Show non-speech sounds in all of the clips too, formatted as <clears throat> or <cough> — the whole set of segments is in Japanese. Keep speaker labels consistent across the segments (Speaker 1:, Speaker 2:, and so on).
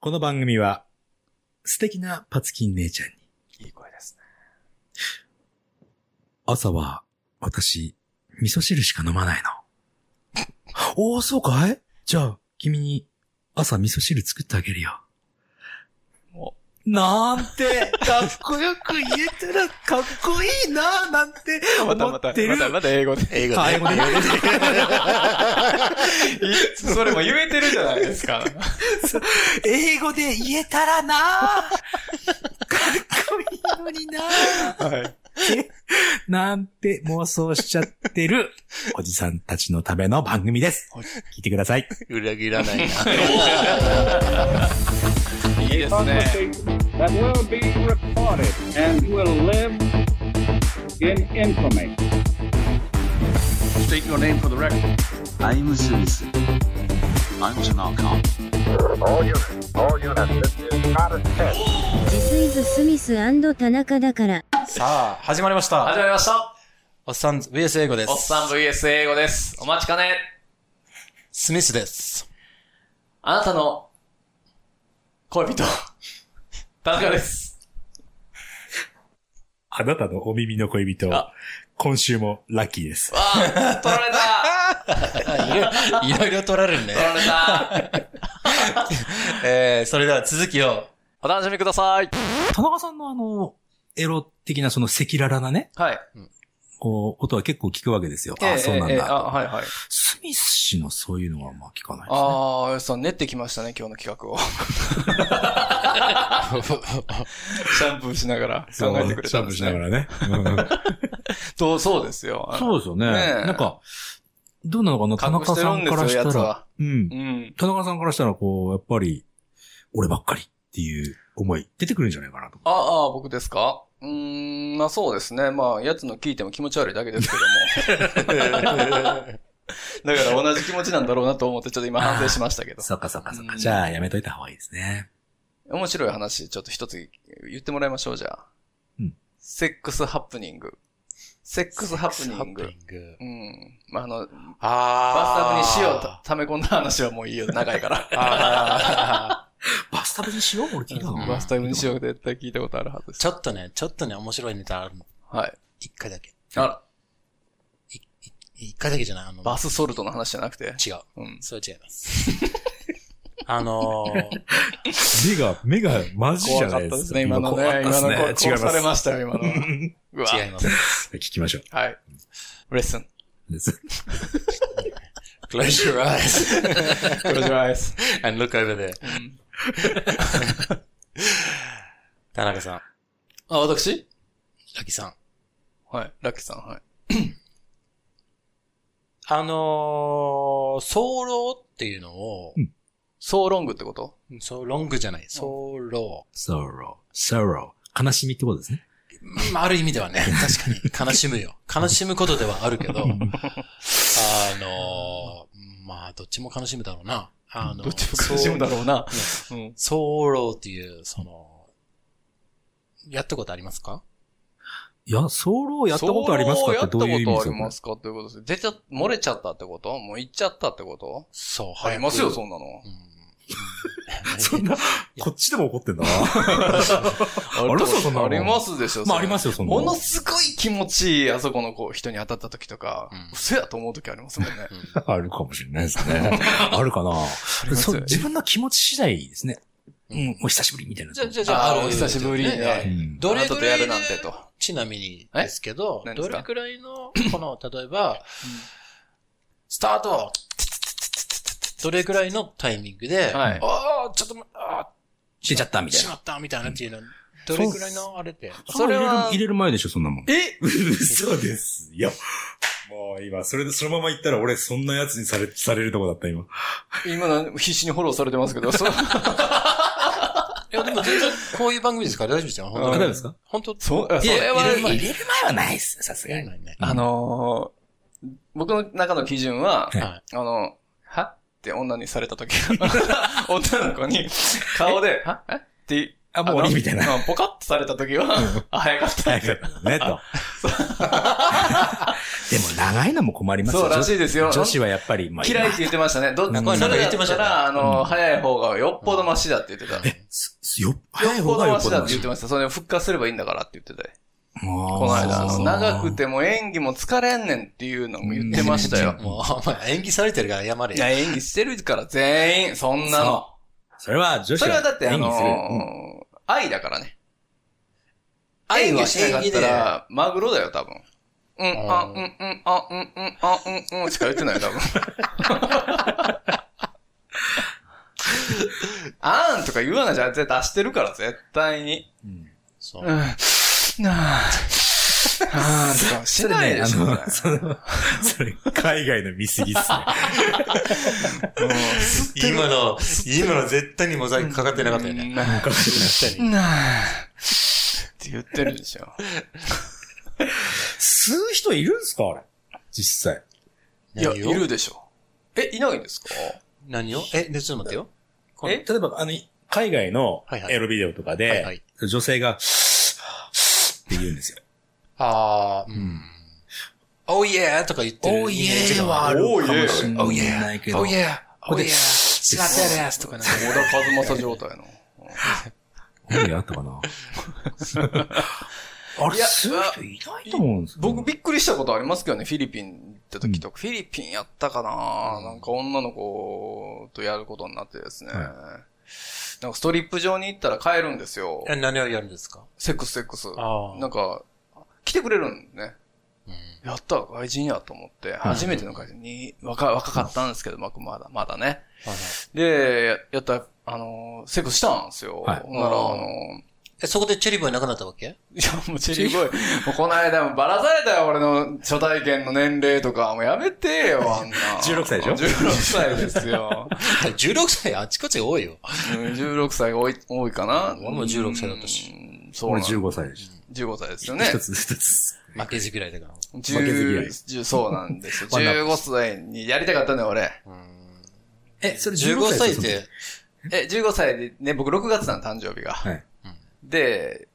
Speaker 1: この番組は、素敵なパツキン姉ちゃんに、
Speaker 2: いい声ですね。
Speaker 1: 朝は、私、味噌汁しか飲まないの。おー、そうかいじゃあ、君に、朝味噌汁作ってあげるよ。なんて、かっこよく言えたら、かっこいいな、なんて思
Speaker 2: またまた、
Speaker 1: っ
Speaker 2: ま
Speaker 1: てる。
Speaker 2: たまた英語で。
Speaker 3: 英語
Speaker 1: あ英
Speaker 3: で。
Speaker 1: 語で
Speaker 2: いそれも言えてるじゃないですか。
Speaker 1: 英語で言えたら <laughs> なかっこいいのにな
Speaker 2: はい。
Speaker 1: なんて妄想しちゃってる <laughs> おじさんたちのための番組です。聞いてください。
Speaker 3: 裏切らない
Speaker 2: <laughs>
Speaker 3: な。
Speaker 2: いいですね。
Speaker 4: conversation that will be recorded and will live in infamy.
Speaker 5: State your name for the record.
Speaker 6: I'm Smith. I'm Tanaka.
Speaker 7: All units, all units, this is not a test.
Speaker 8: ジスイズ・スミス田中だから。
Speaker 9: さあ、始まりました。
Speaker 2: 始まりました。
Speaker 9: おっさん VS 英語です。
Speaker 2: おっさん VS 英語です。お待ちかね。
Speaker 9: スミスです。
Speaker 2: あなたの、恋人、田中です。
Speaker 1: あなたのお耳の恋人
Speaker 2: あ、
Speaker 1: 今週もラッキーです。
Speaker 2: わあ、取られた
Speaker 9: あいろいろいろ取られるね
Speaker 2: 取。られた
Speaker 9: <laughs> えー、それでは続きを。
Speaker 2: お楽しみください。
Speaker 1: 田中さんのあの、エロ的なその赤裸々なね、
Speaker 2: はい。
Speaker 1: こう、ことは結構聞くわけですよ。
Speaker 2: え
Speaker 1: あ、
Speaker 2: え
Speaker 1: そうなんだ、
Speaker 2: ええあ、はいはい。
Speaker 1: スミス氏のそういうのはまあ聞かないですね。
Speaker 2: ああ、そう、練ってきましたね、今日の企
Speaker 1: <laughs>
Speaker 2: 画を。シャンプーしながら考えてくれたんですね。
Speaker 1: らね。
Speaker 2: <laughs>
Speaker 1: うん
Speaker 2: そう、そうですよ。あの
Speaker 1: そうですよね。
Speaker 2: ねえ
Speaker 1: なんか、どうなのかな田
Speaker 2: 隠
Speaker 1: 中
Speaker 2: して
Speaker 1: さ
Speaker 2: る
Speaker 1: ん
Speaker 2: ん
Speaker 1: か
Speaker 2: で
Speaker 1: ら
Speaker 2: す
Speaker 1: し
Speaker 2: よ、
Speaker 1: た
Speaker 2: やつ
Speaker 1: ら、
Speaker 2: は。
Speaker 1: うん
Speaker 2: う。ん。
Speaker 1: 田中さんからしたら、こう、やっぱり、俺ばっかりっていう思い、出てくるんじゃないかなと。
Speaker 2: ああ、僕ですかうーん、まあそうですね。まあ、やつの聞いても気持ち悪いだけですけ
Speaker 1: <laughs>
Speaker 2: ども。だから同じ気持ちなんだろうなと思って、ちょっと今反省しましたけど。
Speaker 1: そっかそっかそっ
Speaker 2: う
Speaker 1: か。
Speaker 2: ん
Speaker 1: じゃあ、やめといた方がいいですね。
Speaker 2: 面白い話、ちょっと一つ言ってもらいましょう、じゃあ。
Speaker 1: うん
Speaker 2: セックスハプニング。セックスハプニング。
Speaker 3: グ。
Speaker 2: うん。まあ、あの、
Speaker 3: あ
Speaker 2: バ
Speaker 3: ー。
Speaker 2: スタブに塩た溜め込んだ話はもういいよ、長い <laughs> から。
Speaker 3: あ
Speaker 1: バスタブにしよう俺聞いたの
Speaker 2: バスタブに塩絶対聞いたことあるはずです。
Speaker 9: ちょっとね、ちょっとね、面白いネタあるの。
Speaker 2: はい。
Speaker 9: 一回だけ。
Speaker 2: あら、
Speaker 9: 一回だけじゃない、あの、
Speaker 2: バスソルトの話じゃなくて。
Speaker 9: 違う。
Speaker 2: うん。
Speaker 9: それは違
Speaker 2: <laughs>
Speaker 9: います。あのー、
Speaker 1: 目が、目が、マジじ
Speaker 2: 怖
Speaker 1: ゃ
Speaker 2: か
Speaker 1: な
Speaker 2: っ
Speaker 1: い
Speaker 2: た
Speaker 1: ですか。
Speaker 2: ですね、今のね。今のこ殺されましたよ、今のは。 <laughs> うわ。
Speaker 9: 違います。
Speaker 1: す。聞きましょ
Speaker 2: はい。レッスン。
Speaker 1: う。です。
Speaker 9: Close your eyes
Speaker 2: クロージュアイ <laughs> ス。
Speaker 9: and look over there. 田中さん、
Speaker 2: あ、私
Speaker 9: ラキさん。
Speaker 2: はい。ラッキーさん、はい。
Speaker 9: あのー、ソーローっていうのを、
Speaker 2: ソーロングってこと
Speaker 9: そう、ロングじゃない、ソーロ
Speaker 1: sorrow, sorrow. 悲しみってことですね。
Speaker 9: ー。まあ、ある意味ではね、確かに、悲しむよ。悲しむことではあるけど、あのー、まあ、どっちも悲しむだろうな。あのー、
Speaker 2: どっちも悲しむだろうな。うん。
Speaker 9: ソーローっていう、その、やったことありますか
Speaker 1: いや、ソロをやったことありますかってどういう意味で
Speaker 2: ソーローやったこ
Speaker 1: す
Speaker 2: とあり
Speaker 1: か
Speaker 2: ますかっていうことです。出ちゃ、漏れちゃったってこともう行っちゃったってこと
Speaker 9: そう、
Speaker 2: ありますよ、そ
Speaker 9: の。
Speaker 2: んなの。
Speaker 9: うん
Speaker 1: そんな、こっちでも怒って
Speaker 2: <laughs>
Speaker 1: んだな。あれそうそんなの
Speaker 2: ありますでしょ、。
Speaker 1: まあありますすよ、そんな
Speaker 2: ものすごい気持ちいい、あそこのこう、人に当たった時とか
Speaker 9: うん、
Speaker 2: 嘘やと思う時ありますもん <laughs> ね。
Speaker 1: あるかもしれないです <laughs> ね。あるかな
Speaker 2: ります
Speaker 1: そう自分の気持ち次第ですね。うん、お久しぶりみたいな。
Speaker 9: じゃあ、じゃあ、じゃあ、
Speaker 2: あ
Speaker 9: あ
Speaker 2: あー、
Speaker 9: る
Speaker 2: お久しぶりね。
Speaker 9: ね
Speaker 1: う。ん
Speaker 9: どれ
Speaker 2: あなた
Speaker 9: ぐ
Speaker 2: と
Speaker 9: ら
Speaker 2: や
Speaker 9: いで
Speaker 2: るなんてと。
Speaker 9: ちなみにですけど
Speaker 2: え、何で
Speaker 9: ど
Speaker 2: すか
Speaker 9: れくら
Speaker 2: <laughs>
Speaker 9: いの、この、例えば、スタートどれくらいのタイミングで、
Speaker 2: はい
Speaker 9: ああ、ちょっとま、あ
Speaker 1: 出ちゃった
Speaker 9: あ、
Speaker 1: みたい
Speaker 9: し
Speaker 1: な。
Speaker 9: まったみたいなっていうの、どれくらいのあれって。
Speaker 2: それは
Speaker 1: 入れる前でしょ、そんなもん。
Speaker 2: え
Speaker 1: 嘘ですよ。 <laughs> もう今、それで、そのまま言ったら俺そんなやつにされ、されるとこだった今。
Speaker 2: 今の必死にフォローされてますけ
Speaker 9: <laughs>
Speaker 2: ど、そう、
Speaker 9: いや、でも全然こういう番組ですから大丈夫ですよ。本当
Speaker 1: あ
Speaker 9: に
Speaker 1: 誰ですか
Speaker 9: 本当
Speaker 2: そう、あそ
Speaker 9: いや
Speaker 2: れ
Speaker 9: 入れ
Speaker 2: は、
Speaker 9: る前
Speaker 1: 入れる前はないです、さすがに。
Speaker 9: ね。
Speaker 2: あのー、僕の中の基準
Speaker 1: は
Speaker 2: は、
Speaker 1: い
Speaker 9: は
Speaker 2: あの、は
Speaker 9: <laughs>
Speaker 2: って女にされた時女の子に、顔で、はえって
Speaker 1: あ、もう俺みたい <laughs> な。
Speaker 9: うんポカッとされた時は、あ、早かった。
Speaker 1: 早かったね、と。 <laughs> でも長いのも困りますよ
Speaker 2: そうらしいですよ
Speaker 1: 女女子はやっぱり、まあ、
Speaker 2: 嫌いって言ってま <laughs> したね。どっ
Speaker 1: なん
Speaker 2: ち
Speaker 1: か
Speaker 2: それ
Speaker 9: 言
Speaker 2: だ
Speaker 9: っ
Speaker 2: って
Speaker 9: ました
Speaker 2: た
Speaker 9: ね
Speaker 2: ら、あ
Speaker 1: うん
Speaker 2: の、早い方がよっぽどマシだって言ってた。
Speaker 1: すすよっ、
Speaker 2: よ
Speaker 1: 早い
Speaker 2: っ
Speaker 1: 方
Speaker 2: ぽ
Speaker 1: が
Speaker 2: ど
Speaker 1: よ
Speaker 2: マ
Speaker 1: っぽ
Speaker 2: シ
Speaker 1: ど
Speaker 2: だ
Speaker 1: マ
Speaker 2: って
Speaker 1: シ
Speaker 2: 言ってました。それを復活すればいいんだからって言ってたよ
Speaker 1: もう
Speaker 2: この間、あ
Speaker 1: そう
Speaker 2: の長くても演技も疲れんねんっていうのも言ってましたよ。
Speaker 9: もう、お前、演技されてるから謝れ
Speaker 2: いや、
Speaker 9: よ。
Speaker 2: 演技してるから全員、そんなの。
Speaker 1: それは女子
Speaker 2: それはだって、あ
Speaker 1: 演技する
Speaker 2: のー、愛だからね。
Speaker 9: 愛
Speaker 2: 愛
Speaker 9: は
Speaker 2: はしなかったら、マグロだよ、多分。うん、あ、
Speaker 9: う
Speaker 2: うんん、うん、あ、うん、うん、あ、うん、うん、しか言ってないよ、多分。 <laughs> あんとか言わないじゃん。絶対出してるから、絶対に。
Speaker 1: うん
Speaker 9: そう
Speaker 2: うん。なあ。あんとかし
Speaker 1: それ
Speaker 2: ない
Speaker 1: ね、
Speaker 2: で
Speaker 1: あ
Speaker 2: しょ。
Speaker 1: の、その、それ、海外の見過ぎっすね。 <laughs>
Speaker 9: 今の、今の絶対にモザイクかかってなかったよね。
Speaker 2: ね。なあ。
Speaker 9: 絶対
Speaker 2: っ
Speaker 9: に。
Speaker 2: て言ってるでしょ。
Speaker 1: 吸う人いるんすかあれ。実際。
Speaker 2: いや、い
Speaker 9: 何を
Speaker 2: るでしょ。え、いないん <laughs> ですか
Speaker 9: 何をえ、ねちょっと待ってよ。この
Speaker 1: 例えば、あの、海外の
Speaker 9: はいはい
Speaker 1: エロビデオとかで、
Speaker 9: はいはい
Speaker 1: 女性が、って言うんですよ。
Speaker 9: あー、うん。おいえーとか言ってる。
Speaker 1: <laughs> おいえ
Speaker 9: ー
Speaker 1: はあるかもしれ
Speaker 2: おいえ
Speaker 1: ないけど。
Speaker 9: おいえーおいえー
Speaker 1: す
Speaker 9: 違ってるやつとかなんか
Speaker 2: 小田和正状態の。
Speaker 1: おいえあったか <laughs> なあれ、
Speaker 2: いや
Speaker 1: 吸う人いないと思うんですよ
Speaker 2: 僕びっくりしたことありますけどね、フィリピン行った時とか。フィリピンやったかななんか女の子とやることになってですね。
Speaker 1: はい
Speaker 2: なんかストリップ場に行ったら帰るんですよ。
Speaker 9: <laughs> え何をやるんですか
Speaker 2: セックスセックス。
Speaker 9: あー
Speaker 2: なんか、来てくれるんね。やった、外人やと思って、初めての外人に、若、若かったんですけど、まあまだ、まだね。
Speaker 9: はいはい
Speaker 2: で、ややったら、あのー、セックスしたんですよ。
Speaker 1: はい
Speaker 2: ほんなら、あ
Speaker 9: あー
Speaker 2: のー、
Speaker 9: え、そこでチェリーボーイなくなったわけ
Speaker 2: いや、もうチェリーボーイ。もうこの間もばらされたよ、俺の初体験の年齢とか。もうやめてよ、あんな。
Speaker 1: 16歳でしょ
Speaker 2: ?16 歳ですよ。
Speaker 9: ?16 歳あちこち多いよ。
Speaker 2: うん16歳が多い、多いかな。
Speaker 9: 俺も16歳だったし
Speaker 2: うん。そう
Speaker 1: 俺
Speaker 2: なん15
Speaker 1: 15歳でし
Speaker 2: 歳です
Speaker 1: た。
Speaker 2: よね
Speaker 1: 一。つ一つ。
Speaker 9: 負けず嫌いだから。
Speaker 1: 負けず嫌い
Speaker 2: 10、10そうなんですよ。
Speaker 1: ワンナップ
Speaker 2: 15歳にやりたかったんだよ、俺。
Speaker 1: え、それ
Speaker 9: 15歳っ。て、
Speaker 2: え、15歳でね、僕6月なの、誕生日が。
Speaker 1: はい。
Speaker 2: で、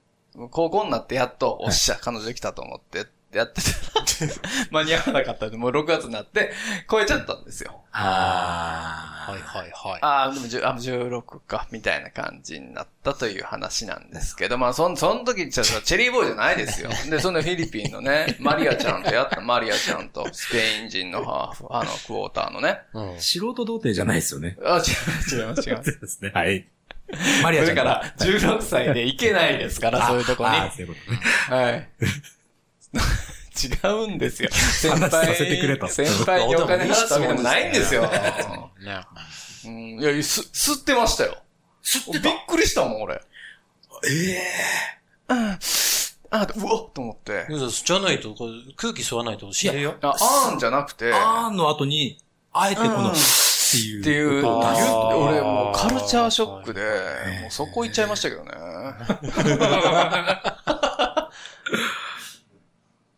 Speaker 2: 高校になってやっと、おっしゃ、彼女できたと思って、やってたら、間に合わなかったんで、もう6月になって、超えちゃったんですよ。
Speaker 1: あー
Speaker 9: はいはいはい。
Speaker 2: ああ、でも10あ16か、みたいな感じになったという話なんですけど、まあ、そん、その時、ちょっとチェリーボーイじゃないですよ。
Speaker 1: <laughs>
Speaker 2: で、そのフィリピンのね、マリアちゃんとやった、マリアちゃんと、スペイン人のハーフ、あの、クォーターのね。
Speaker 9: うん
Speaker 1: 素人童貞じゃないですよね。
Speaker 2: あ、違う、違います、違います。
Speaker 1: そうですね。はい。マリアちゃ
Speaker 2: <laughs>
Speaker 1: ん。
Speaker 2: だから、16歳で行けないですから、そういうとこに。
Speaker 1: <laughs> あーそういうことね。
Speaker 2: はい。 <laughs> 違うんですよ。先
Speaker 1: 話
Speaker 2: 輩
Speaker 1: させてくれと
Speaker 2: 先輩にお金払ったわけでもないんですよ。
Speaker 9: ね。
Speaker 2: うん、いや、す、吸ってましたよ。吸ってたびっくりしたもん、俺。
Speaker 1: え
Speaker 2: うん。あ、うわっと思って。
Speaker 9: 嘘じゃないと、こう空気吸わないと死ぬよ。
Speaker 2: あ、あーんじゃなくて、
Speaker 1: え。あーの後に、あえてこ
Speaker 2: う
Speaker 1: の、っ
Speaker 2: ん
Speaker 1: ていう。
Speaker 2: っていう、言う
Speaker 9: あー
Speaker 2: 俺もうカルチャーショックで、もうそこ行っちゃいましたけど
Speaker 9: <laughs>
Speaker 2: ね。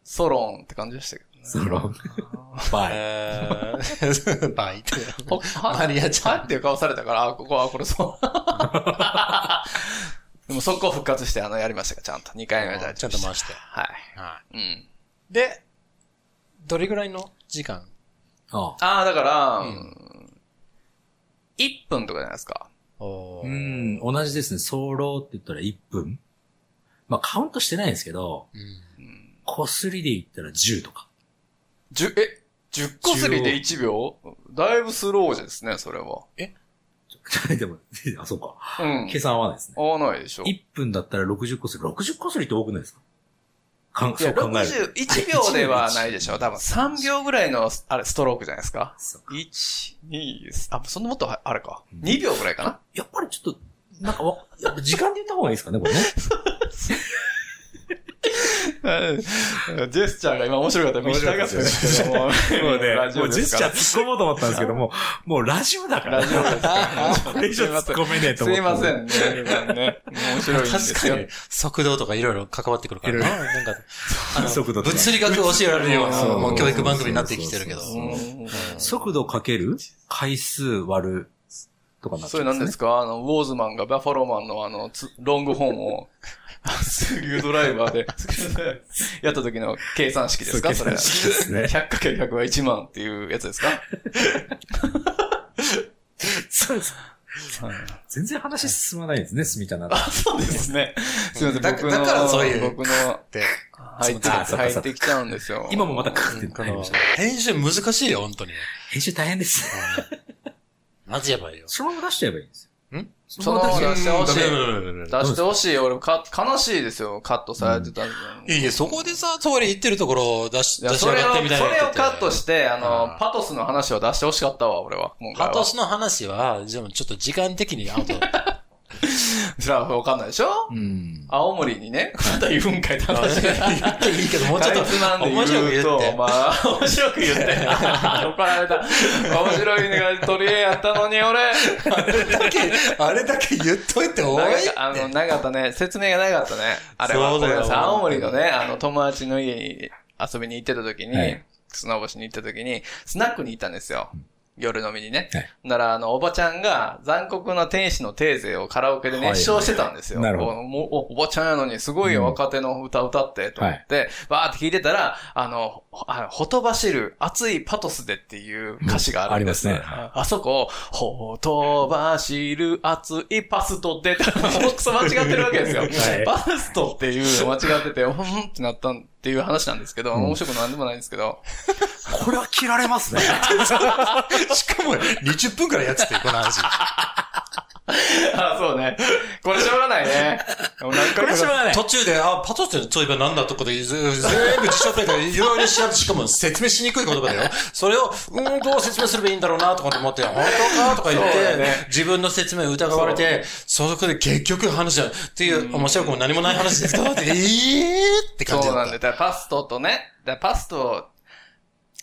Speaker 2: ソロンって感じでしたけどね。
Speaker 1: その、バイ。
Speaker 9: えー、 <laughs> バイって。
Speaker 2: ほは
Speaker 9: マリアちゃん
Speaker 2: はっていう顔されたから、あ、ここは、これ
Speaker 9: <laughs>
Speaker 2: そう。でも速攻復活して、あの、やりましたか、ちゃんと。2回目だ
Speaker 9: ちゃんと回して。
Speaker 2: はい。
Speaker 9: は
Speaker 2: うん。
Speaker 9: い。で、どれぐらいの時間
Speaker 1: あ
Speaker 2: ああ、だから、うん、1分とかじゃないですか。
Speaker 9: お
Speaker 1: う。ん、同じですね。ソロって言ったら1分まあ、カウントしてないんですけど、こすりで言ったら10とか。 <laughs>
Speaker 2: じゅ、え、10個すりで1秒だいぶスローですね、それは。
Speaker 1: でも、あ、そうか。
Speaker 2: うん。
Speaker 1: 計算合わないですね。
Speaker 2: 合わないでしょ。
Speaker 1: 1分だったら60個すり。60個すりって多くないですかかん
Speaker 2: い
Speaker 1: そ
Speaker 2: や、
Speaker 1: う考える
Speaker 2: 60、1秒ではないでしょ。多分3秒ぐらいの、あれ、ストロークじゃないですか。
Speaker 1: そうか
Speaker 2: 1、2、あ、そんなもっとは、あれか。
Speaker 1: うん
Speaker 2: 2秒ぐらいか
Speaker 1: <laughs>
Speaker 2: な。
Speaker 1: やっぱりちょっと、なんかわ、やっぱ時間で言った方がいいですかね、これね。
Speaker 2: ジェスチャーが今面白かったら見したかったですけども。
Speaker 1: もうね、
Speaker 2: <laughs> ラジ
Speaker 1: もう
Speaker 2: オで
Speaker 1: ジェ
Speaker 2: す
Speaker 1: ス
Speaker 2: か
Speaker 1: チャ
Speaker 2: ら
Speaker 1: ー突っ込もうと思ったんですけど <laughs> も、もうラジオだから。
Speaker 2: ラジオですから
Speaker 1: <laughs> これ以上突っ込めねえと
Speaker 2: す
Speaker 1: 思っ
Speaker 2: い
Speaker 1: て。
Speaker 2: ませんね。皆さんね面白いんです
Speaker 9: 確か
Speaker 2: よ。
Speaker 9: に、速度とかいろいろ関わってくるからな。なんか、あ <laughs> の
Speaker 1: 速度とか
Speaker 9: 物理学教えられるような、
Speaker 2: そう
Speaker 9: もう教育番組になってきてるけど。
Speaker 1: そううそうん速度かける回数割るとかになっち
Speaker 2: そ
Speaker 1: ゃ
Speaker 2: れ
Speaker 1: うん
Speaker 2: なんですかあの、ウォーズマンがバッファローマンのあの、つロングホーンを、スキュードライバーで、やった時の計算式ですかそ
Speaker 1: そう
Speaker 2: れ。
Speaker 1: 計算式ですね
Speaker 2: 100×100 は1万っていうやつですか
Speaker 1: そうです。全然話進まないですね、スミタナ。
Speaker 2: そうですね。すいません、
Speaker 10: だ
Speaker 2: 僕の、
Speaker 10: だからそういう
Speaker 2: 僕の、
Speaker 10: で、
Speaker 2: 入って、
Speaker 1: そうかそうか
Speaker 2: 入ってきちゃうんですよ。
Speaker 1: 今もまたカーって
Speaker 10: こ
Speaker 1: 入り
Speaker 10: の
Speaker 1: ました。、
Speaker 10: 編集難しいよ、本当にね。
Speaker 1: 編集大変です。
Speaker 9: マジやばいよ。
Speaker 1: そのまま出しちゃえばいいんですよ。
Speaker 10: ん
Speaker 2: そのまま出してほしい。
Speaker 10: うん
Speaker 2: 出してほしい。俺、か、悲しいですよ。カットされてたの
Speaker 10: いやいや、そこでさ、総理言ってるところを出し、
Speaker 2: いや
Speaker 10: 出し
Speaker 2: そ
Speaker 10: 上
Speaker 2: れを、
Speaker 10: がっ
Speaker 2: そ
Speaker 10: てみ
Speaker 2: れ
Speaker 10: たいな
Speaker 2: をカットして、あの
Speaker 10: う、ん
Speaker 2: パトスの話を出してほしかったわ、俺は。今回
Speaker 9: パ
Speaker 2: は
Speaker 9: トスの話は、でもちょっと時間的にアウトだった。
Speaker 2: それはわかんないでしょ
Speaker 1: うん。
Speaker 2: 青森にね、また言うんかいって話が。
Speaker 9: 言っていいけど、もうちょっと
Speaker 2: かいつまんで
Speaker 9: 面白
Speaker 2: 言
Speaker 9: く
Speaker 2: う
Speaker 9: 言っ
Speaker 2: と、
Speaker 9: て。
Speaker 2: まあ、面白く言
Speaker 9: <laughs>
Speaker 2: って。怒られた。面白いねが取り柄やったのに、俺。
Speaker 10: あれだけ言っといて終わり
Speaker 2: なんかあの、なかったね。説明がなかったね。あれは。
Speaker 10: そうだよ
Speaker 2: ごめんなさい青森のね、あの、友達の家に遊びに行ってた時に、
Speaker 1: はい
Speaker 2: 砂星に行った時に、スナックに行ったんですよ。夜飲みにね。
Speaker 1: はい
Speaker 2: なら、あの、おばちゃんが、残酷な天使のテーゼをカラオケで
Speaker 1: はい
Speaker 2: 熱唱してたんですよ。
Speaker 1: なるほど
Speaker 2: こうもうおおばちゃんやのに、すごい若手の歌歌って、と思って、バーって聞いてたら、あの、ほあのほとばしる熱いパトスでっていう歌詞があるんです。
Speaker 1: うんありますね
Speaker 2: あそこ、ほとばしる熱いパストで、僕そ間違ってるわけですよ。
Speaker 1: い
Speaker 2: パストっていうの間違ってて、ほんってなったっていう話なんですけど、面白くなんでもないんですけど。 <laughs>
Speaker 1: これは切られますね。
Speaker 10: しかも、20分くらいやってて、この話。
Speaker 2: あ、そうね。これしょうがないね。これしょうがな。
Speaker 10: 途中で、あ、パトスってそういえばなんだとかで、ず全部辞書ペーからいろいろしやしかも説明しにくい言葉だよ。それを、うん、どう説明すればいいんだろうなとか思って、本当かとか言って
Speaker 2: そうだ、ね
Speaker 10: 自分の説明を疑われて、そこで結局話じゃん。っていう、面白くも何もない話ですかって、えーって感じ
Speaker 2: そう
Speaker 10: だ
Speaker 2: な
Speaker 10: っ
Speaker 2: ん
Speaker 10: た
Speaker 2: で、だ。からパストとね、だからパスト、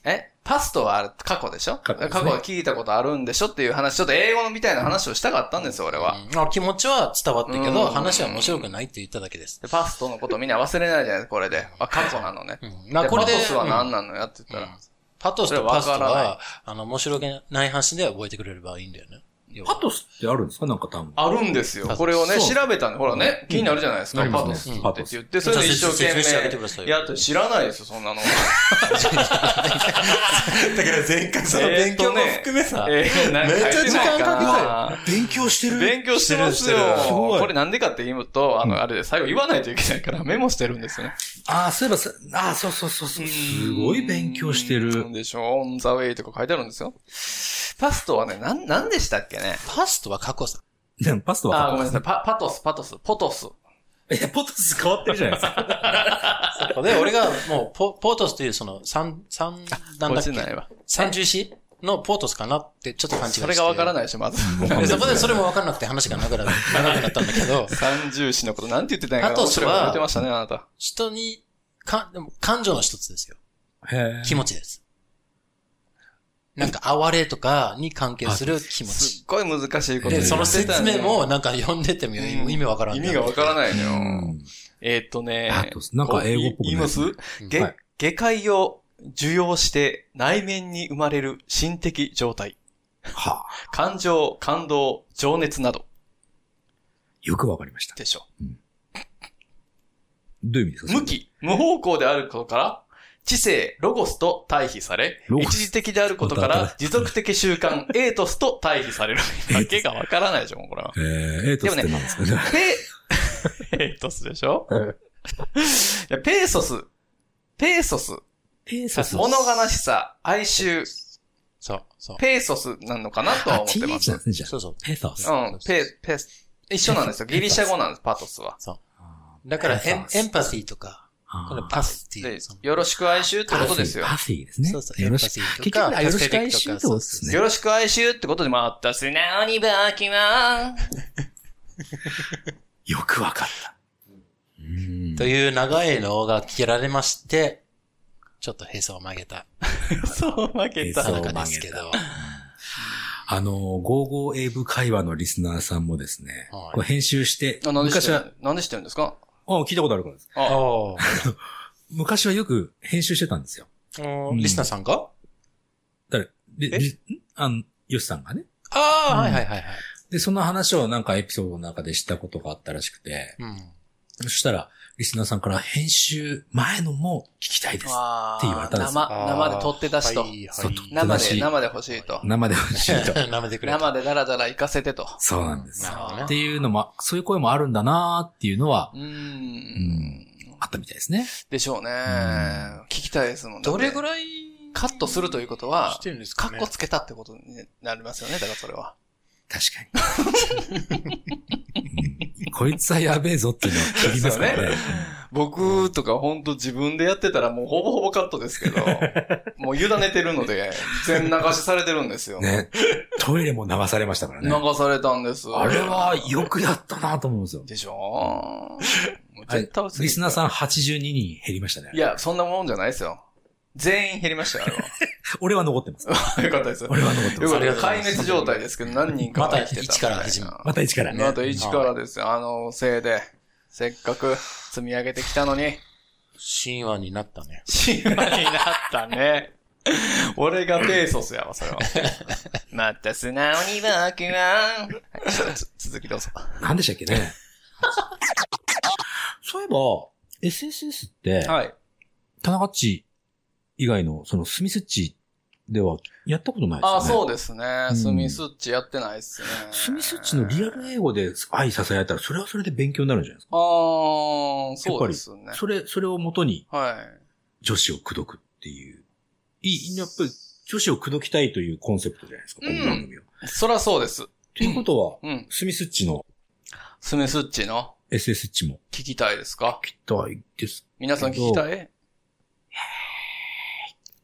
Speaker 2: えパストはあれ過去でしょ
Speaker 1: 過去ですね
Speaker 2: 過去は聞いたことあるんでしょっていう話、ちょっと英語みたいな話をしたかったんですよ、俺は。
Speaker 9: まあ気持ちは伝わってるけど、
Speaker 2: うん
Speaker 9: 話は面白くないって言っただけです。
Speaker 2: で、パストのことみんな忘れないじゃないですか、これで。あ、過去なのね。
Speaker 9: うんまあ
Speaker 2: で
Speaker 9: これで
Speaker 2: パトスは何なのやって言ったら。
Speaker 9: パトスと
Speaker 2: それ
Speaker 9: パ
Speaker 2: わ
Speaker 9: スト
Speaker 2: からない
Speaker 9: は、あの、面白くない話で覚えてくれればいいんだよね。要は
Speaker 1: パトスってあるんですかなんか多分。
Speaker 2: あるんですよ。これをね、
Speaker 1: そう
Speaker 2: 調べたんで、ほらね、気になるじゃないですか、
Speaker 1: なり
Speaker 2: パ
Speaker 1: ま
Speaker 2: ト
Speaker 1: す
Speaker 2: ス
Speaker 1: ね
Speaker 2: って言って、それで一生
Speaker 9: 説明してあげてくださ
Speaker 2: 懸
Speaker 9: い
Speaker 2: 命、
Speaker 9: よ
Speaker 2: やっと知らないですよ、そんなの。
Speaker 10: だから前回その勉強も含めさ、
Speaker 2: えーなんか
Speaker 10: めっちゃ時間かけたよ
Speaker 2: か
Speaker 1: 勉強して
Speaker 2: け勉強してますよ
Speaker 10: してるして。る
Speaker 2: これなんでかって言うと、あの、あれで最後言わないといけないからメモしてるんですよね。
Speaker 1: ああ、そういえばさ、ああ、そうそうそうそう。すごい勉強して
Speaker 2: う
Speaker 1: る
Speaker 2: ん。でしょ ?on the way とか書いてあるんですよ。パストはね、なん、なんでしたっけね。
Speaker 9: パストは過去さ。
Speaker 1: でもパスト
Speaker 2: あー、
Speaker 1: は
Speaker 2: ごめんなさい。
Speaker 1: い。
Speaker 2: パ、パトス、パトス、ポトス。
Speaker 1: え、ポトス変わってるじゃないです <laughs> か。
Speaker 9: で、俺がもうポ、ポートスというその、三、三、なん
Speaker 2: こ
Speaker 9: だ
Speaker 2: っ
Speaker 9: っ
Speaker 2: ち
Speaker 9: け
Speaker 2: ないわ。
Speaker 9: 三重詩のポートスかなってちょっと勘違いして。
Speaker 2: それがわから
Speaker 9: い。
Speaker 2: ないし、まず。
Speaker 9: でそこでそれもわからなくて話が長くな長くなったんだけど、
Speaker 2: 三重視のことなんて言ってたんや
Speaker 9: パトスは
Speaker 2: 言ってましたね、あなた。
Speaker 9: 人に、か、でも感情の一つですよ。
Speaker 1: へ
Speaker 9: 気持ちです。なんか、哀れとかに関係する気持
Speaker 2: す
Speaker 9: ち
Speaker 2: っ。ごい難しいこと言って
Speaker 9: で、
Speaker 2: たね
Speaker 9: その説明もなんか読んでても
Speaker 2: うん
Speaker 9: 意味わからん。
Speaker 2: 意味がわからないの
Speaker 1: う
Speaker 2: よ。
Speaker 1: ん
Speaker 2: えーっとね
Speaker 1: パト。スなんか英語っぽくない
Speaker 2: 言います
Speaker 9: うん
Speaker 2: げ下界を受容して内面に生まれる心的状態。
Speaker 1: はあ、
Speaker 2: 感情、感動、情熱など
Speaker 1: よくわかりました。
Speaker 2: でしょ。
Speaker 1: どういう意味ですか
Speaker 2: 向。き、無方向であることから、知性、ロゴスと対比され
Speaker 1: ロ、ゴス
Speaker 2: 一時的であることか
Speaker 1: そうだ
Speaker 2: ら、持続的習慣、エイトスと対比
Speaker 1: <laughs>
Speaker 2: される。わけがわからないでしょ、もうこれは。
Speaker 1: えー、エイトスって何ですかね。
Speaker 2: <laughs>
Speaker 9: <laughs>
Speaker 2: ペ、エイトスでしょいやペーソス、ペーソス、
Speaker 1: ペー
Speaker 2: 物悲しさ、哀愁、
Speaker 9: そう、そう。
Speaker 2: ペーソスなのかなとは
Speaker 1: あ、
Speaker 2: 思っ
Speaker 1: TH
Speaker 2: て
Speaker 1: なん
Speaker 2: ま。
Speaker 1: ですすね、じゃあ。
Speaker 9: そうそう。
Speaker 1: ペーソス。
Speaker 2: うん、ペ、ペ、一緒なんですよ。ギリシャ語なんです、パトスは。
Speaker 9: だからエン、エン
Speaker 1: パ
Speaker 9: パシーとか、このパスってい
Speaker 2: で
Speaker 9: う。、
Speaker 2: よろしく哀愁ってことですよ。
Speaker 1: パフィーですね。
Speaker 9: そうそう
Speaker 1: よろし
Speaker 9: エンパシーと
Speaker 1: く。結
Speaker 9: か
Speaker 1: 局はよろしく哀
Speaker 9: パスフ
Speaker 1: 愁ってこと
Speaker 9: ェクトか
Speaker 1: ですね。
Speaker 2: よろしく哀愁ってことで、また素直にバキは。
Speaker 1: よくわかった。うん
Speaker 9: という長いのが聞けられまして、ちょっとへそを曲げた。
Speaker 2: そう、負け
Speaker 1: へ
Speaker 2: た
Speaker 1: <laughs> そ。
Speaker 9: 中ですけど。
Speaker 1: あの、55英語会話のリスナーさんもですね、
Speaker 9: は
Speaker 1: こ
Speaker 9: い
Speaker 1: う編集して、
Speaker 2: あ、なんで知っ
Speaker 1: 昔
Speaker 2: て
Speaker 1: は、
Speaker 2: るなんで知ってるんですか
Speaker 1: あ聞いたことあるからです。
Speaker 2: あ
Speaker 9: おー
Speaker 1: 昔はよく編集してたんですよ。
Speaker 9: おーリスナーさんが
Speaker 1: 誰で、りんあの、ヨシさんがね。
Speaker 9: ああ、
Speaker 1: うん
Speaker 9: はいはいはいはい。
Speaker 1: で、その話をなんかエピソードの中でしたことがあったらしくて、
Speaker 9: うん。
Speaker 1: そしたら、リスナーさんから編集前のも聞きたいです。
Speaker 2: あ
Speaker 1: って言われたんですよ
Speaker 2: 生、生で撮って出しと
Speaker 9: は。いは
Speaker 1: そう
Speaker 9: い
Speaker 1: 出
Speaker 2: 生で、
Speaker 1: し
Speaker 2: 生で欲しいと。
Speaker 1: 生で欲しいと。
Speaker 9: <laughs> 舐めてくれた。
Speaker 2: 生でダラダラ行かせてと。
Speaker 1: そうなんです。
Speaker 9: なるほどね
Speaker 1: っていうのも、そういう声もあるんだなーっていうのは
Speaker 2: う、ー
Speaker 1: うんん。あったみたいですね。
Speaker 2: でしょうね。
Speaker 1: ん
Speaker 2: 聞きたいですもんね。
Speaker 11: どれぐ
Speaker 2: い
Speaker 11: らい
Speaker 2: カットするということは
Speaker 11: してるんです
Speaker 2: カ
Speaker 11: か
Speaker 2: ッ
Speaker 11: ね
Speaker 2: コつけたってことになりますよね、だからそれは。
Speaker 1: 確かに。うんこいつはやべえぞっていうのは切りますから
Speaker 2: そう
Speaker 1: ね。
Speaker 2: <laughs> 僕とか本当自分でやってたらもうほぼほぼカットです <laughs> けど、もう委ねてるので、全流しされてるんですよ。
Speaker 1: ね。トイレも流されましたから
Speaker 2: 流
Speaker 1: ね。
Speaker 2: されたんです。
Speaker 1: あれはよくやったなと思うんですよ。
Speaker 2: でしょもう
Speaker 1: はい
Speaker 2: 絶対薄い
Speaker 1: リスナーさん82人減りましたね。
Speaker 2: いや、そんなもんじゃないですよ。全員減りましたよ、あれ <laughs> は。
Speaker 1: 俺は残って
Speaker 2: <laughs>
Speaker 1: ます。
Speaker 2: よかったですよ。
Speaker 1: 俺は残ってま
Speaker 2: よ
Speaker 1: す。
Speaker 2: か
Speaker 9: あ
Speaker 2: っ
Speaker 9: りが
Speaker 2: た。
Speaker 9: とうござ
Speaker 2: 壊
Speaker 9: います
Speaker 2: 滅状態ですけど、何人かは生きてたみたいな。
Speaker 9: また一から始ま
Speaker 1: また一からね
Speaker 2: ま。た一からですよ。あの、せいで、せっかく積み上げてきたのに、
Speaker 9: 神話になったね。
Speaker 2: 神話になったね。 <laughs> 俺がペーソスやわ、そ <laughs> れは。また素直に僕は。はいちょっとつ続きどうぞ。
Speaker 1: 何でしたっけ
Speaker 2: <laughs>
Speaker 1: ね。そういえば、SSS って、
Speaker 2: はい。
Speaker 1: 田中っち以外の、そのスミスっちではやったことないですよね。
Speaker 2: ああ、そうですね。
Speaker 1: うん
Speaker 2: スミスッチやってないっすね。
Speaker 1: スミスっちのリアル英語で愛させられたら、それはそれで勉強になるんじゃないですか。
Speaker 2: ああ、そうですね。
Speaker 1: それ、それを元に
Speaker 2: はい。
Speaker 1: 女子を口説くっていう。いい、やっぱり女子を口説きたいというコンセプトじゃないですか、この番組は。
Speaker 2: そらそうです。
Speaker 1: ということは、
Speaker 2: うん。
Speaker 1: スミスっちの
Speaker 2: スミスッチの
Speaker 1: SS っちも
Speaker 2: 聞きたいですか
Speaker 1: 聞きたいです。
Speaker 2: 皆さん聞きたい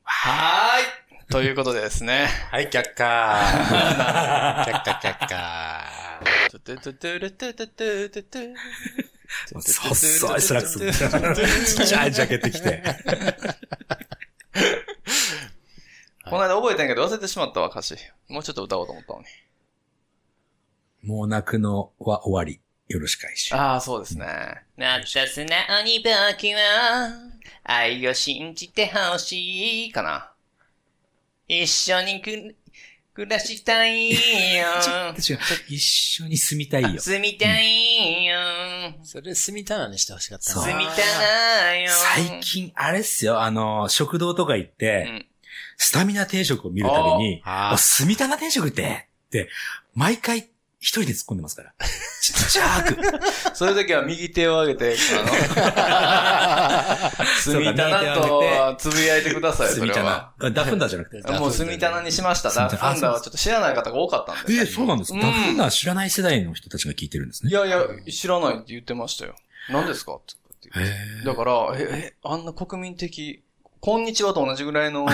Speaker 2: はーい。ということでです <laughs> ね。
Speaker 9: はい、却下。却下、却下。
Speaker 2: トゥトゥトゥトゥルトゥトゥトゥトゥトゥ
Speaker 1: 細いスラックス。ちっちゃいジャケット着て。
Speaker 2: この間覚えたんやけど忘れてしまったわ、歌詞。もうちょっと歌おうと思ったのに。
Speaker 1: もう泣くのは終わり。よろしく愛し。
Speaker 2: ああ、そうですね。なった素直に僕は、愛を信じてほしいかな。一緒にく、暮らしたい <laughs> よ。
Speaker 1: 違う。一緒に住みたいよ。
Speaker 2: 住みたいよ。
Speaker 11: それ、住みたなにしてほしかったな
Speaker 1: そう
Speaker 2: 住みたいよ。
Speaker 1: 最近、あれっすよ、あの、食堂とか行っ
Speaker 2: うん
Speaker 1: て、スタミナ定食を見るたびに、
Speaker 9: あーあー
Speaker 1: あ、スミタナ定食って、って、毎回一人で突っ込んでます
Speaker 2: <laughs>
Speaker 1: から。ちっちゃーく。
Speaker 2: そういう時は右手を上げて、あの、住みたなとつぶやいてください、
Speaker 1: ス
Speaker 2: そ
Speaker 1: ミ
Speaker 2: れ
Speaker 1: タ
Speaker 2: は
Speaker 1: ナ。。あダフンダーじゃなくて。
Speaker 2: <laughs> もう住みたなにしました。
Speaker 1: 住
Speaker 2: ダ
Speaker 1: みたな
Speaker 2: フンダーはちょっと知らない方が多かったんで。
Speaker 1: ええ、そうなんですか。
Speaker 2: うん
Speaker 1: ダフンダー知らない世代の人たちが聞いてるんです
Speaker 2: い
Speaker 1: ね。
Speaker 2: やいや、知らないって言ってましたよ。何ですかって言ってだから、え、え、あんな国民的、こんにちはと同じぐらいのバ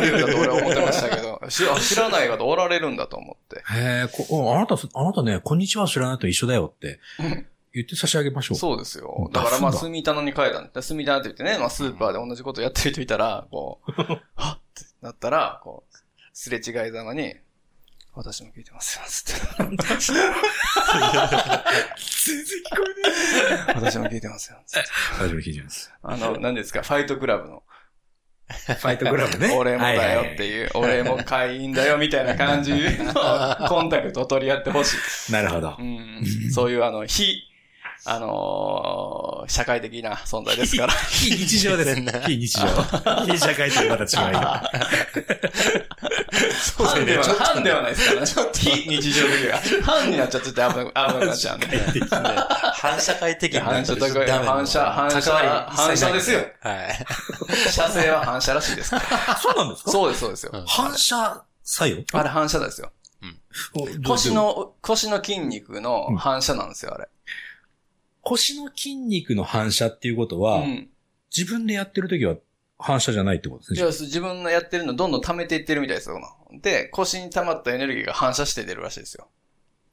Speaker 2: リューだと俺は思ってましたけ
Speaker 1: <laughs>
Speaker 2: ど、しあ知らない方おられるんだと思って。
Speaker 1: へえ、こおあなた、あなたね、こんにちは知らないと一緒だよって
Speaker 2: うん、
Speaker 1: 言って差し上げましょう。 <laughs>
Speaker 2: そうですよ。だ
Speaker 1: ダ
Speaker 2: か
Speaker 1: フンだ
Speaker 2: らまあ、住み棚に変えたんで、住み棚って言ってね、まあ、スーパーで同じことやってる人いたら、こ
Speaker 1: <laughs>
Speaker 2: う、はっってなったら、こう、すれ違いざまに、私も聞いてますよ、
Speaker 1: <laughs>
Speaker 2: つって。私も聞いてますよ、つって。
Speaker 1: 大丈夫、聞いてます。
Speaker 2: あの、何ですか、ファイトクラブの、
Speaker 1: ファイトグラブね
Speaker 2: <laughs> 俺もだよっていう、俺も会員だよ、みたいな感じのコンタクトを取り合ってほしい。 <laughs>
Speaker 1: なるほど
Speaker 2: う。ん、そういう、あの、非、あのー社会的な存在です <laughs> から。
Speaker 1: 非日常
Speaker 2: <laughs>
Speaker 1: ですね。非日常。非社会とはまた違いが。
Speaker 2: そうですね。半ではないですからね。ちょっと非日常的は。半になっちゃってちょっと危なく危なくなっちゃ <laughs>
Speaker 1: <laughs>
Speaker 2: うんで。
Speaker 9: 反社会的
Speaker 2: 反射とか反射反射反射ですよ。
Speaker 9: はい。
Speaker 2: 射精は反射らしいです。
Speaker 1: そうなんです
Speaker 2: <laughs> そうです、そうですよ。
Speaker 1: 反射作用
Speaker 2: あれ反射ですよ。腰。の、腰の筋肉の反射なんですよ、あれ。
Speaker 1: 腰の筋肉の反射っていうことは、
Speaker 2: うん。
Speaker 1: 自分でやってる時は反射じゃないってことです
Speaker 2: い
Speaker 1: ね。
Speaker 2: や自分のやってるのどんどん溜めていってるみたいですよ、こので、腰に溜まったエネルギーが反射して出るらしいですよ。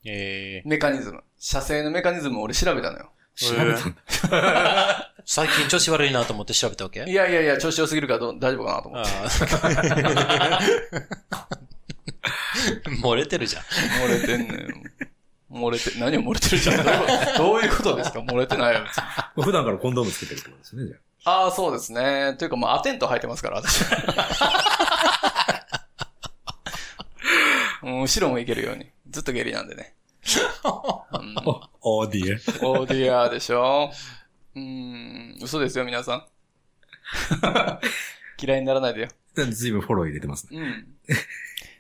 Speaker 9: え
Speaker 2: メカニズム。射精のメカニズムを俺調べたのよ。
Speaker 1: 調べたんだ。
Speaker 9: ー、最近調子悪いなと思って調べたわけ
Speaker 2: いやいやいや、調子良すぎるからどう大丈夫かなと思
Speaker 9: あ
Speaker 2: って。
Speaker 9: ー <laughs> 漏れてるじゃん。
Speaker 2: 漏れてんねん。漏れて、何を漏れてるじゃん。どういうことどういうことですか漏れてないよ。別に
Speaker 1: 普段からコンドームつけてるってことですね、じゃあ。
Speaker 2: ああ、そうですね。というか、まあ、アテント履いてますから、私。うん後ろも行けるように。ずっと下痢なんでね。
Speaker 12: うん
Speaker 1: オーディエ。
Speaker 12: オーディアーでしょうーん、嘘ですよ、皆さん。嫌いにならないでよ。
Speaker 1: なんで随分フォロー入れてますね。
Speaker 12: うん。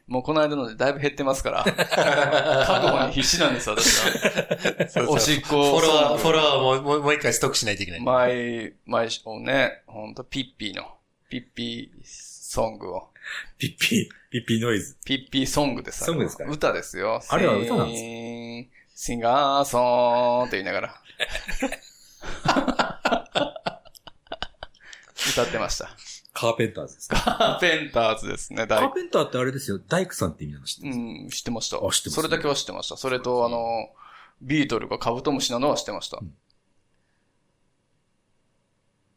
Speaker 12: もうこの間のでだいぶ減ってますから。
Speaker 1: <laughs>
Speaker 12: 確保に必死なんです、私は。おしっ
Speaker 13: フ
Speaker 12: こを
Speaker 13: ォロ
Speaker 12: さ
Speaker 13: ワー、フォロワーももうもう一回ストックしないといけない。
Speaker 12: 毎、毎週ね、ほんとピッピーの、ピッピーソングを。
Speaker 1: ピッピー、ピッピーノイズ。
Speaker 12: ピッピーソングでさ。
Speaker 1: ソングですか
Speaker 12: 歌ですよ。
Speaker 1: あれは歌なんですか
Speaker 12: かシンガーソーンって言いながら。 <laughs> 歌ってました。
Speaker 1: カーペンターズですか。
Speaker 12: カーペンターズですね、
Speaker 1: カ
Speaker 12: 大
Speaker 1: ーペンターってあれですよ。大工さんって意味なの知って
Speaker 12: う
Speaker 1: ます、
Speaker 12: ん、知ってました。
Speaker 1: あ知ってます
Speaker 12: それだけは知ってました。それと、あの、ビートルがカブトムシなのは知ってました。
Speaker 1: うん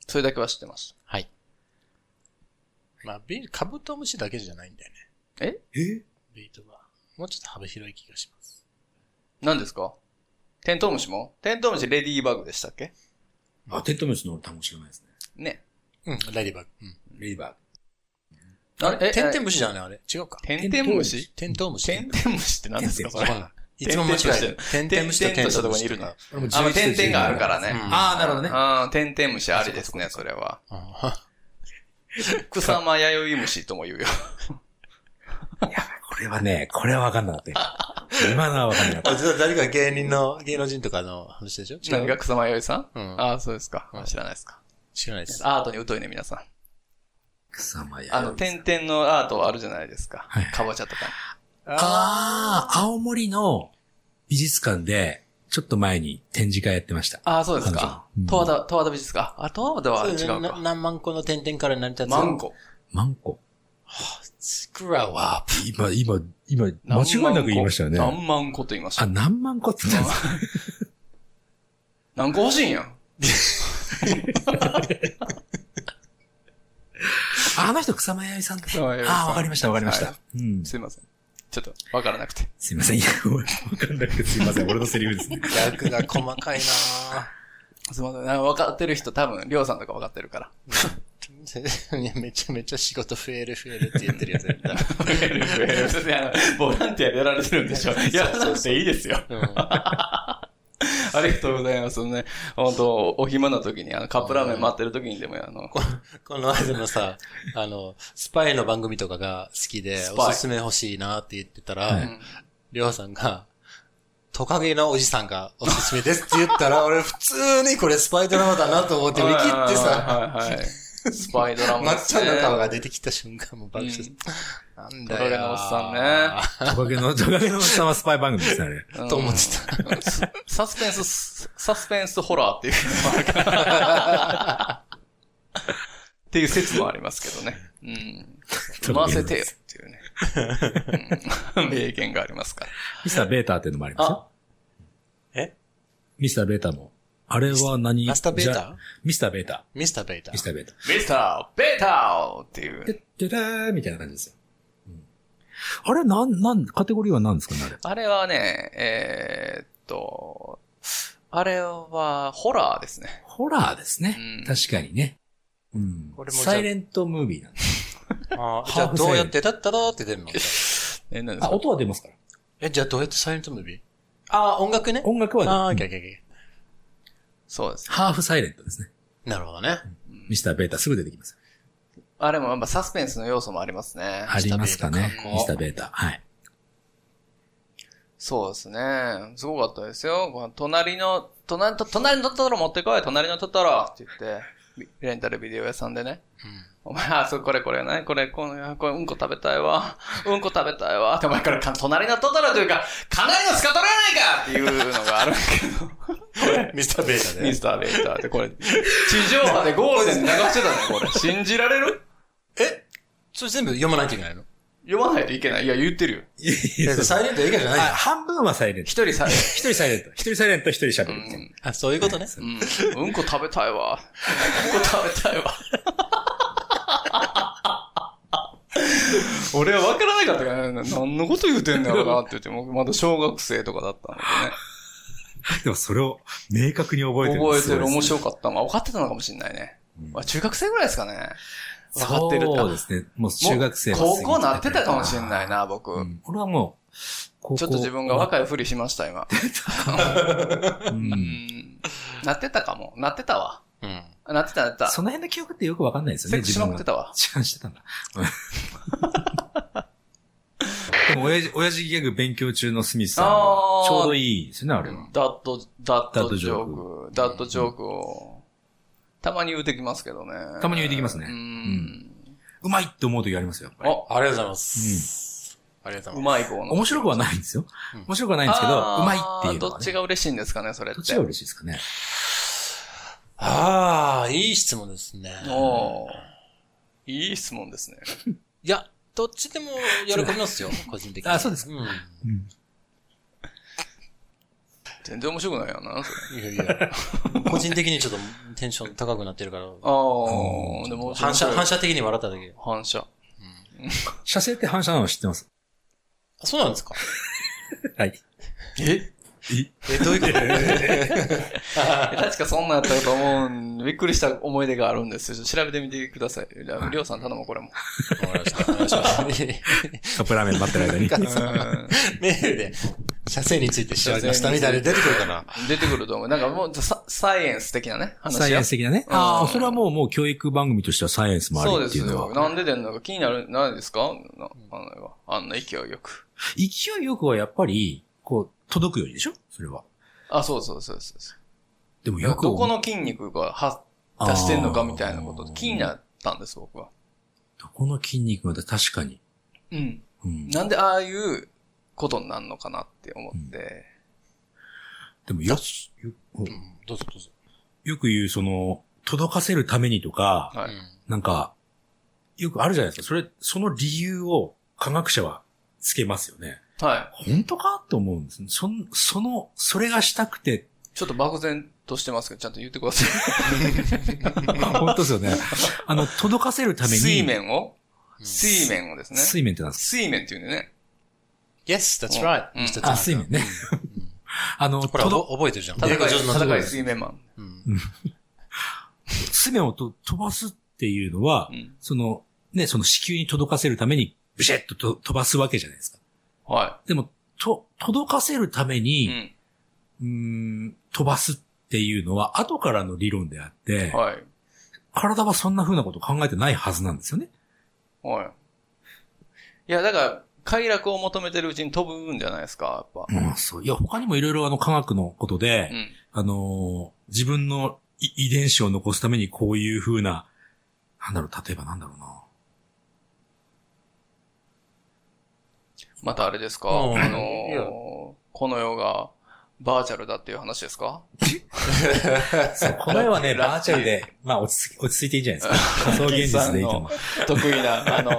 Speaker 12: それだけは知ってまし
Speaker 9: まあ、ビーカブトムシだけじゃないんだよね。
Speaker 1: え
Speaker 9: ビートは。もうちょっと幅広い気がします。
Speaker 12: た。何ですかテントウムシもテントウムシレディーバグでしたっけ
Speaker 1: あ、テントウムシの単語知らないですね。
Speaker 12: ね。
Speaker 9: うん、ラディバグ。うん。
Speaker 1: レイバ
Speaker 9: あれ
Speaker 12: え
Speaker 9: テンテンムシじゃないあれ違うか。
Speaker 12: テンテンムシ
Speaker 9: テントウムシ
Speaker 12: テンテンムシって何ですかそ
Speaker 9: わ
Speaker 12: れ
Speaker 9: か。んない。いつも間違えてる。テンテンムシとテントウムシ
Speaker 12: テンテンとしたとこにいるな
Speaker 9: 俺も
Speaker 12: あ、まあ点
Speaker 9: 11
Speaker 12: 々があるからね。
Speaker 9: うん
Speaker 12: ああ、なるほどね。うん、点々虫ありですね、それは。草間弥生虫とも言うよ。
Speaker 1: ー。これはね、これはわかんなかったよ。今のはわかんな
Speaker 12: <laughs>
Speaker 1: かっ
Speaker 9: あ <laughs> 誰か芸人の、芸能人とかの話でしょ違
Speaker 12: 何
Speaker 9: う
Speaker 12: が。草間弥生さん
Speaker 9: うん
Speaker 12: ああ、そうですか。知らないですか。
Speaker 9: 知らないです。
Speaker 12: アートに疎いね、皆さん。
Speaker 1: た。草間弥生
Speaker 12: あの、点々のアートはあるじゃないですか
Speaker 1: はい。
Speaker 12: かぼちゃとか。
Speaker 1: あー、青森の美術館で、ちょっと前に展示会やってました。
Speaker 12: ああ、そうですか
Speaker 1: うん。
Speaker 12: 十和田、十和田美術館。あ、十和田は違う
Speaker 9: な
Speaker 12: か。
Speaker 9: 何万個の点々から成り立つ。
Speaker 12: マンコ。
Speaker 1: マンコ。
Speaker 9: スクラは、
Speaker 1: 今、今、今、間違いなく言いましたよね。
Speaker 12: 何万個と言いました
Speaker 1: あ、。何万個って言ったんですか
Speaker 12: 何個欲しいんや。
Speaker 1: ああの人草間彌生さんか
Speaker 12: 草間彌生さん
Speaker 1: ああ、わかりました、わかりました。
Speaker 12: は
Speaker 1: うん。
Speaker 12: すいません。ちょっと、わからなくて。
Speaker 1: すいません。いや、わかんなくてすいません。俺のセリフです <laughs> ね。
Speaker 9: 役が細かいな
Speaker 12: すいません。あわかってる人多分、りょうさんとかわかって
Speaker 1: <laughs>
Speaker 12: るから。
Speaker 9: ぁ <laughs> めちゃめちゃ仕事増える増えるって言ってるやつだった。
Speaker 12: ボランティアでやられてるんでしょ。やらなくていいですよ。ありがとうございます。ね、本当お暇な時に、あの、カップラーメン待ってる時にでも、あの、
Speaker 9: <laughs> この間のさ、あの、スパイの番組とかが好きで、
Speaker 12: パイ
Speaker 9: おすすめ欲しいなって言ってた
Speaker 1: は
Speaker 9: ら
Speaker 1: い、
Speaker 9: りょうさんが、トカゲのおじさんがおすすめですって言ったら、 <laughs> 俺普通にこれスパイドラマだなと思って見切ってさ、
Speaker 12: はいはいはい。スパイドラマ
Speaker 9: ま
Speaker 12: で
Speaker 9: っ
Speaker 12: す
Speaker 9: ち
Speaker 12: ね。
Speaker 9: ゃんの顔が出てきた瞬間も爆笑する。なんだよ。
Speaker 12: トカゲのおっさ
Speaker 1: トカゲの、トカゲのおじさんはスパイ番組ですね、あれ。
Speaker 12: うん
Speaker 9: と思ってた。
Speaker 12: サスペンス、サスペンスホラーっていうのもあるから。っていう説もありますけどね。うん。踏ませてよっていうね。うん名言がありますから。
Speaker 1: ミスターベーターっていうのもありますよ。
Speaker 9: え
Speaker 1: ミスターベーターも。あれは何
Speaker 9: マスターベー
Speaker 1: じ
Speaker 9: タ
Speaker 1: ゃ
Speaker 9: ー
Speaker 1: ミスターベータ
Speaker 9: ミスターベータ
Speaker 1: ー。ミスタ
Speaker 9: ー。
Speaker 1: ーベーター。
Speaker 12: ミスター、ベーターっていう
Speaker 1: て。ってらーみたいな感じですよ。うんあれ、なん、なん、カテゴリーは何ですかね、あれ。
Speaker 12: あれはね、えーっと、あれは、ホラーですね。
Speaker 1: ホラーですね。
Speaker 12: うん
Speaker 1: 確かにね。うん
Speaker 9: こ。れもじゃあ
Speaker 1: サイレントムービーなんです。
Speaker 9: あーじゃあどうやって、だったらって出るの
Speaker 12: え、何です
Speaker 1: あ、
Speaker 12: か
Speaker 1: 音は出ますから。
Speaker 9: え、じゃあどうやってサイレントムービーああ、音楽ね。
Speaker 1: 音楽はね
Speaker 9: ああ、
Speaker 1: う
Speaker 9: オ
Speaker 1: ん
Speaker 9: ッケーオッケーオッケ
Speaker 12: そうです。
Speaker 1: ハーフサイレントですね。
Speaker 9: ーなるほどね。
Speaker 1: ミスターベーターすぐ出てきます。
Speaker 12: あれもやっぱサスペンスの要素もありますね。
Speaker 1: ありますかね。ミ
Speaker 9: ミ
Speaker 1: ス
Speaker 9: ス
Speaker 1: タ
Speaker 9: タ
Speaker 1: ーベータ。はい。
Speaker 12: そうですね。すごかったですよ。この隣の、隣と、隣のトトロ持ってこい、隣のトトロって言って、ビレンタルビデオ屋さんでね。お前、あ、そう、これこれね、これ、この、これ、うんこ食べたいわ。うんこ食べたいわ。ってお前からか、隣のトトロというか、かなりのスカトラやないかっていうのがあるんだけど。
Speaker 9: ミスターベータ
Speaker 12: ミ
Speaker 9: で。
Speaker 12: スターベーターってこれ、地上波でゴールデン流してたね、これ。信じられる
Speaker 9: えそれ全部読まないといけないの
Speaker 12: 読まないといけない。いや、言ってるよ。
Speaker 9: えサイレント映画じゃない
Speaker 1: あ
Speaker 9: の
Speaker 1: 半分はサイレント。
Speaker 12: 一人さ、
Speaker 1: 一人サイレント。一人サイレント、一人喋
Speaker 12: う
Speaker 1: る。
Speaker 12: ん、
Speaker 9: <laughs> あ、そういうことね。
Speaker 12: うん、うんこ食べたいわ。うんこ食べたいわ。俺は分からなかったからね、何のこと言うてんだろうなって言って、もうまだ小学生とかだった
Speaker 1: でもそれを明確に覚
Speaker 12: の
Speaker 1: え
Speaker 12: で
Speaker 1: て
Speaker 12: ね。
Speaker 1: る。
Speaker 12: 覚えてる、面
Speaker 1: い。
Speaker 12: 白かった。まあ、分かってたのかもしれないね。まあ、中学生ぐらいですかね。分かってるか。
Speaker 1: そうですね。もう中学生
Speaker 12: もう高校なってたかもしれないな、僕。
Speaker 1: うん。これはもう、高校
Speaker 12: ちょっと自分が若いふりしました、今。
Speaker 1: う。
Speaker 12: うんん。なってたかも。なってたわ。
Speaker 9: うん。
Speaker 12: なってた、なってた。
Speaker 1: その辺の記憶ってよくわかんないですよ
Speaker 12: セ
Speaker 1: ね、
Speaker 12: ックス
Speaker 1: 自
Speaker 12: しま
Speaker 1: 分
Speaker 12: くって
Speaker 1: が。
Speaker 12: たわ。
Speaker 1: 違うしてたんだ。でも、親父、親父ギャグ勉強中のスミスさん
Speaker 12: あ
Speaker 1: は
Speaker 12: ー
Speaker 1: ちょうどいいですよね、あれは。
Speaker 12: ダット、ダ
Speaker 1: ダッ
Speaker 12: ット
Speaker 1: ト
Speaker 12: ジ
Speaker 1: ジ
Speaker 12: ョ
Speaker 1: ョ
Speaker 12: ー
Speaker 1: ー
Speaker 12: ク、ダットジョークを、たまに言うてきますけどね。
Speaker 1: たまに言うてきますね
Speaker 12: う
Speaker 1: うん
Speaker 12: ん。
Speaker 1: うまいって思う時ありますよ、やっぱり。
Speaker 12: お、
Speaker 9: ありがとうございます。ありがとう
Speaker 12: う
Speaker 9: ございま
Speaker 12: まい棒の。
Speaker 1: 面白くはないんですよ。面白くはないんですけど、
Speaker 12: あー
Speaker 1: うまいっていうの
Speaker 12: ど
Speaker 1: は、
Speaker 12: っ
Speaker 1: ね。
Speaker 12: ちが嬉しいんですかね、それって。
Speaker 1: どっちが嬉しいですかね。
Speaker 9: す。ああ、いい質問ですね。
Speaker 12: おーいい質問ですね。
Speaker 9: いや、どっちでも喜びます <laughs> よ、個人的に。
Speaker 1: あそうです
Speaker 9: か。うん。
Speaker 12: 全然面白くない
Speaker 1: <laughs>
Speaker 12: よな、それ。
Speaker 9: いやいや。個人的にちょっとテンション高くなってるから。
Speaker 12: あー、でも、
Speaker 9: 反射、反
Speaker 12: 射。
Speaker 9: 射的に笑っただけ。
Speaker 12: 反射。
Speaker 1: 射精って反射なの知ってます。
Speaker 9: あそうなんですか
Speaker 1: はい。
Speaker 9: え
Speaker 3: え、どういう
Speaker 9: <laughs>
Speaker 3: こと
Speaker 12: 確かそんなんやったと思うん、 <laughs> びっくりした思い出があるんですよ。調べてみてください。じゃありょうさん頼む、これ
Speaker 1: <laughs>
Speaker 12: も。
Speaker 9: わかりました。わかりま
Speaker 12: <laughs>
Speaker 9: した。
Speaker 1: カップラーメン待ってる間に。
Speaker 9: メールで、射精について調べましたみたいで出てくるかな。
Speaker 12: 出てくると思う。なんかもう、ササイエンス的なね、話や
Speaker 1: サイエンス的なね。
Speaker 12: うん
Speaker 1: ああ、それはもう、もう教育番組としてはサイエンスもあ
Speaker 12: そう
Speaker 1: り
Speaker 12: で
Speaker 1: って
Speaker 12: す
Speaker 1: いうの
Speaker 12: よ。
Speaker 1: は。
Speaker 12: なんで出んのか気になる、ないですかなあの、あんな勢いよく。
Speaker 1: 勢いよくはやっぱり、こう、届くようにでしょそれは。
Speaker 12: あ、そうそうそうそうそ
Speaker 1: でも
Speaker 12: う。
Speaker 1: よく。
Speaker 12: どこの筋肉がは出してんのかみたいなこと
Speaker 1: あー
Speaker 12: 気になったんです、僕は。
Speaker 1: どこの筋肉が出確かに。
Speaker 12: うん。
Speaker 1: うん。
Speaker 12: なんでああいうことになるのかなって思って。
Speaker 1: でもよ、よ
Speaker 9: どうぞどうぞ。
Speaker 1: よく言う、その、届かせるためにとか、
Speaker 12: はい。
Speaker 1: なんか、よくあるじゃないですか。それ、その理由を科学者はつけますよね。
Speaker 12: は
Speaker 1: 本当かと思うんですね。そん、その、それがしたくて、 <laughs>
Speaker 12: い。ちょっと漠然としてますけど、ちゃんと言ってください。
Speaker 1: 本当ですよね。あの、届かせるために。
Speaker 12: 水。面を
Speaker 9: うん
Speaker 12: 水面をですね。
Speaker 1: 水面ってなんですか
Speaker 12: 水面っていうんでね。
Speaker 9: Yes, that's right,
Speaker 12: うん
Speaker 9: Mr.
Speaker 1: あ、水面ね。あの、
Speaker 9: ほら、
Speaker 1: 届
Speaker 9: お覚えてるじゃん。
Speaker 12: 戦い、
Speaker 9: 映画上手なとこ
Speaker 12: 戦い
Speaker 9: です
Speaker 12: 水面マン。
Speaker 9: うん
Speaker 1: 水面をと飛ばすっていうのは
Speaker 12: う、ん。
Speaker 1: その、ね、その子宮に届かせるために、ブシェッとと飛ばすわけじゃないですか。
Speaker 12: は
Speaker 1: でも、と、届かせるため
Speaker 12: い。う
Speaker 1: に、
Speaker 12: ん。
Speaker 1: うーん、飛ばすっていうのは、後からの理論であって、
Speaker 12: はい。
Speaker 1: 体はそんな風なこと考えてないはずなんですよね。
Speaker 12: はい。いや、だから、快楽を求めてるうちに飛ぶんじゃないですか、やっぱ。
Speaker 1: うん、そう。いや、他にもいろいろあの科学のことで、
Speaker 12: うん。
Speaker 1: あのー自分のい遺伝子を残すためにこういう風な、なんだろう、例えばなんだろうな。
Speaker 12: またあれですか、
Speaker 9: うんい
Speaker 12: あ
Speaker 9: や
Speaker 12: のーこの世がバーチャルだっていう話ですか
Speaker 1: この絵はね、バ
Speaker 12: ラッキー
Speaker 1: ーチャルで、まあ落ち着き、落ち着いていいんじゃないです
Speaker 12: <laughs>
Speaker 1: か。仮想現実でいいと思う。
Speaker 12: 得意な、あ
Speaker 1: <laughs>
Speaker 12: の、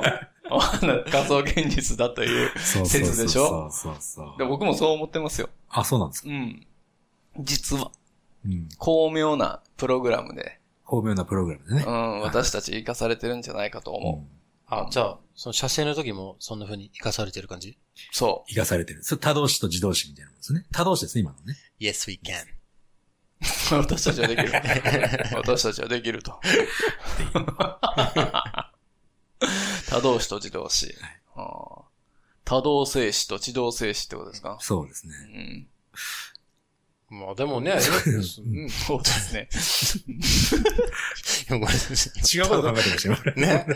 Speaker 12: あの仮想現実だという。
Speaker 1: そう
Speaker 12: そうそう説でしょ
Speaker 1: そうそう
Speaker 12: で僕もそう思ってますよ。
Speaker 1: あ、そうなんですか。
Speaker 12: うん。実は、
Speaker 1: うん。
Speaker 12: 巧妙なプログラムで、
Speaker 1: 巧妙なプログラムでね
Speaker 12: う。ん、私たち生かされてるんじゃないかと思う。
Speaker 1: うん
Speaker 9: あ、じゃあ、その写生の時もそんな風に活かされてる感じ
Speaker 12: そ
Speaker 1: 生かされてる。それ多動詞と自動詞みたいなもんですね。多動詞ですね、今のね。
Speaker 9: ?Yes, we can.
Speaker 12: う。 <laughs> 私たちはでき
Speaker 9: <laughs>
Speaker 12: る。私たちはできると。多動詞と自動詞。あー多動静止と自動静止ってことですか
Speaker 1: そうです
Speaker 12: う
Speaker 1: ね。
Speaker 12: ん。
Speaker 9: まあでもね、
Speaker 12: <laughs> うん、そうですね。
Speaker 9: ごめんなさい
Speaker 1: 違うこと考えてましたよ。
Speaker 9: ね。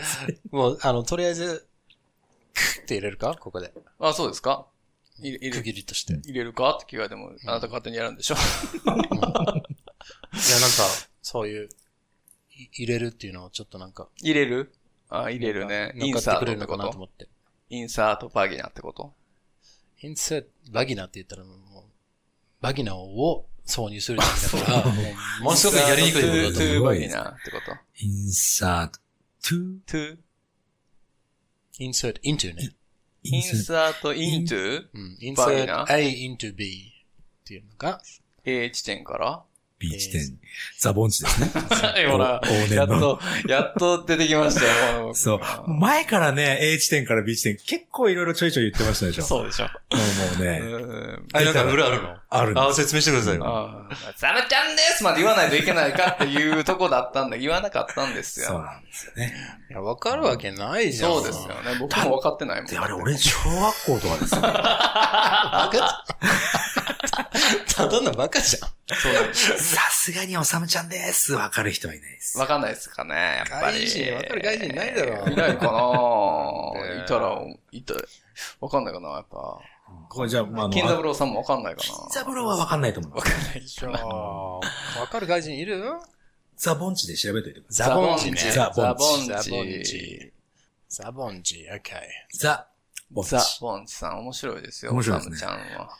Speaker 9: もう、あの、とりあえず、クって入れるかここで。
Speaker 12: あ、そうですかい入れ
Speaker 9: 区切りとして。いや、
Speaker 12: 入れるかって聞かれても、あなた勝手にやるんでしょ
Speaker 9: なんか、そういう、い入れるっていうのをちょっとなんか、
Speaker 12: 入れるあ、入れるね。イン
Speaker 9: 乗っ
Speaker 12: サ
Speaker 9: かってく
Speaker 12: ート
Speaker 9: れ
Speaker 12: っ
Speaker 9: る
Speaker 12: て
Speaker 9: のか
Speaker 12: こ
Speaker 9: なと
Speaker 12: と
Speaker 9: 思って。
Speaker 12: インサートバギナってこと
Speaker 9: インサート、バギナって言ったらもう、バギナを挿入するって <laughs> だから、もうものすごくやりにくいこ
Speaker 12: ト
Speaker 9: と
Speaker 12: ゥ
Speaker 9: だ
Speaker 12: ー
Speaker 9: と
Speaker 12: ト
Speaker 9: 思う。
Speaker 12: ゥーバギナってこと
Speaker 1: インサート、トゥ
Speaker 12: トゥー、
Speaker 9: インサート、into ね。
Speaker 12: インサートイントゥー
Speaker 9: うん。インサ
Speaker 12: バー
Speaker 9: ー
Speaker 12: ナ
Speaker 9: ト A into B っていうのが、
Speaker 12: A 地点から
Speaker 1: ピーチ店、ザボンチ
Speaker 12: <laughs>
Speaker 1: ですね。
Speaker 12: ほら
Speaker 1: お往、年の
Speaker 12: やっと、やっと出てきましたよ。も
Speaker 1: そう。前からね、A 地点から B 地点、結構いろいろちょいちょい言ってましたでしょ。
Speaker 12: そうでしょ。
Speaker 1: もうもう
Speaker 12: う
Speaker 1: ね、
Speaker 12: ん。
Speaker 3: あ、なんか裏あるの
Speaker 1: あるの。
Speaker 3: あ、説明してくださいよ。
Speaker 12: ああサムちゃんですまで言わないといけないかっていうとこだったんで、言わなかったんです
Speaker 1: そう
Speaker 12: よ。
Speaker 1: なんですよね。
Speaker 9: いや、わかるわけないじゃん。
Speaker 12: そうですよね。僕も分かってないもん。
Speaker 1: で、あれ、俺、小学校とかですね。
Speaker 9: ただのバカじゃん。
Speaker 12: そうなんです
Speaker 1: さすがにおさむちゃんです。わかる人はいないです。
Speaker 12: 分かんないですかね、やっぱり。
Speaker 9: 外人わかる外人いないだろ
Speaker 12: いないか
Speaker 9: ね
Speaker 12: な
Speaker 9: え
Speaker 12: いたら、いた、分かんないかな、やっぱ。
Speaker 1: これじゃあ、まあ、あの、
Speaker 12: 金
Speaker 1: 金
Speaker 12: 三郎さんも分かんないかな。
Speaker 1: 三郎はわかんないと思う。
Speaker 12: 分かんないでし
Speaker 9: じゃ
Speaker 12: ょ。
Speaker 9: あ、わかる外人いる
Speaker 1: ザボンチで調べといてくださ
Speaker 9: ザボンジね。
Speaker 12: ザボンジ。
Speaker 9: ザ
Speaker 12: ザ
Speaker 9: ボ
Speaker 12: ボ
Speaker 9: ンジ
Speaker 12: ンジ。
Speaker 9: ザボンジ、OK。
Speaker 1: い。ザボンチ
Speaker 12: ザ。ボンジさん、面白いですよ。
Speaker 1: 面白いですね
Speaker 12: サムちゃんは。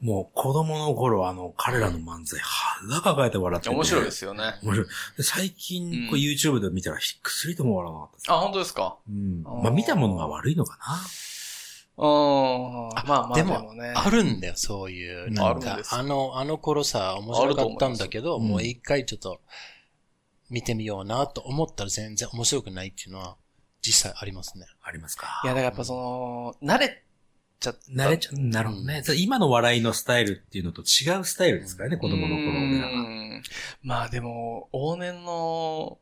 Speaker 1: もう子供の頃、あの、彼らの漫才、腹抱えて笑ってて
Speaker 12: 面白いで。すよね。
Speaker 1: 面白い。で最近、こう
Speaker 12: うん
Speaker 1: YouTube で見たら、ひっくすりとも笑わなかったです。
Speaker 12: あ、本当ですか
Speaker 1: うん。
Speaker 12: あー
Speaker 1: まあ、見たものが悪いのかな。
Speaker 12: うん。まあまあ、
Speaker 9: で
Speaker 12: で
Speaker 9: も
Speaker 12: もね。
Speaker 9: あるんだよ、そういう。なん
Speaker 12: あ
Speaker 9: か
Speaker 12: るんです
Speaker 9: あの、あの頃さ、面白かったんだけど、
Speaker 1: あると思い
Speaker 9: も
Speaker 1: ます
Speaker 9: う一回ちょっと、見てみようなと思ったら全然面白くないっていうのは、実際ありますね。
Speaker 1: ありますか。
Speaker 12: いや、だからやっぱその、慣れちゃった。
Speaker 1: 慣れちゃう。なるほどね。そう今の笑いのスタイルっていうのと違うスタイルですからね、子供の頃
Speaker 12: う
Speaker 1: 俺らが。
Speaker 12: んまあでも、往年の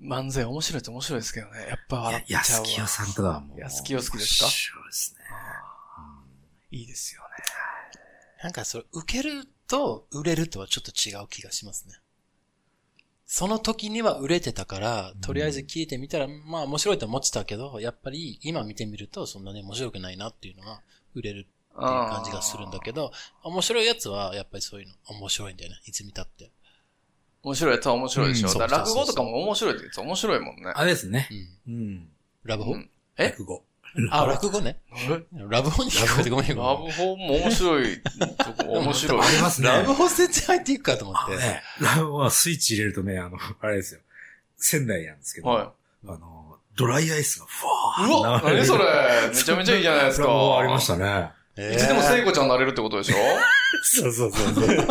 Speaker 12: 漫才面白いって面白いですけどね。やっぱ笑っ
Speaker 1: い
Speaker 12: ち
Speaker 1: や
Speaker 12: ゃう
Speaker 1: 安
Speaker 12: わ。
Speaker 1: 清さんとかはもう。
Speaker 12: 安清好きですか
Speaker 1: 面白いですね。
Speaker 12: いいですよね。
Speaker 9: なんかそれ、受けると売れるとはちょっと違う気がしますね。その時には売れてたから、とりあえず聞いてみたら、まあ面白いと思ってたけど、やっぱり今見てみるとそんなに面白くないなっていうのは売れる
Speaker 12: って
Speaker 9: っていう感じがするんだけ。ど、面白いやつはやっぱりそういうの面白いんだよね。いつ見たって。
Speaker 12: 面白いやつは面白いでしょ。
Speaker 9: うん
Speaker 12: だから
Speaker 9: そうそ
Speaker 12: 落
Speaker 9: う
Speaker 12: 語
Speaker 9: そう
Speaker 12: とかも面白いってやつ面白いもんね。
Speaker 1: あれですね
Speaker 9: う。ん。
Speaker 1: うん。
Speaker 9: ラブホ、
Speaker 12: うんえ
Speaker 1: 落語。
Speaker 9: あ、落語ね。
Speaker 12: え
Speaker 9: ラブホに聞こえてごめん
Speaker 12: ラ
Speaker 9: よ。
Speaker 12: ブホも面白いとこ面白い。
Speaker 1: <laughs> ありますね。
Speaker 9: ラブホ全然入っていくかと思
Speaker 1: あ
Speaker 9: っ
Speaker 1: の
Speaker 9: て。
Speaker 1: ね、ラブはスイッチ入れるとね、あの、あれですよ。仙台なんですけど、
Speaker 12: は
Speaker 1: あの、ドライアイスがふわ
Speaker 12: い。
Speaker 1: ー
Speaker 12: うわ
Speaker 1: 流れ
Speaker 12: 何
Speaker 1: る <laughs>
Speaker 12: それめちゃめちゃいいじゃないです
Speaker 1: ラブ
Speaker 12: か。
Speaker 1: はありましたね。
Speaker 9: え
Speaker 12: いつでも聖子ちゃんになれるってことでしょ
Speaker 1: そうそうそう <laughs> そう。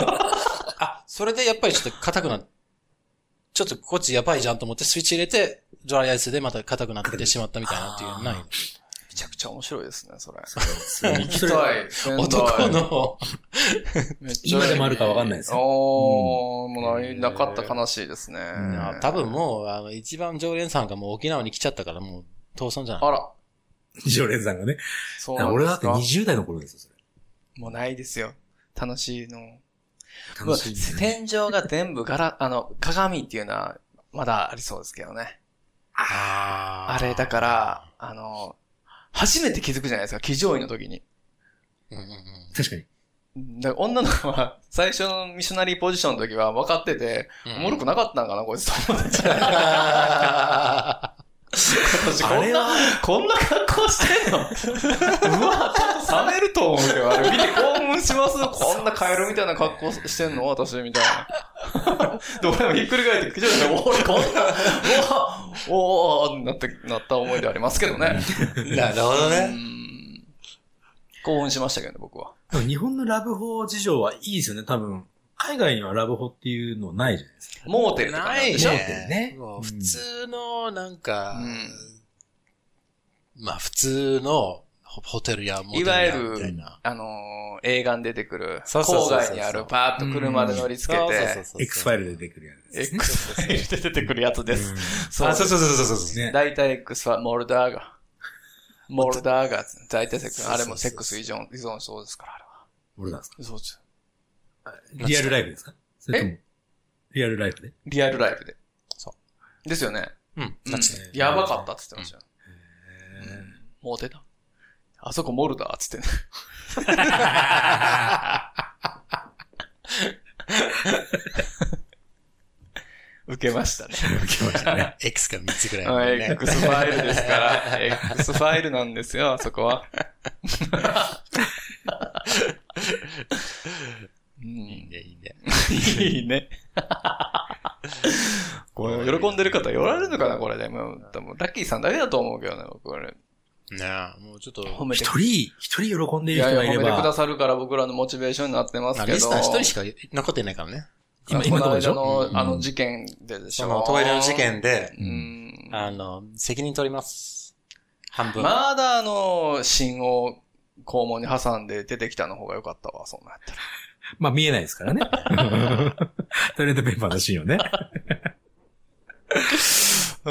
Speaker 9: あ、それでやっぱりちょっと硬くなっちょっとこっちやばいじゃんと思ってスイッチ入れて、ドライアイスでまた硬くなってしまったみたいなっていう、ない。
Speaker 12: めちゃくちゃ面白いですね、それ。
Speaker 1: そう <laughs>
Speaker 12: 行きたい。仙
Speaker 9: <laughs>
Speaker 12: 台
Speaker 9: 男の、
Speaker 12: めっちゃいい
Speaker 1: 今でもあるかわかんないですよ
Speaker 12: おー、もうないなかった悲しいですね。
Speaker 1: ん
Speaker 9: あ多分もう、あの、一番常連さんがもう沖縄に来ちゃったからもう、倒産じゃない
Speaker 12: あら、
Speaker 1: 常連さんがね。
Speaker 12: そうなん
Speaker 1: 俺
Speaker 12: で
Speaker 1: だ
Speaker 12: す
Speaker 1: って
Speaker 12: か。
Speaker 1: 20代の頃ですよ、それ。
Speaker 12: もうないですよ。楽しいの。
Speaker 1: 楽しいですね。
Speaker 12: 天井が全部ガラ、あの、鏡っていうのは、まだありそうですけどね。あ
Speaker 9: あ
Speaker 12: れ、だから、あの、初めて気づくじゃないですか、騎乗位の時に。
Speaker 9: うんうんうん。
Speaker 1: 確かに。
Speaker 12: だから女の子は、最初のミッショナリーポジションの時は分かってて、
Speaker 9: うん
Speaker 12: おもろくなかったんかな、こいつと思って。私、こ
Speaker 1: あ
Speaker 12: ん
Speaker 1: れ
Speaker 12: な、こんな格好してんのうわ、ちょっと冷めると思うよ。あれ見て興奮しますこんなカエルみたいな格好してんの私、みたいな。で、俺もひっくり返って、口調で、おお、こんな、おお、おお、なって、なった思い出ありますけどね。
Speaker 9: <laughs> なるほど
Speaker 12: う
Speaker 9: ね。
Speaker 12: ん興奮しましたけどね、僕は。
Speaker 1: でも日本のラブホ事情はいいですよね、多分。海外にはラブホっていうのないじゃないですか。
Speaker 12: モーテルとか
Speaker 9: ない
Speaker 12: でしょ
Speaker 9: ね
Speaker 1: ね。
Speaker 9: もう普通の、なんか
Speaker 12: う、
Speaker 9: まあ普通のホホテルやモテ
Speaker 12: い
Speaker 9: ルや
Speaker 12: わゆ
Speaker 9: みたい
Speaker 12: る
Speaker 9: な。、
Speaker 12: あのー、映画に出てくる、
Speaker 9: そうそうそう
Speaker 12: 郊
Speaker 9: そう
Speaker 12: 外にある、パーッと車で乗り付け
Speaker 9: そうそうそう
Speaker 12: て、
Speaker 9: そう
Speaker 1: X ファイルで出てくるやつですね。
Speaker 12: X ファイルで出てくるやつです。そ
Speaker 3: あ、
Speaker 12: う
Speaker 3: そうそうそうそうそう。
Speaker 1: ね。
Speaker 12: 大体 X はモルダーガ。モルダーガ。大体セックス、あれもセックス依存、依存そうですから、あれは。
Speaker 1: <laughs> 俺なんですか
Speaker 12: そうです。
Speaker 1: リアルライブですかそれとも、リアルライブで
Speaker 12: リアルライブで。。
Speaker 9: そう
Speaker 12: ですよね。
Speaker 9: うん。
Speaker 12: うん
Speaker 9: なっちゃっ
Speaker 12: やばかったって言ってましたよ。うんモテた。あそこモルダーっつってね。受けました <laughs> ね。
Speaker 9: た <laughs> X が3つぐらいあ
Speaker 12: は
Speaker 9: る
Speaker 12: い、
Speaker 9: ね。
Speaker 12: X ファイルです <laughs> から、X ファイルなんですよ、あそこは。 <laughs> うん
Speaker 9: いいね、いいね。
Speaker 12: いいね。これ、喜んでる方、おられるのかな、これでもう、多分ラッキーさんだけだと思うけどね、僕はね。
Speaker 9: ねえ、もうちょっと。
Speaker 12: 褒めて
Speaker 1: <laughs> 一人、一人喜んでい
Speaker 12: い
Speaker 1: る
Speaker 12: や
Speaker 1: 人
Speaker 12: い
Speaker 1: が
Speaker 12: や、
Speaker 1: いれ
Speaker 12: 褒めてくだ
Speaker 1: ば、
Speaker 12: さるから僕らのモチベーションになってます
Speaker 9: まあ
Speaker 12: けど。
Speaker 9: リスナー一人しか残ってないからね。
Speaker 12: 今、
Speaker 1: 今
Speaker 12: こ
Speaker 1: のと
Speaker 12: の
Speaker 1: こでしょ
Speaker 12: 間の、あ
Speaker 9: う
Speaker 12: の
Speaker 9: ん
Speaker 12: 事件ででしょ。
Speaker 3: そのトイレの事件で、
Speaker 12: う。
Speaker 1: うん
Speaker 9: あの、責任取ります。半分。 <laughs>
Speaker 12: まだあの、芯を肛門に挟んで出てきたの方が良かったわ、そんなんやったら。
Speaker 1: まあ見えないですからね。 <laughs> トイレットペーパーのシーンをね。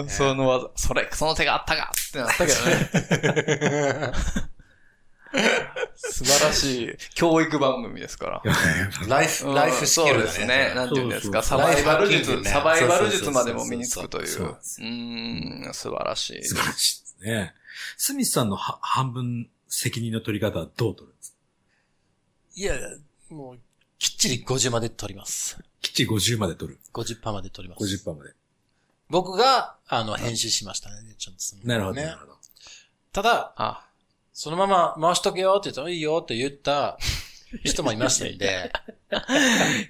Speaker 12: その技、それ、その手があったかってな
Speaker 3: <laughs>
Speaker 12: ったけどね。素晴らしい教育番組ですから。
Speaker 3: ライフ、ライフスキル
Speaker 12: うん
Speaker 3: だ
Speaker 12: そうですね。
Speaker 3: ね。
Speaker 12: なんて言うんですか、サ
Speaker 3: そう
Speaker 12: バイバル
Speaker 3: ライフハッキン
Speaker 12: 術、
Speaker 3: グね
Speaker 12: サバイバル術までも身につくという。
Speaker 1: そうそううそ
Speaker 12: ーん、素晴らしい
Speaker 1: <laughs>
Speaker 12: で
Speaker 1: 素
Speaker 12: す。
Speaker 1: 晴らしいですね。スミスさんのは半分責任の取り方はどう取るんですか
Speaker 9: いや、もう、きっちり50まで取ります。
Speaker 1: きっちり50まで取る。
Speaker 9: 50%まで取ります。
Speaker 1: 50%まで。
Speaker 9: 僕が、あの、編集しましたね。ちょっとその
Speaker 1: なるほど、
Speaker 9: ね
Speaker 1: なるほど。
Speaker 9: ただ、
Speaker 12: あ、
Speaker 9: そのまま回しとけよって言ったら、いいよって言った人もいましたん
Speaker 12: <laughs>
Speaker 9: で、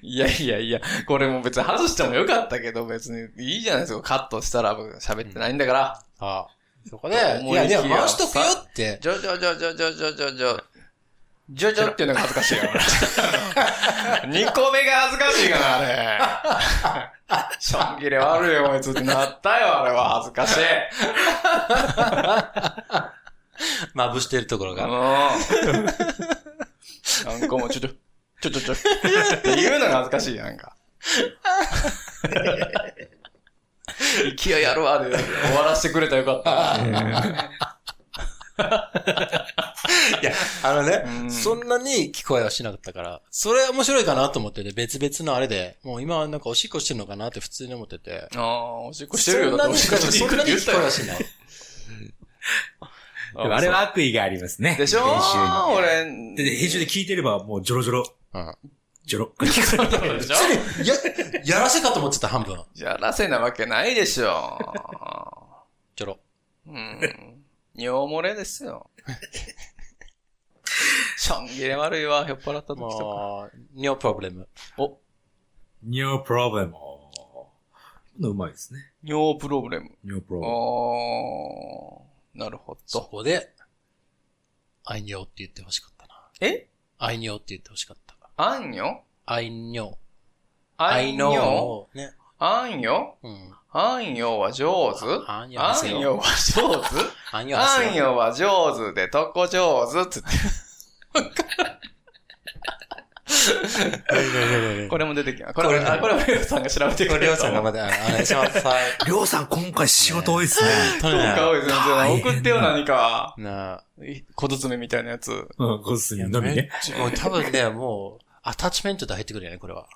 Speaker 12: いやいやいや、これも別に外してもよかったけど、別にいいじゃないですか。カットしたら僕喋ってないんだから。
Speaker 9: ああそこで、い
Speaker 12: 思い
Speaker 9: や、
Speaker 12: きや
Speaker 9: でも回しとくよって、
Speaker 12: ジョジョジョジョジョジョジョジョ。ジョジョっていうのが恥ずか <laughs> しいから。2個目が恥ずかしいから、あ <laughs> れ。ちょん切れ悪い思いつってなったよ、あれは恥ずかしい。
Speaker 9: まぶしてるところが。
Speaker 12: うん。なんかもうちょちょ、ちょちょちょ、って言うのが恥ずかしいやん <laughs> か。勢いあるわ、で終わらせてくれたらよかったな。
Speaker 9: いや、あの
Speaker 12: <laughs> う
Speaker 9: ね、
Speaker 12: ん
Speaker 9: そんなに聞こえはしなかったから、それ面白いかなと思ってて、別々のあれで、もう今はなんかおしっこしてるのかなって普通に思ってて。
Speaker 12: ああ、おしっこしてる
Speaker 9: そ
Speaker 12: よ。
Speaker 9: んな
Speaker 12: だ
Speaker 9: に
Speaker 12: っておしっこして
Speaker 9: そ
Speaker 12: る
Speaker 9: んなに
Speaker 12: 言っ
Speaker 9: 聞
Speaker 12: た
Speaker 9: こえ
Speaker 12: よ <laughs>
Speaker 9: はしない。
Speaker 1: でもあれは悪意がありますね。
Speaker 12: でしょ
Speaker 1: 編集に
Speaker 12: 俺。
Speaker 1: でで編集で聞いてればもうジョロジョロ。
Speaker 9: うん
Speaker 1: ジョロ。 <laughs>
Speaker 12: でしょ
Speaker 9: いや、やらせかと思ってた、半分。
Speaker 12: じゃらせなわけないでしょ。
Speaker 9: ちょろ。
Speaker 12: うん。尿漏れですよ。ちょん切れ悪いわ、酔っ払った時とか。
Speaker 9: もう、尿プロブレム。
Speaker 1: No problem. のうまいですね。
Speaker 12: 尿プロブレム。
Speaker 1: No
Speaker 12: あ
Speaker 1: problem.
Speaker 12: ー、なるほ
Speaker 9: そ
Speaker 12: ど。
Speaker 9: こで、愛尿って言ってほしかったな。
Speaker 12: え
Speaker 9: 愛尿って言ってほしかった。
Speaker 12: あんよ
Speaker 9: 愛尿。
Speaker 12: あんよ
Speaker 9: をね。
Speaker 12: あんよ
Speaker 9: うん。
Speaker 12: あんよは上手
Speaker 9: あんよは
Speaker 12: あんよは上手
Speaker 9: 愛尿
Speaker 12: あん
Speaker 9: よ。
Speaker 12: よは上手でとこ上手っつって。 <laughs> これも出てきます。これ、あこれはりょうさんが調べてく
Speaker 9: こ
Speaker 12: れ
Speaker 9: れ、
Speaker 12: る
Speaker 9: りょうさんがまだ、あお願いします。はい。
Speaker 1: りょうさん今回仕事多いですね。 <laughs>
Speaker 9: とに
Speaker 12: そうか
Speaker 9: か
Speaker 12: おい先生送ってよ、何か。
Speaker 9: くなあ
Speaker 12: い小包みみたいなやつ。
Speaker 1: うん、コスミのみ
Speaker 9: めっ
Speaker 1: ね。
Speaker 9: ちゃもう多分ね、もう、アタッチメントで入ってくるよね、これは。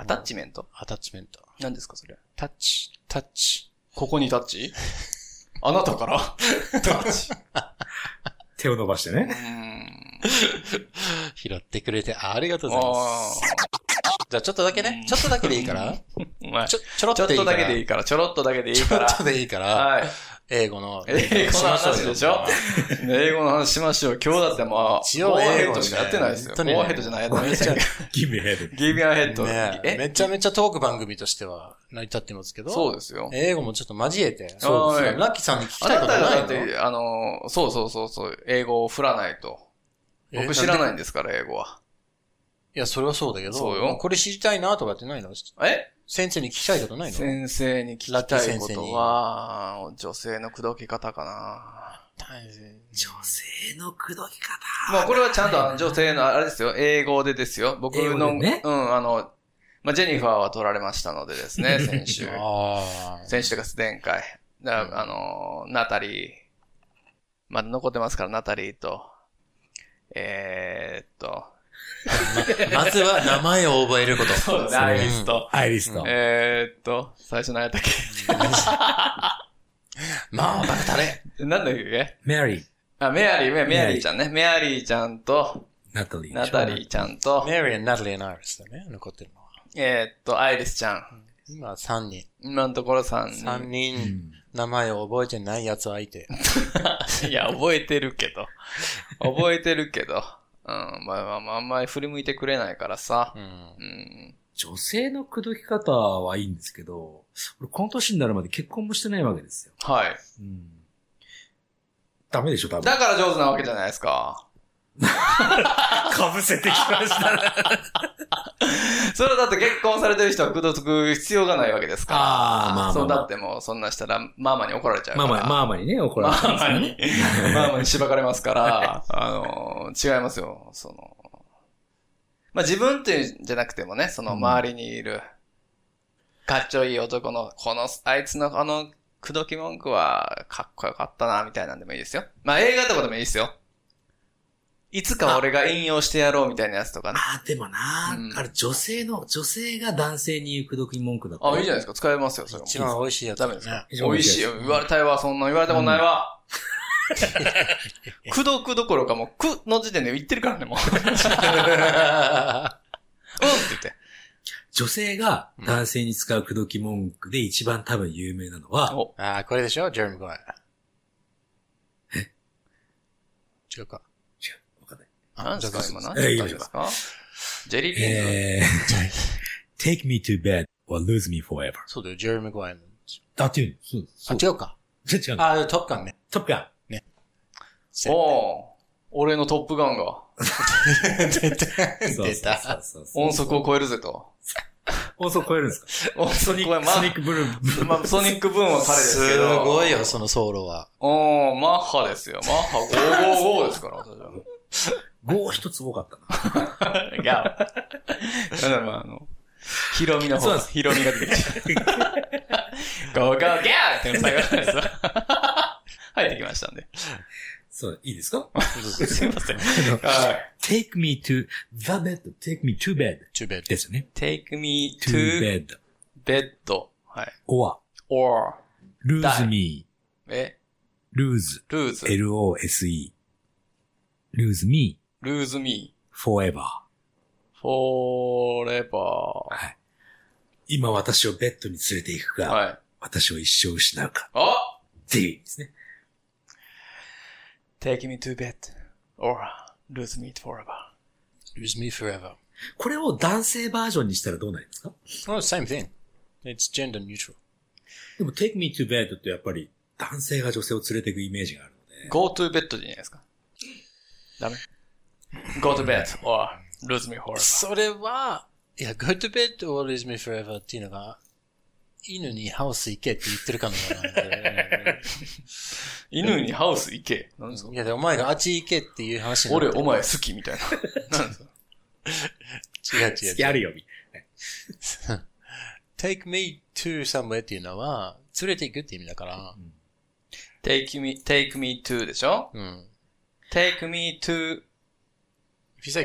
Speaker 12: アタッチメント
Speaker 9: アタッチメント。
Speaker 12: 何ですか、それ。
Speaker 9: タッチ、タッチ。
Speaker 12: ここにタッ <laughs> チあなたからタッチ。
Speaker 1: 手を伸ばして
Speaker 12: <laughs> う
Speaker 1: ね。
Speaker 12: ん。
Speaker 9: 拾ってくれてありがとうございます。
Speaker 12: あ
Speaker 9: じゃあちょっとだけね、ちょっとだけでいいから、
Speaker 12: ーまあ
Speaker 9: ち
Speaker 12: ち
Speaker 9: ょ、ちょろっ
Speaker 12: ょ
Speaker 9: と
Speaker 12: っ
Speaker 9: でいい
Speaker 12: と
Speaker 9: か
Speaker 12: だ
Speaker 9: ら。
Speaker 12: けでいいから、ちょろっとだけでいい
Speaker 9: ち
Speaker 12: か
Speaker 9: ょっと
Speaker 12: ら。
Speaker 9: でいいから、
Speaker 12: はい。
Speaker 9: 英語の。
Speaker 12: 英語の話でし
Speaker 9: し
Speaker 12: ょ
Speaker 9: ましょうよ
Speaker 12: 英語の話しましょう。今日だってまあ、
Speaker 9: 一応
Speaker 12: オア
Speaker 9: 英
Speaker 12: ヘ
Speaker 9: 語ね
Speaker 12: ッドしかやってないです
Speaker 9: 本
Speaker 12: よ。オ
Speaker 9: 当にね
Speaker 12: アヘッドじゃないやつ何でしたっけ。
Speaker 1: ギブヘル。
Speaker 12: ギビアヘッド。
Speaker 9: ねえめ
Speaker 12: え
Speaker 9: ちゃめちゃトーク番組としては成り立ってますけど。
Speaker 12: そうですよ。
Speaker 9: 英語もちょっと交えて。
Speaker 12: そうですよ
Speaker 9: ラッキーさんに聞き
Speaker 12: あ
Speaker 9: たい
Speaker 12: な
Speaker 9: こと
Speaker 12: たが
Speaker 9: な
Speaker 12: だっ
Speaker 9: いの
Speaker 12: て、あの、そうそうそうそう、英語を振らないと。僕知らないんですから、英語は。
Speaker 9: いや、それはそうだけど。
Speaker 12: そうよ
Speaker 9: もこれ知りたいなとかってないの
Speaker 12: え
Speaker 9: 先生に聞きたいことないの
Speaker 12: 先生に聞きたいことは、女性の口説き方かな。
Speaker 1: 女性の口説き方。
Speaker 12: まあこれはちゃんとあの女性の、あれですよ、英語でですよ。僕
Speaker 1: 英語
Speaker 12: の、
Speaker 1: でね
Speaker 12: うん、あの、まあジェニファーは取られましたのでですね、先週。
Speaker 9: ああ。
Speaker 12: <laughs> 先週というか前回。だからあのー、ナタリー。まだ残ってますから、ナタリーと。えー、っと。
Speaker 9: まずは名前を覚えること。
Speaker 12: そう
Speaker 9: うん
Speaker 12: アイリス。と。
Speaker 1: アイリス
Speaker 9: う
Speaker 1: ト。
Speaker 12: えー、っと、最初何やったっけ
Speaker 9: まあ、バカタレ。
Speaker 12: なんだっけ <laughs>
Speaker 1: メアリー、
Speaker 12: あ、メアリー、メメ
Speaker 1: メ
Speaker 12: ア
Speaker 1: ア
Speaker 12: リ
Speaker 1: リー
Speaker 12: ーちゃんね。メアリーちゃんと、
Speaker 1: ナタリー。
Speaker 12: ナタリーちゃんと、
Speaker 9: メリー、ナタリー、ナイリスだね。残ってるのは。
Speaker 12: えー、っと、アイリスちゃん。
Speaker 9: 今は3人。
Speaker 12: 今のところ3人。
Speaker 9: 3
Speaker 1: う
Speaker 9: 人、
Speaker 1: ん。
Speaker 9: 名前を覚えてない奴相手。
Speaker 12: <laughs> いや、覚えてるけど。覚えてるけど。うん、まあまあまあ、あんまり振り向いてくれないからさ
Speaker 9: う。ん
Speaker 12: う。ん。
Speaker 1: 女性の口説き方はいいんですけど、俺この年になるまで結婚もしてないわけですよ。
Speaker 12: はい。
Speaker 1: うん。ダメでしょ、多分
Speaker 12: だ。から上手なわけじゃないですか。
Speaker 1: かぶせてきましたね。
Speaker 12: それはだって結婚されてる人はくどつく必要がないわけですから。
Speaker 1: あーまあまあまあ
Speaker 12: そうだってもうそんなしたら、ママに怒られちゃうか
Speaker 1: まあ
Speaker 12: ら。
Speaker 1: まあ、まあまあにね、怒られてます
Speaker 12: マ
Speaker 1: ね
Speaker 12: マに、ママにしばかれ <laughs> ますから、あの、違いますよ。その、まあ自分っていうんじゃなくてもね、その周りにいる、かっちょいい男の、この、あいつのあの、口説き文句は、かっこよかったな、みたいなんでもいいですよ。まあ映画とかでもいいですよ。いつか俺が引用してやろうみたいなやつとかね。
Speaker 1: ああ、でもな
Speaker 12: うん
Speaker 1: あれ女性の、女性が男性に言う口説き文句だった
Speaker 12: あ、いいじゃないですか。使えますよ、それも。
Speaker 9: 一番美味しいやつ、
Speaker 12: ダメですか
Speaker 1: 非常に
Speaker 12: 美味しいよ。言われたいわ、そんな言われたことない <laughs> わ。くどくどころかもう、くの時点で言ってるからね、もう。うんって言って。
Speaker 1: 女性が男性に使う口説き文句で一番多分有名なのは、
Speaker 12: お
Speaker 9: <laughs> ああ、これでしょジェレミー・ゴーン。え違うか。
Speaker 1: 違うわかんない
Speaker 12: 何ですか
Speaker 9: じゃ
Speaker 12: 今
Speaker 9: あ
Speaker 12: 何
Speaker 1: えー
Speaker 12: 言
Speaker 1: いいです
Speaker 12: ったんですかジェリービーンズ
Speaker 1: え
Speaker 12: <laughs>
Speaker 1: ー、take me to bed or lose me forever.
Speaker 9: そうだよ、ジェレミー・ゴーン。
Speaker 1: あ、っていうの
Speaker 9: あ、違うか。
Speaker 1: そう。違うの。
Speaker 9: あ、トップガンね。
Speaker 1: トップガン。
Speaker 12: <laughs> おー俺のトップガンが
Speaker 9: 出た。出
Speaker 1: そ
Speaker 9: た。
Speaker 1: うそうそう
Speaker 12: 音速を超えるぜと。
Speaker 1: 音速超えるんですか
Speaker 12: 音速超え、ま
Speaker 1: ソニックブルー。
Speaker 12: あ、まあ、ソニックブーンは彼ですけ
Speaker 9: す
Speaker 12: ど。
Speaker 9: ごいよ、そのソロは。
Speaker 12: おーマッハですよ。マッハ555ですから、私は。
Speaker 1: 5一つ多かったな。
Speaker 12: <laughs> いや、ただまあ、あの、ヒロミの方
Speaker 1: そう
Speaker 12: が、
Speaker 1: なんです
Speaker 12: ヒロミが出てきた。ゴーゴーギャーって最後のやつは入ってきましたんで。
Speaker 1: そう、いいです
Speaker 12: <laughs>
Speaker 1: か
Speaker 12: すいません。
Speaker 1: take me to the bed, take me to bed
Speaker 9: チューベッ
Speaker 1: ですよね。
Speaker 12: take me
Speaker 1: to
Speaker 12: to
Speaker 1: bed
Speaker 12: bed. はい。
Speaker 1: or
Speaker 12: or,
Speaker 1: lose me,
Speaker 12: え、
Speaker 1: lose,
Speaker 12: lose,
Speaker 1: L-O-S-E, lose me
Speaker 12: lose me,
Speaker 1: forever.
Speaker 12: forever.
Speaker 1: 今私をベッドに連れて行くか、
Speaker 12: はい。
Speaker 1: 私を一生失うか
Speaker 12: あ
Speaker 1: っていう意味ですね。
Speaker 12: take me to bed, or, lose me forever.
Speaker 9: ド。Use me forever.
Speaker 1: これを男性バージョンにしたらどうなりますか
Speaker 9: No, same thing. It's gender neutral.
Speaker 1: でも take me to bed ってやっぱり男性が女性を連れて行くイメージがあるので。
Speaker 12: go to bed じゃないですか。ダメ go to bed, or, lose me forever.
Speaker 9: それは、いや、go to bed or leave me forever っていうのが、犬にハウス行けって言ってるかのようなんで。
Speaker 12: 犬にハウス行け。なんですか
Speaker 9: いや、でお前があっち行けっていう話になって
Speaker 12: 俺、お前好きみたいな。なんですか
Speaker 9: 違う違う違う。
Speaker 1: やるよ、み
Speaker 9: <laughs> take me to somewhere っていうのは、連れて行くって意味だから。
Speaker 12: take me, take me to でしょ
Speaker 9: うん。
Speaker 12: take me to,
Speaker 9: if you say
Speaker 12: え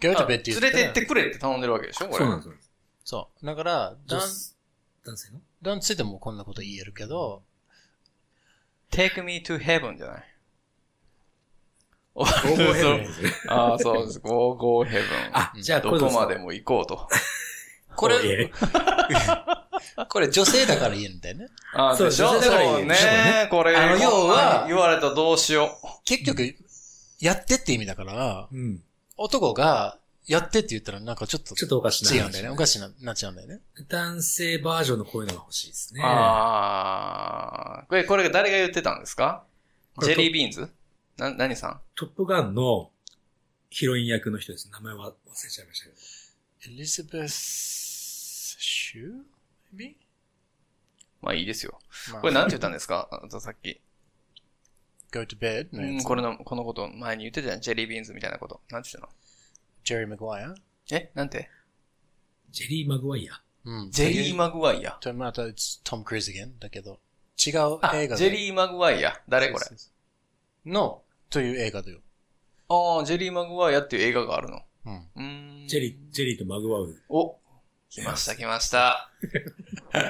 Speaker 9: go, go
Speaker 12: あ
Speaker 9: to bed っ
Speaker 12: 連
Speaker 9: て言
Speaker 12: れ
Speaker 9: ったら
Speaker 12: て行ってくれって頼んでるわけでしょこれ。
Speaker 1: そうなんですよ。
Speaker 9: そう。だから、
Speaker 1: 女男
Speaker 9: 男、<laughs>
Speaker 1: 性の
Speaker 9: 男性でもこんなこと言えるけど、
Speaker 12: take me to heaven じゃない。お
Speaker 1: そう
Speaker 12: <laughs> そうああ、そうです。go, go heaven.
Speaker 1: あ、じゃあ、
Speaker 12: どこまで
Speaker 1: も。
Speaker 12: も行こうと。
Speaker 9: こ
Speaker 1: <laughs> い
Speaker 9: れ、
Speaker 1: え
Speaker 9: これ女性だから言えるんだよね。
Speaker 12: ああ、
Speaker 1: そう
Speaker 12: でしょそ
Speaker 1: 女性だから言え
Speaker 12: う
Speaker 1: る
Speaker 12: ね
Speaker 1: そうだ。
Speaker 12: これ、
Speaker 9: あの
Speaker 12: こんな
Speaker 9: 要は
Speaker 12: 言われたらどうしよ
Speaker 9: 結局、やってって意味だから、
Speaker 1: うん。
Speaker 9: 男がやってって言ったらなんかちょっと
Speaker 1: ちょっとおかしな話。
Speaker 9: 違うんだよね。おかしな、なっちゃうんだよね。
Speaker 1: 男性バージョンのこういうのが欲しいです
Speaker 12: う。
Speaker 1: ね。
Speaker 12: ああ。これ、これ誰が言ってたんですか
Speaker 1: こ
Speaker 12: ジ
Speaker 1: れ
Speaker 12: ェリービーンズな、何さん
Speaker 1: トップガンのヒロイン役の人です。名前は忘れちゃいましたけど。
Speaker 9: エリザベス、シュー maybe?
Speaker 12: まあいいですよ。
Speaker 9: まあ
Speaker 12: これなんて言ったんですかあとさっき。
Speaker 9: go to bed の
Speaker 12: う
Speaker 9: や
Speaker 12: ん、
Speaker 9: つ。
Speaker 12: これの、このこと前に言ってたじゃん。ジェリービーンズみたいなこと。なんて言っ
Speaker 9: ジェリー・マグワイア
Speaker 12: たのえなんて
Speaker 1: ジェリー・マグワイア。
Speaker 9: うん。
Speaker 12: ジェリー・マグワイア。
Speaker 9: とまた、トム・クルーズ again だけど、違う
Speaker 12: あ、
Speaker 9: 映画
Speaker 12: ジェリー・マグワイア。誰これ
Speaker 9: の、という映画だよ。
Speaker 12: ああ、ジェリー・マグワイアっていう映画があるの。 <laughs>
Speaker 9: うん。
Speaker 12: うーん。
Speaker 1: ジェリー、ジェリーとマグワウ。
Speaker 12: お来ました、来ました。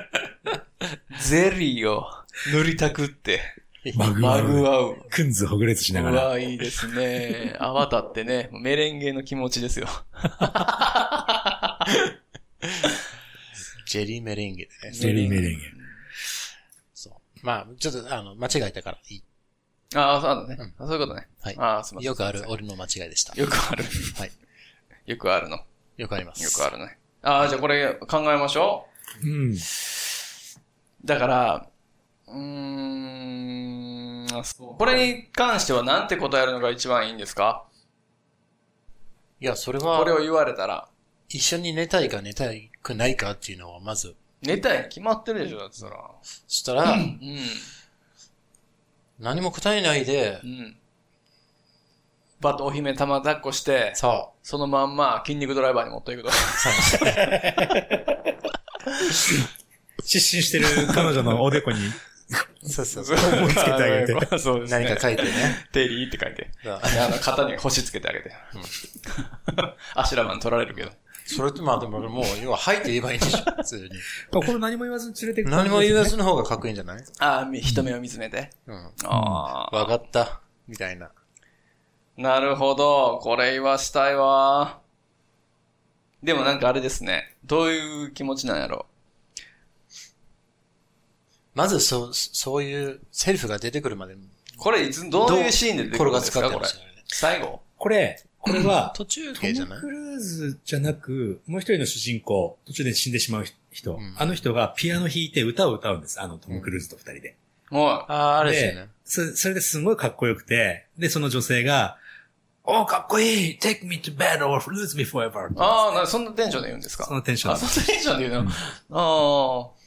Speaker 12: <laughs> ゼリーを塗りたくって。
Speaker 1: マ
Speaker 12: マグ
Speaker 1: ウ。
Speaker 12: ワウ。
Speaker 1: くんずほぐれつし
Speaker 12: う
Speaker 1: ながら。
Speaker 12: わ、いいですね。泡立ってね、メレンゲの気持ちですよ。
Speaker 9: ジェリー・メレンゲでね。
Speaker 1: ジェリー・メレンゲ。
Speaker 9: そう。まあ、ちょっと、あの、間違えたからいい。
Speaker 12: ああ、そうだね。あそういうことね。
Speaker 9: はい
Speaker 12: ああ、すみません。
Speaker 9: よくある、俺の間違いでした。
Speaker 12: よくある。
Speaker 9: はい。
Speaker 12: よくあるの。
Speaker 9: よくあります。
Speaker 12: よくあるね。ああ、じゃあこれ考えましょ
Speaker 1: うん。
Speaker 12: う。だから、うーん、ます。これに関してはなんて答えるのが一番いいんですか
Speaker 9: いや、それ
Speaker 12: これを
Speaker 9: は、
Speaker 12: 言われたら。
Speaker 9: 一緒に寝たいか寝たくないかっていうのをまず、
Speaker 12: 寝たいに決まってるでしょ、だってそら。
Speaker 9: そしたら、
Speaker 12: うん。
Speaker 9: 何も答えないで
Speaker 12: う、ん。バッとお姫様抱っこして、
Speaker 9: さ
Speaker 12: そのまんま筋肉ドライバーに持っていくと。
Speaker 1: 失神してる彼女のおでこ <laughs> に。
Speaker 9: あ、そうそう
Speaker 12: そう思いつ
Speaker 1: けてあげ
Speaker 12: て。 <laughs> そうです
Speaker 9: <laughs>
Speaker 12: ね。
Speaker 9: 何か書いてね。
Speaker 12: テリーって書 <laughs> いて。
Speaker 9: だ
Speaker 12: であの、肩に星つけてあげて。 <laughs> アシュラマン取られるけど。
Speaker 9: それってまあでも、もう、要は、はいって言えばいいんで
Speaker 12: <laughs>
Speaker 9: しょ、普通に。
Speaker 1: これ何も言わずに連れていく。
Speaker 9: 何も言わずの方がかっこいいんじゃない
Speaker 12: ああ、み人目を見つめて。
Speaker 9: うん。
Speaker 12: ああ。
Speaker 9: わかった。みたいな。
Speaker 12: なるほど。これ言わしたいわ。でもなんかあれですね。どういう気持ちなんやろ
Speaker 9: まず、そう、そういうセリフが出てくるまで、
Speaker 12: う。これいつ、どういうシーンで出てく
Speaker 9: 転
Speaker 12: るん
Speaker 9: が
Speaker 12: で
Speaker 9: つ
Speaker 12: す
Speaker 9: かっ
Speaker 12: か
Speaker 9: て
Speaker 12: こ
Speaker 9: ま
Speaker 12: れ
Speaker 9: し。たよね。
Speaker 12: 最後。
Speaker 2: これ、これは、
Speaker 9: 途中
Speaker 1: ト
Speaker 9: 系じゃ
Speaker 1: ム・
Speaker 9: ない
Speaker 1: クルーズじゃなく、もう一人の主人公、途中で死んでしまう人、
Speaker 9: うん
Speaker 1: あの人がピアノ弾いて歌を歌うんです。あの、トム・クルーズと二人で。
Speaker 12: は
Speaker 9: ああ、あれですよね。
Speaker 1: そそれですごいかっこよくて、で、その女性が、おー、かっこいい !take me to bed or lose me forever!
Speaker 12: い。ああ、なそんなテンションで言うんですか
Speaker 1: そのテンショ
Speaker 12: あ、
Speaker 1: ン
Speaker 12: そのテンションで言うの、ああ。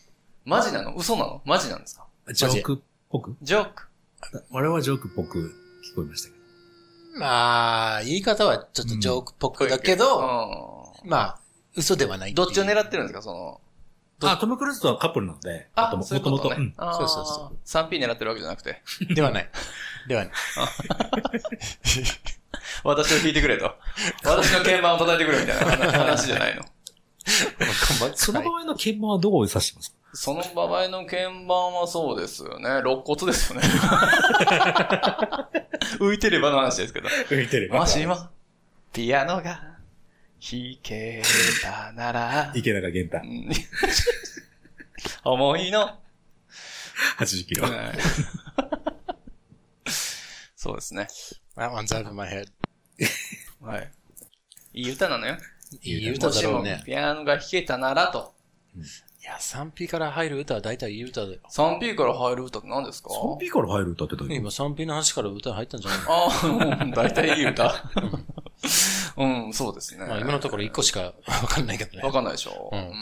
Speaker 12: マジなの嘘なのマジなんですか
Speaker 1: で。ジョークっぽく
Speaker 12: ジョーク。
Speaker 1: 俺はジョークっぽく聞こえましたけど。
Speaker 9: まあ、言い方はちょっとジョークっぽくだけど、
Speaker 12: う
Speaker 9: まあ、嘘ではない
Speaker 12: ん。どっちを
Speaker 9: ね
Speaker 12: 狙ってるんですかその。
Speaker 1: あ、トム・クルーズとはカップルなので、
Speaker 12: あ、
Speaker 1: も
Speaker 12: そういう
Speaker 1: と
Speaker 12: こ
Speaker 1: も
Speaker 12: と
Speaker 1: と、うん
Speaker 12: ね。あー
Speaker 9: そうそうそ
Speaker 12: 3P 狙ってるわけじゃなくて。
Speaker 9: ではない。ではない。
Speaker 12: 私を引いてくれと。 <laughs> 私の鍵盤を叩いてくれみたいな話じゃないの。
Speaker 1: その場合の鍵盤はどこを指してますか
Speaker 12: その場合の鍵盤はそうですよね。肋骨で
Speaker 9: <laughs>
Speaker 12: すよね。浮いてればの話ですけど。
Speaker 1: 浮いてる
Speaker 12: もしも、ピアノが弾けたなら、
Speaker 1: 池永玄太
Speaker 12: う、ん思いの、
Speaker 1: 80キロ。
Speaker 12: そうですね。
Speaker 9: That one's out of my head.
Speaker 12: はい。いい歌なのよ。
Speaker 9: いい歌だろう
Speaker 12: もし
Speaker 9: ね
Speaker 12: も。ピアノが弾けたならと。
Speaker 9: いや、3P から入る歌は大体いい歌だよ。
Speaker 12: 3P から入る歌って何ですか
Speaker 1: 3P から入る歌ってどういう
Speaker 9: 今 3P の話から歌入ったんじゃない
Speaker 12: ああ、うん大体いい歌。うん、そうですね。
Speaker 9: まあ今のところ1個しかわかんないけどね
Speaker 12: わ。かんないでしょ。
Speaker 9: う
Speaker 12: うんん。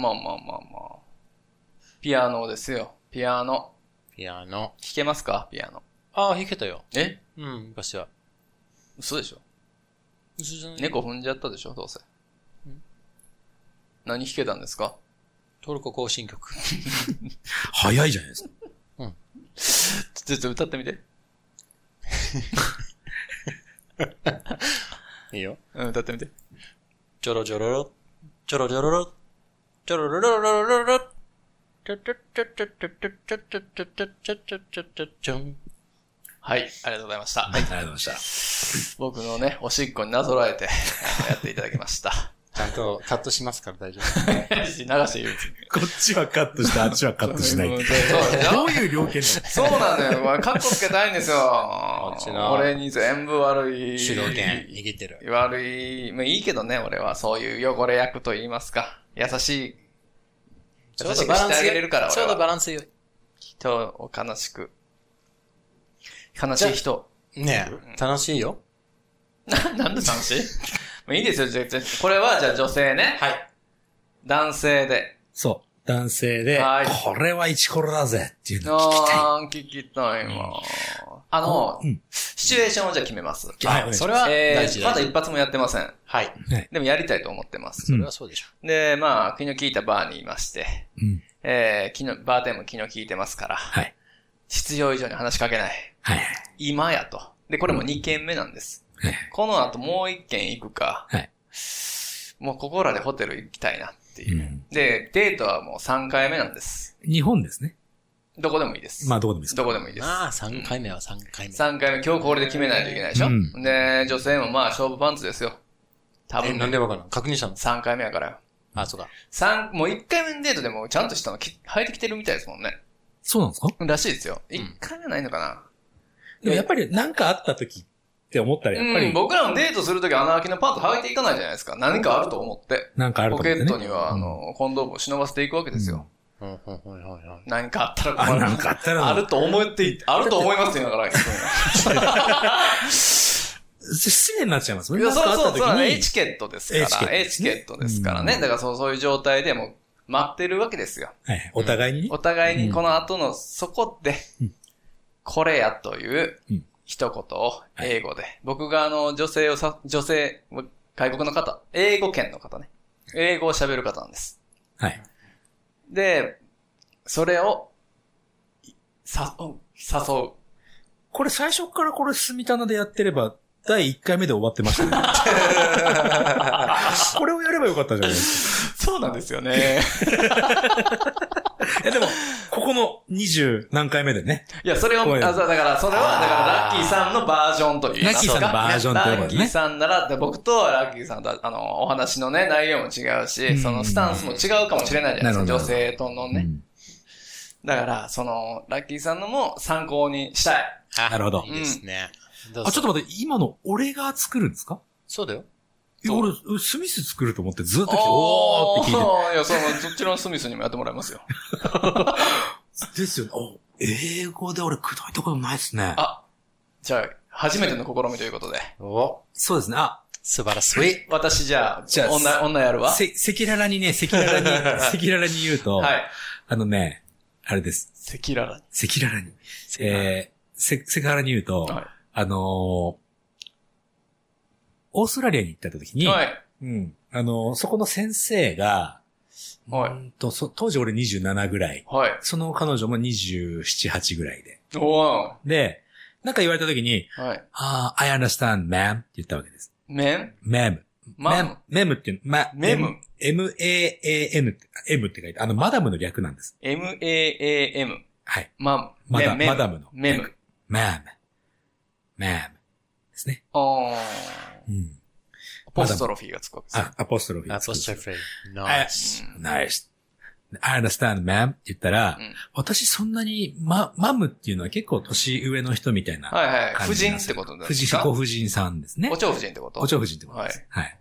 Speaker 12: まあまあまあまあ。ピアノですよ。ピアノ。
Speaker 9: ピアノ。
Speaker 12: 弾けますかピアノ。
Speaker 9: ああ、弾けたよ。
Speaker 12: え
Speaker 9: うん、昔は。
Speaker 12: 嘘でしょ
Speaker 9: 嘘じゃない
Speaker 12: 猫踏んじゃったでしょどうせ。何弾けたんですか
Speaker 9: トルコ行進曲。
Speaker 1: 早いじゃないですか。
Speaker 12: ちょっと歌ってみて。
Speaker 9: いいよ。
Speaker 12: うん、歌ってみて。
Speaker 9: ちょろちょろろ。ちょろちょろろ。ちょろろろろろろろ。ちょちょちょちょちょちょちょちょちょちょちょちょちょちょちょん。
Speaker 12: はい、ありがとうございました。
Speaker 1: はい、ありがとうございまし
Speaker 12: 僕のね、おしっこになぞらえて、やっていただきました。
Speaker 9: ちゃんとカットしますから大丈
Speaker 12: 流していいよ
Speaker 1: た。こっちはカットして、あっちはカットしない。ど
Speaker 12: そうでしょ
Speaker 1: ういう了見なの
Speaker 12: そうなのよ。これカッコつけたいんですよ
Speaker 9: っちな。
Speaker 12: 俺に全部悪い。
Speaker 9: 夫。主導権握ってる。
Speaker 12: 悪い。まあいいけどね、俺は。そういう汚れ役と言いますか。優しい。優しくしてあげれるから、
Speaker 9: ちょ
Speaker 12: 俺
Speaker 9: うどバ
Speaker 12: は。
Speaker 9: ランスよ
Speaker 12: 人を悲しく。悲しい人。
Speaker 9: い。ねえ、楽しいよ。
Speaker 12: な、なんで楽 <laughs> しいまあいいですよ、じゃじゃこれは、じゃあ女性ね。
Speaker 9: はい。
Speaker 12: 男性で。
Speaker 1: そう。男性で
Speaker 12: はい、
Speaker 1: これはイチコロだぜっていうのを聞きたい。
Speaker 12: あー、聞きたいわ。あの、
Speaker 1: うん
Speaker 12: シチュエーションをじゃあ決めます。
Speaker 1: はいお願いします
Speaker 9: それは
Speaker 12: え
Speaker 9: 大事
Speaker 12: ー、
Speaker 9: だ
Speaker 12: まだ一発もやってません。
Speaker 9: はい。
Speaker 12: でもやりたいと思ってます。
Speaker 9: それはそうでしょ。
Speaker 12: で、まあ、気の利いたバーにいまして、
Speaker 1: うん。
Speaker 12: えー、気の、バーテンも気の利いてますから、
Speaker 1: はい。
Speaker 12: 必要以上に話しかけない。
Speaker 1: はい。
Speaker 12: 今やと。で、これも2軒目なんです。
Speaker 1: はい
Speaker 12: この後もう1軒行くか、
Speaker 1: はい
Speaker 12: もうここらでホテル行きたいなっていう。
Speaker 1: うん
Speaker 12: で、デートはもう3回目なんです。
Speaker 1: 日本ですね。
Speaker 12: どこでもいいです。
Speaker 1: まあ、どこでもいいです
Speaker 12: どこでもいいです。
Speaker 9: まあ、3回目は3回目。
Speaker 12: 3回目、今日これで決めないといけないでしょ、
Speaker 1: うん
Speaker 12: で、女性もまあ、勝負パンツですよ。多
Speaker 9: え、
Speaker 12: 分、
Speaker 9: なんでわからん確認したの
Speaker 12: 3回目やからよ。
Speaker 9: あ、そうか。
Speaker 12: 三、もう一回目のデートでもちゃんとしたのき履いてきてるみたいですもんね。
Speaker 1: そうなんですから
Speaker 12: しいですよ。一回目ないのかな、
Speaker 1: でもやっぱり何かあった時って思ったら、やっぱ
Speaker 12: うん、
Speaker 1: り
Speaker 12: 僕らのデートするとき穴開きのパンツ履いていかないじゃないですか。何かあると思って。
Speaker 1: 何かあると
Speaker 12: ポ
Speaker 1: 思
Speaker 12: ケ
Speaker 1: って
Speaker 12: ッ
Speaker 1: ね。
Speaker 12: トには、あの、コンドームを忍ばせていくわけですよ。
Speaker 9: うんうんはいはいはい。
Speaker 12: 何かあったら
Speaker 1: あ、
Speaker 12: 困る。
Speaker 1: なんかあったら、
Speaker 12: あると思ってい、あると思いますよ、だから。
Speaker 1: 失礼になっちゃいますもん
Speaker 12: い
Speaker 1: ね。
Speaker 12: や、
Speaker 1: なんか
Speaker 12: そう
Speaker 1: あ
Speaker 12: そ
Speaker 1: っ
Speaker 12: う、
Speaker 1: た
Speaker 12: そう
Speaker 1: 時
Speaker 12: ね、
Speaker 1: に
Speaker 12: エチケットですから、エ
Speaker 1: エ
Speaker 12: チ
Speaker 1: チ
Speaker 12: ケ
Speaker 1: ケ
Speaker 12: ッ
Speaker 1: ッ
Speaker 12: ト
Speaker 1: ト
Speaker 12: で
Speaker 1: ですすね
Speaker 12: からね。だからそうそういう状態でもう待ってるわけですよ。
Speaker 1: はい。お互いにね
Speaker 12: お。互いに
Speaker 1: うん
Speaker 12: この後のそこで
Speaker 1: うん、
Speaker 12: これやという
Speaker 1: うん
Speaker 12: 一言を
Speaker 1: はい
Speaker 12: 英語で。僕があの女性をさ、女性、外国の方、英語圏の方ね。英語を喋る方なんです。
Speaker 1: はい。
Speaker 12: で、それを、さ、誘う。
Speaker 1: これ最初からこれ、住み棚でやってれば、第1回目で終わってましたね。
Speaker 12: <laughs>
Speaker 1: これをやればよかったじゃないです
Speaker 12: そうなんですよね。
Speaker 1: か。え、でも、ここの20何回目でね。
Speaker 12: いや、それを、
Speaker 1: 声を
Speaker 12: あそうだから、それは、だから、ラッキーさんのバージョンという。
Speaker 1: ラッキーさんのバージョンということね
Speaker 12: ラッキーさんなら、で僕とラッキーさんと、あの、お話のね、内容も違うし、
Speaker 1: ん
Speaker 12: そのスタンスも違うかもしれないじゃな
Speaker 1: な
Speaker 12: いですか、
Speaker 1: るほ
Speaker 12: 女
Speaker 1: ど
Speaker 12: 性との
Speaker 1: う
Speaker 12: ね。
Speaker 1: ん
Speaker 12: だから、その、ラッキーさんのも参考にしたい。
Speaker 9: あ
Speaker 1: なるほど
Speaker 9: いいですね。どうぞ
Speaker 1: あ、ちょっと待って、今の俺が作るんですか
Speaker 9: そうだよ。
Speaker 1: いや
Speaker 12: そう
Speaker 1: 俺、スミス作ると思ってずっと来て、お
Speaker 12: お
Speaker 1: ーって聞い
Speaker 12: ーいや、その、そっちのスミスにもやってもらいま
Speaker 1: <laughs>
Speaker 12: すよ。 <laughs>
Speaker 1: て。ですよね。お英語で俺、くどいところないですね。
Speaker 12: あじゃあ、初めての試みということで。
Speaker 9: お
Speaker 1: そうですね。あ、
Speaker 9: 素晴らしい。
Speaker 12: 私じゃあ、
Speaker 1: じゃあ
Speaker 12: 女、女やるわ。は
Speaker 1: せ、赤裸々にね、赤裸
Speaker 12: <laughs>
Speaker 1: 々に、赤裸々に言うと、
Speaker 12: い。
Speaker 1: あのね、あれです。
Speaker 12: 赤裸々。
Speaker 1: 赤裸々に。えー、せ、セクハラに言うと、
Speaker 12: はい
Speaker 1: あのー、オーストラリアに行った時に、
Speaker 12: はい。
Speaker 1: うん、あのーそこの先生が、
Speaker 12: はい
Speaker 1: ー
Speaker 12: う
Speaker 1: んとそ当時俺27ぐらい、
Speaker 12: はい。
Speaker 1: その彼女も27、8ぐらいで。
Speaker 12: お
Speaker 1: で、なんか言われた時に、
Speaker 12: ー。はい。
Speaker 1: ああ、I understand, ma'am って言ったわけです。
Speaker 12: 麺
Speaker 1: ma'am.
Speaker 12: マ
Speaker 1: ma'am, ma'am っていうの、ま、
Speaker 12: メム
Speaker 1: m, a, a, n って、m って書いて、あの、マダムの略なんです。
Speaker 12: M-A-A-M。
Speaker 1: はい。
Speaker 12: マム。
Speaker 1: マダ
Speaker 12: メメム
Speaker 1: マダムの
Speaker 12: メム。
Speaker 1: ma'am, ma'am ですね。
Speaker 12: あー
Speaker 1: うん。
Speaker 12: アポストロフィーがつくわけですよ。
Speaker 1: あ、アポストロフィー
Speaker 9: ア
Speaker 1: です。
Speaker 9: ポストロフィー。ナ
Speaker 1: あ
Speaker 9: イス。
Speaker 12: うん
Speaker 1: ナイス。I understand, ma'am って言ったら、
Speaker 12: うん
Speaker 1: 私そんなに、ま、マムっていうのは結構年上の人みたいな
Speaker 12: はいはい。
Speaker 1: 感
Speaker 12: 夫
Speaker 1: じ
Speaker 12: 人
Speaker 1: なん
Speaker 12: っ
Speaker 1: ですよ。
Speaker 12: てことで
Speaker 1: 夫
Speaker 12: す
Speaker 1: 人、
Speaker 12: か
Speaker 1: ご婦人さんですね
Speaker 12: お。蝶夫人ってこと
Speaker 1: お。蝶夫人ってことです。はい。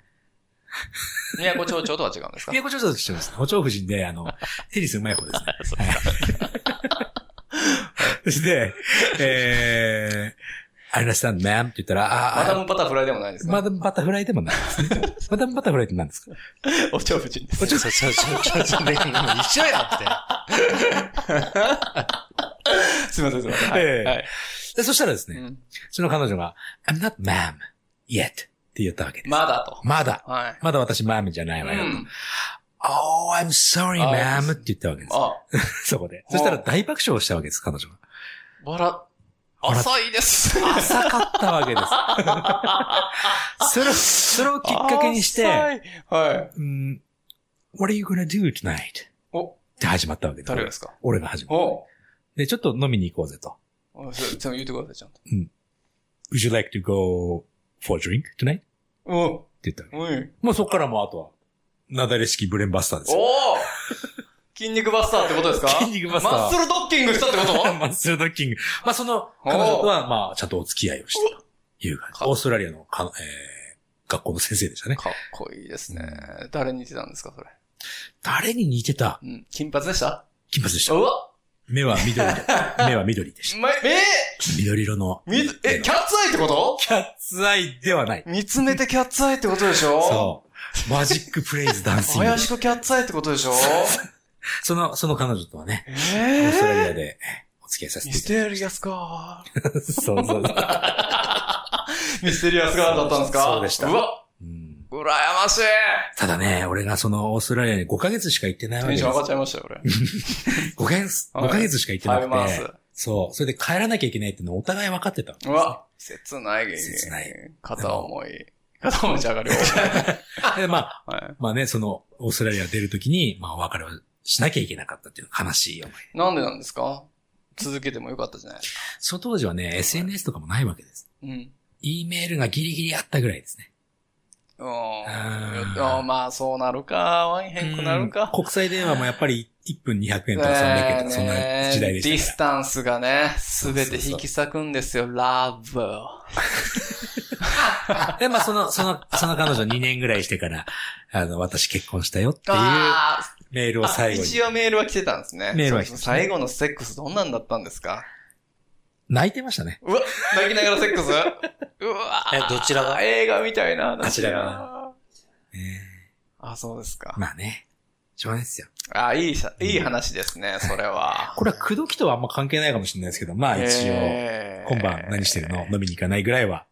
Speaker 12: 宮古町長とは違うんですか
Speaker 1: 宮古町長としてですね。お蝶夫人で、あの、テニスうまい方ですね。はい。そして、えー、I understand, ma'am って言ったら、
Speaker 12: マ
Speaker 1: <laughs> あ
Speaker 12: ダ
Speaker 1: あ、
Speaker 12: ムバタフライでもないです
Speaker 1: マ
Speaker 12: か
Speaker 1: ダムバタフライでもないですね。マダムバタフライって何ですか
Speaker 12: お蝶夫人で
Speaker 1: <laughs>
Speaker 12: す。
Speaker 9: ちょ、ちょ、ちょ、ちょ、ちょ、でも一緒や
Speaker 12: すいません、すいません。は
Speaker 1: え
Speaker 12: い
Speaker 1: え
Speaker 12: はい。
Speaker 1: でそしたらですね、
Speaker 12: うん
Speaker 1: その彼女が、I'm not ma'am yet って言ったわけです。
Speaker 12: まだと。
Speaker 1: まだ。
Speaker 12: はい。
Speaker 1: まだ私 ma'am じゃないうわよ。
Speaker 12: ん。
Speaker 1: Oh, I'm sorry
Speaker 12: あ
Speaker 1: ma'am って言ったわけです。
Speaker 12: あ、
Speaker 1: そこで。そしたら大爆笑したわけです、彼女が。
Speaker 12: 笑、浅いです。
Speaker 1: 浅かったわけです。
Speaker 12: <laughs>
Speaker 1: それを、それをきっかけにし
Speaker 12: 浅
Speaker 1: て、
Speaker 12: い。はい。
Speaker 1: うん、What are you gonna do tonight? っ
Speaker 12: お、
Speaker 1: て始まったわけです。
Speaker 12: 誰がですか
Speaker 1: 俺が始まった。
Speaker 12: お、
Speaker 1: で、ちょっと飲みに行こうぜと。
Speaker 12: おそれそれ言ってください、ちゃんと。
Speaker 1: Would you like to go for a drink tonight?
Speaker 12: お、
Speaker 1: って言ったわけ。
Speaker 12: うん。
Speaker 1: もうそこからもうあとは、なだれ式ブレンバスターですよ。
Speaker 12: おお筋肉バスターってことですか
Speaker 1: 筋肉バスター
Speaker 12: マッスルドッキングしたっ
Speaker 1: <laughs>
Speaker 12: てこと
Speaker 1: マッスルドッキング。まあ、その、彼女とは、まあ、ちゃんとお付き合いをしてという感じ。オーストラリアのか、えー、学校の先生でしたね。
Speaker 12: かっこいいですね。誰に似てたんですか、それ。
Speaker 1: 誰に似てた
Speaker 12: うん。金髪でした
Speaker 1: 金髪でし
Speaker 12: う
Speaker 1: た。
Speaker 12: わ
Speaker 1: 目は緑
Speaker 12: <laughs>
Speaker 1: で、目は緑でした。
Speaker 12: ま、え
Speaker 1: 緑色の。
Speaker 12: ー、み、え、キ
Speaker 1: ャ
Speaker 12: ャッツアイってこと
Speaker 1: キャッツアイではない。
Speaker 12: 見つめてキャッツアイってことでしょ
Speaker 1: そう。マジックプレイズダンシング。
Speaker 12: 林くキャッツアイってことでしょ
Speaker 1: その、その彼女とはね、
Speaker 12: え
Speaker 1: オーストラリ
Speaker 12: ー
Speaker 1: アでお付き合いさせ
Speaker 12: ミ
Speaker 1: てい
Speaker 12: ス
Speaker 1: ただい
Speaker 12: テリアスガー
Speaker 1: て。そうそうそう。
Speaker 12: ル。ミステリアスガールだったんですか
Speaker 1: そうでした
Speaker 12: うわ
Speaker 1: うん
Speaker 12: 羨ましい
Speaker 1: ただね、俺がそのオーストラリアに5ヶ月しか行ってないわけ
Speaker 12: テ
Speaker 1: で
Speaker 12: ンシ
Speaker 1: す
Speaker 12: ョン
Speaker 1: よ。
Speaker 12: 上がっちゃいましたよ、俺。
Speaker 1: 5ヶ月、
Speaker 12: はい
Speaker 1: 5ヶ月しか行ってな
Speaker 12: 食べま
Speaker 1: く
Speaker 12: す
Speaker 1: て。。そう。それで帰らなきゃいけないっていうのはお互い分かってたわけ
Speaker 12: うわ切ない劇。
Speaker 1: 切ない。
Speaker 12: 片思い。片思いじゃがりょ
Speaker 1: <laughs>
Speaker 12: う。
Speaker 1: で、まあ、
Speaker 12: はい。
Speaker 1: まあね、その、オーストラリア出るときに、まあ、お別れをしなきゃいけなかったっていう悲しい思い。
Speaker 12: なんでなんですか続けてもよかったじゃないですか。
Speaker 1: その当時はね、SNS とかもないわけです。
Speaker 12: うん。
Speaker 1: E メールがギリギリあったぐらいですね。
Speaker 12: うん
Speaker 1: ー
Speaker 12: うんまあ、そうなるか、ワイン変くなる
Speaker 1: うん
Speaker 12: か。
Speaker 1: 国際電話もやっぱり1分200円とか300円と
Speaker 12: ねえ
Speaker 1: か、そんな時代で
Speaker 12: ディ
Speaker 1: し
Speaker 12: ス
Speaker 1: たか
Speaker 12: タンスがね、すべ
Speaker 1: そ
Speaker 12: て
Speaker 1: うそうそう
Speaker 12: 引き裂くんですよ、ラブ。
Speaker 1: ら。で、まあ、その、その、その彼女2年ぐらいしてから、あの、私結婚したよっていう
Speaker 12: ああ、
Speaker 2: メールを
Speaker 12: あ
Speaker 2: 最後に。
Speaker 12: 一応メールは来てたんですね。
Speaker 1: メールは来てた
Speaker 12: そうそう最後のセックスどんなんだったんですか
Speaker 1: 泣いてましたね。
Speaker 12: うわ、泣きながらセ
Speaker 1: <laughs>
Speaker 12: ックスうわ
Speaker 9: え、どちらが
Speaker 12: 映画みたいな話だ。
Speaker 2: あちらがえ
Speaker 12: あ、そうですか
Speaker 1: ー。まあね。しょうがないですよ。
Speaker 12: あ、いいさ、いい話ですね、それは。
Speaker 1: これは口説きとはあんま関係ないかもしれないですけど、まあ一応、
Speaker 12: えー
Speaker 1: 今晩何してるの飲みに行かないぐらいは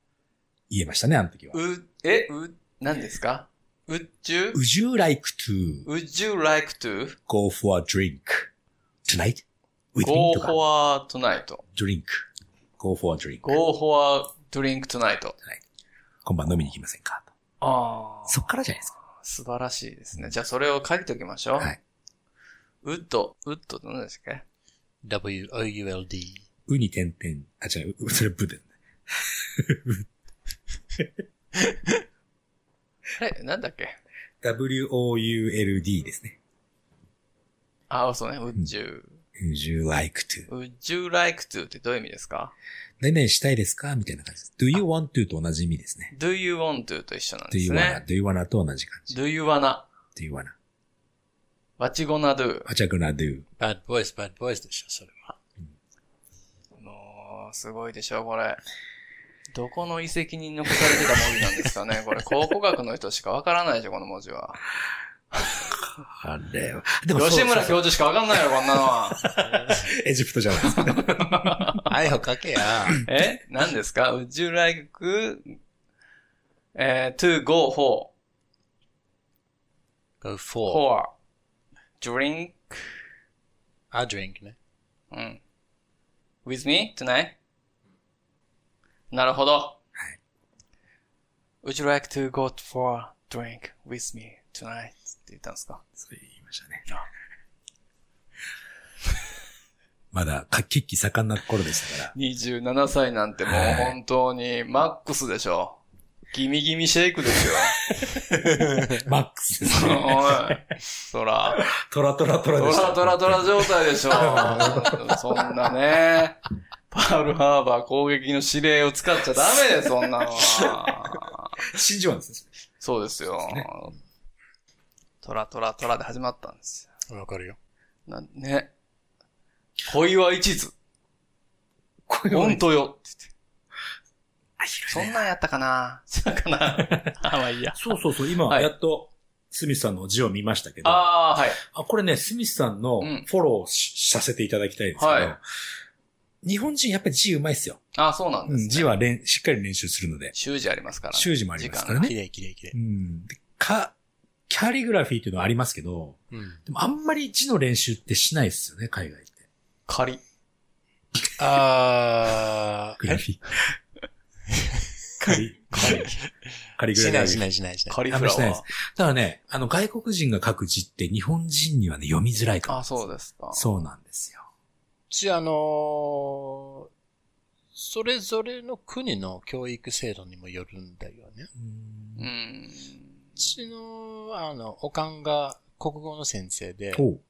Speaker 1: 言えましたね、あの時は。
Speaker 12: う、え、う、何ですか ?Would you,
Speaker 1: Would you like to
Speaker 12: would you like to
Speaker 1: go for a drink tonight? With me?
Speaker 12: go
Speaker 1: とか、
Speaker 12: for tonight?
Speaker 1: drink. go for a drink.
Speaker 12: go for drink tonight?
Speaker 1: 今晩飲みに行きませんかと
Speaker 12: ああ。
Speaker 1: そっからじゃないですか。
Speaker 12: 素晴らしいですね。じゃあそれを書いておきましょう。
Speaker 1: はい。
Speaker 12: ウッド、ウッドって何でしたっけ
Speaker 9: ?W-O-U-L-D。
Speaker 1: うに点々、あ、違う、うそれぶで。
Speaker 12: あれなんだっけ
Speaker 1: w-o-u-l-d ですね。
Speaker 12: あ、そうね。Would you,
Speaker 1: would you like to?
Speaker 12: would you like to ってどういう意味ですか
Speaker 1: 何々したいですかみたいな感じです。do you want to と同じ意味ですね。
Speaker 12: ?do you want to と一緒なん
Speaker 1: do
Speaker 12: で
Speaker 1: you
Speaker 12: す
Speaker 1: wanna,
Speaker 12: ね。
Speaker 1: do you wanna と同じ感じ。
Speaker 12: do you wanna,
Speaker 1: do you wanna,
Speaker 12: what you gonna do?
Speaker 1: what you gonna do?
Speaker 9: bad boys, bad boys でしょ、それは。
Speaker 12: もう、すごいでしょ、これ。どこの遺跡に残されてた文字なんですかねこれ、
Speaker 1: <laughs>
Speaker 12: 考古学の人しかわからないでしょ、この文字は。
Speaker 1: あれは。でそう
Speaker 12: 吉村
Speaker 1: そう
Speaker 12: 教授しかわかんないよ、こんなのは。
Speaker 1: <laughs> エジプトじゃないですか。
Speaker 9: <laughs> はい、ほかけや。
Speaker 12: え何ですか ?Would you like, えー to go for,
Speaker 9: go for
Speaker 12: for, drink,
Speaker 9: a drink ね。
Speaker 12: うん。with me tonight? なるほど。Would you like to go for a drink with me tonight? って言ったんですか
Speaker 1: そう言いましたね。 <laughs> まだ、かきっき盛んな頃でしたから。
Speaker 12: 27歳なんてもう本当にマックスでしょ。ギミギミシェイクです <laughs> よ。
Speaker 2: <laughs>
Speaker 1: マックスですね。
Speaker 12: おい。そら。
Speaker 1: トラトラトラ
Speaker 12: ド
Speaker 1: でした。
Speaker 12: ラドラドラ状態 <laughs> でしょ。そんなね。パールハーバー攻撃の指令を使っちゃダメです、そんなのは。
Speaker 1: 真珠湾ですね。
Speaker 12: そうですよ
Speaker 1: すね。
Speaker 12: トラトラトラで始まったんです
Speaker 9: わかるよ。
Speaker 12: よ。なね。恋は一途。
Speaker 1: これ
Speaker 12: 本
Speaker 1: は、
Speaker 12: 当よ。って言ってそんなんやった
Speaker 9: <laughs>
Speaker 12: かなそんなんかなあ、まあいいや。
Speaker 2: そうそうそう、今、
Speaker 12: はい
Speaker 2: やっと、スミスさんの字を見ましたけど、あ
Speaker 12: ああ、はい。
Speaker 2: これね、スミスさんの
Speaker 12: うん
Speaker 2: フォローしさせていただきたいんですけど、
Speaker 12: は
Speaker 2: 日本人やっぱり字うまいっすよ。
Speaker 12: ああ、そうなん
Speaker 1: う
Speaker 12: です、
Speaker 1: ん、
Speaker 12: ね。
Speaker 1: 字は練しっかり練習するので、
Speaker 12: 習字ありますから、ね。
Speaker 1: 習字もありますから
Speaker 9: 綺
Speaker 1: ね。
Speaker 9: 麗綺麗綺麗
Speaker 1: う。ん。でか、キャリグラフィーっていうのはありますけど、
Speaker 9: うん。
Speaker 1: でもあんまり字の練習ってしないですよね、海外って。
Speaker 12: 仮。
Speaker 9: あ
Speaker 1: グラ <laughs>
Speaker 9: ー、
Speaker 1: フィー。カリ、カリ、カリグ
Speaker 9: え
Speaker 1: ラ
Speaker 9: <laughs> し
Speaker 1: フィ
Speaker 9: な
Speaker 1: ー。
Speaker 9: いしないしないしない。
Speaker 12: カリフラ
Speaker 1: あんましないで
Speaker 12: ワー
Speaker 1: す。だからね、あの外国人が書く字って日本人にはね、読みづらいから。
Speaker 12: ああ、そうですか。
Speaker 1: そうなんですよ。
Speaker 9: ち、あのー、それぞれの国の教育制度にもよるんだよね。
Speaker 12: う。
Speaker 1: うん
Speaker 9: うちの、あの、おかんが国語の先生で、
Speaker 1: おう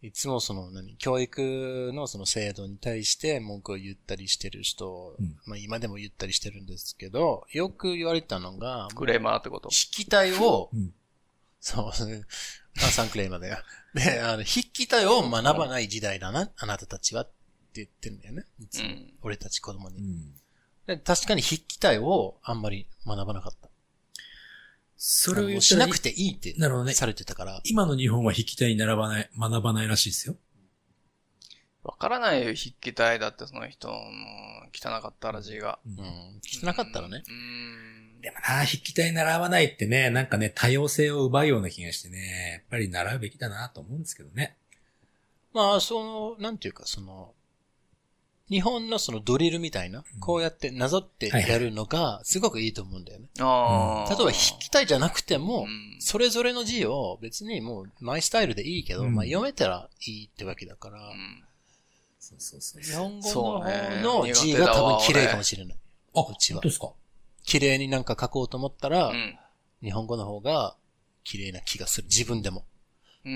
Speaker 9: いつもその、何、教育のその制度に対して文句を言ったりしてる人、
Speaker 1: うん
Speaker 9: まあ今でも言ったりしてるんですけど、よく言われたのが、
Speaker 12: クレーマーってこと。
Speaker 9: 筆記体を、
Speaker 1: うん
Speaker 9: そう、ね、あ、サンクレイまで。で、あの、筆記体を学ばない時代だな、あなたたちはって言ってるんだよね。いつ
Speaker 12: う
Speaker 9: も
Speaker 12: ん。
Speaker 9: 俺たち子供
Speaker 1: う
Speaker 9: に。
Speaker 1: ん。
Speaker 9: で確かに筆記体をあんまり学ばなかった。
Speaker 1: それを
Speaker 9: あの
Speaker 1: 言った
Speaker 9: し
Speaker 1: ら
Speaker 9: なくていいって、
Speaker 1: なるほどね
Speaker 9: されてたから。
Speaker 1: 今の日本は筆記体に並ばない、学ばないらしいですよ。
Speaker 12: わからないよ、筆記体だって、その人の汚かったら字が。
Speaker 9: うん。汚かったらね。
Speaker 12: うーん。
Speaker 1: でもな、筆記体習わないってね、なんかね、多様性を奪うような気がしてね、やっぱり習うべきだなと思うんですけどね。
Speaker 9: まあ、その、なんていうか、その、日本のそのドリルみたいな、こうやってなぞってやるのが、すごくいいと思うんだよね。
Speaker 12: ああ。
Speaker 9: 例えば筆記体じゃなくても、
Speaker 12: うん
Speaker 9: それぞれの字を別にもうマイスタイルでいいけど、
Speaker 1: うん
Speaker 9: まあ読めたらいいってわけだから、
Speaker 12: うん
Speaker 1: そうそうそう
Speaker 9: 日
Speaker 1: そう。
Speaker 9: 本語の
Speaker 12: そう
Speaker 9: 方
Speaker 12: ね
Speaker 9: の字が多分綺麗かもしれない。
Speaker 1: あ、
Speaker 9: うちは
Speaker 1: 本当ですか
Speaker 9: <laughs> 綺麗になんか書こうと思ったら、
Speaker 12: うん。
Speaker 9: 日本語の方が綺麗な気がする。自分でも。
Speaker 12: うー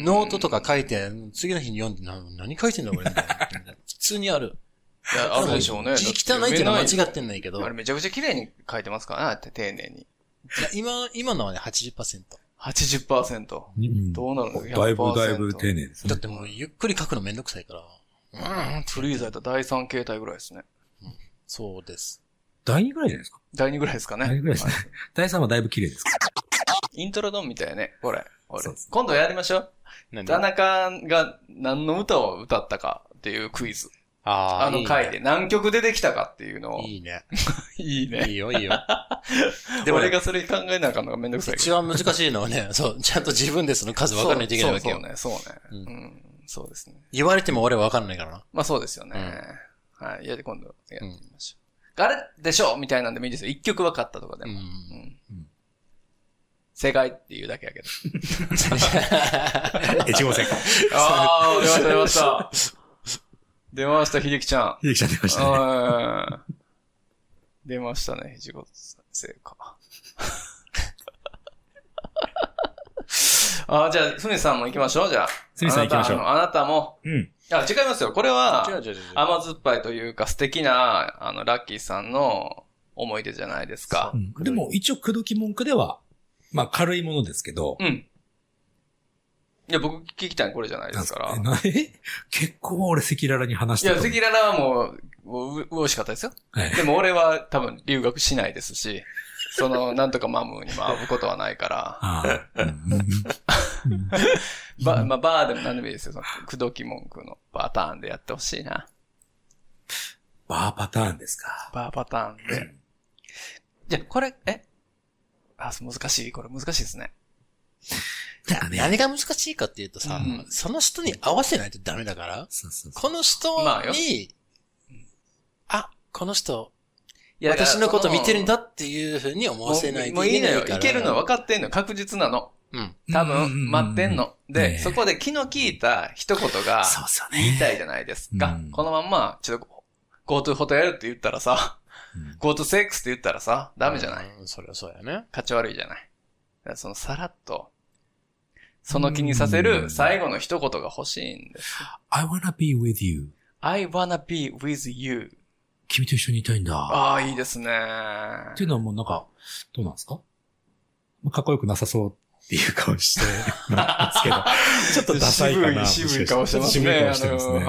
Speaker 12: ん。
Speaker 9: ノートとか書いて、次の日に読んで、な何書いてんだ俺みた
Speaker 12: <laughs>
Speaker 9: いな。普通にある。
Speaker 12: いやあるでしょうね。
Speaker 9: 字 <laughs> 汚いっていうのは間違って
Speaker 12: ん
Speaker 9: んないけど、
Speaker 12: あれめちゃくちゃ綺麗に書いてますからね、ああやって丁寧に。
Speaker 9: いや今、今のはね80%。
Speaker 12: 80%。どうなるの
Speaker 1: だいぶだいぶ丁
Speaker 12: 寧。
Speaker 1: 寧です
Speaker 9: だ
Speaker 1: ね
Speaker 9: っ。てもうゆっくり書くのめんどくさいから。うん、
Speaker 12: フリーザやったら第3形態ぐらいですね。
Speaker 9: そうです。
Speaker 1: 第2ぐらいじゃないですか。
Speaker 12: 第2ぐらいですかね。
Speaker 1: 第2ぐらいですね。第3はだいぶ綺麗ですか。
Speaker 12: イントロドンみたいやね、これ。これ
Speaker 1: そうです
Speaker 12: 今度やりましょう。
Speaker 9: なんで
Speaker 12: 田中が何の歌を歌ったかっていうクイズ。
Speaker 9: あ
Speaker 12: あの回で何曲出てきたかっていうのを。
Speaker 9: いいね。
Speaker 12: いい
Speaker 9: いい。よ、いいよ。
Speaker 12: で
Speaker 9: でもね
Speaker 12: 俺がそれ考えなあかんの <laughs> がめんどくさいけ
Speaker 9: 一
Speaker 12: ど。
Speaker 9: 番難しいのはね、 <laughs> そう、ちゃんと自分でその数分かんないといけないわけよ。
Speaker 12: そうそうそうね、そうね。
Speaker 9: う
Speaker 12: うん。そうですね。
Speaker 9: 言われても俺は分かんないからな。
Speaker 12: まあそうですよね。はい。いや、で今度やってみましょう。あれでしょうみたいなんでもいいですよ。一曲分かったとかで
Speaker 9: う
Speaker 12: も。 <laughs>
Speaker 9: ん。
Speaker 12: うん正解っていうだけや
Speaker 1: <laughs>
Speaker 12: けど。
Speaker 1: 越後
Speaker 9: <laughs>
Speaker 1: 線。
Speaker 12: ああ、出ました、出ました。
Speaker 1: <laughs>
Speaker 12: 出ました、秀樹ちゃん。
Speaker 1: 秀樹ちゃん出ましたね。
Speaker 12: うん出ましたね、ひじご先生か。
Speaker 1: <laughs>
Speaker 12: あじゃあ、ふみさんも行きましょう、じゃあ。
Speaker 1: すみさん行きましょう
Speaker 12: あな。たあのあなたも。
Speaker 1: うん。
Speaker 12: あ、違いますよ。これは、
Speaker 14: 違う違う違う。
Speaker 12: 甘酸っぱいというか、素敵な、あの、ラッキーさんの思い出じゃないですか
Speaker 1: う。んでも一応、口説き文句では、まあ軽いものですけど、
Speaker 12: うん。いや、僕聞きたいのこれじゃないですから。
Speaker 1: なんかえなえ結構俺赤裸々に話し
Speaker 12: い
Speaker 1: て
Speaker 12: や、
Speaker 1: たと
Speaker 12: 赤
Speaker 1: 思う。
Speaker 12: 裸々はもう、もう、う、うしかったですよ。
Speaker 1: はい
Speaker 12: でも俺は多分留学しないですし、その、なんとかマムーにも会うことはないから、
Speaker 1: ああうん <laughs> うん
Speaker 12: ば、まあ、バーでも何でもいいですよ。その、くどき文句のパターンでやってほしいな。
Speaker 1: バーパターンですか。
Speaker 12: バーパターンで。 <clears throat> じゃ、これ、えあ、そう難しい。これ難しいですね。
Speaker 1: なんかね、
Speaker 9: 何が難しいかっていうとさ、
Speaker 12: うん
Speaker 9: その人に合わせないとダメだから、
Speaker 1: そうそうそう
Speaker 9: この人に、
Speaker 12: まあよ
Speaker 9: あ、この人、
Speaker 12: いや
Speaker 9: 私のこと見てるん
Speaker 12: だ
Speaker 9: だっていうふうに思わせないと
Speaker 12: もう
Speaker 9: い
Speaker 12: い
Speaker 9: け
Speaker 12: いの
Speaker 9: ない
Speaker 12: よ。
Speaker 9: から。
Speaker 12: いけるのは分かってんの。確実なの。
Speaker 9: うん。
Speaker 12: 多
Speaker 1: うんうんうんう
Speaker 12: 分、
Speaker 1: ん
Speaker 12: 待ってんの。
Speaker 1: ね
Speaker 12: で、
Speaker 1: え
Speaker 12: そこで気の利いた一言が、
Speaker 1: そうっすよね。
Speaker 12: 言いたいじゃないですか。
Speaker 1: うん
Speaker 12: このまんま、ちょっと、GoTo ホテルって言ったらさ、 <laughs>
Speaker 1: うん
Speaker 12: GoTo セックスって言ったらさ、ダメじゃない。
Speaker 9: うんそれはそうやね。
Speaker 12: 価値悪いじゃない。だからそのさらっと、その気にさせる最後の一言が欲しいんです。
Speaker 1: I wanna be with you.
Speaker 12: I wanna be with you.
Speaker 1: 君と一緒にいたいんだ。
Speaker 12: ああ、いいですね。
Speaker 1: っていうのはもうなんか、どうなんですかまあかっこよくなさそうっていう顔して、なんですけ
Speaker 12: <laughs>
Speaker 1: ど。ちょっとダサいかな。
Speaker 12: 渋い渋い顔してますね
Speaker 1: 渋い顔してますね。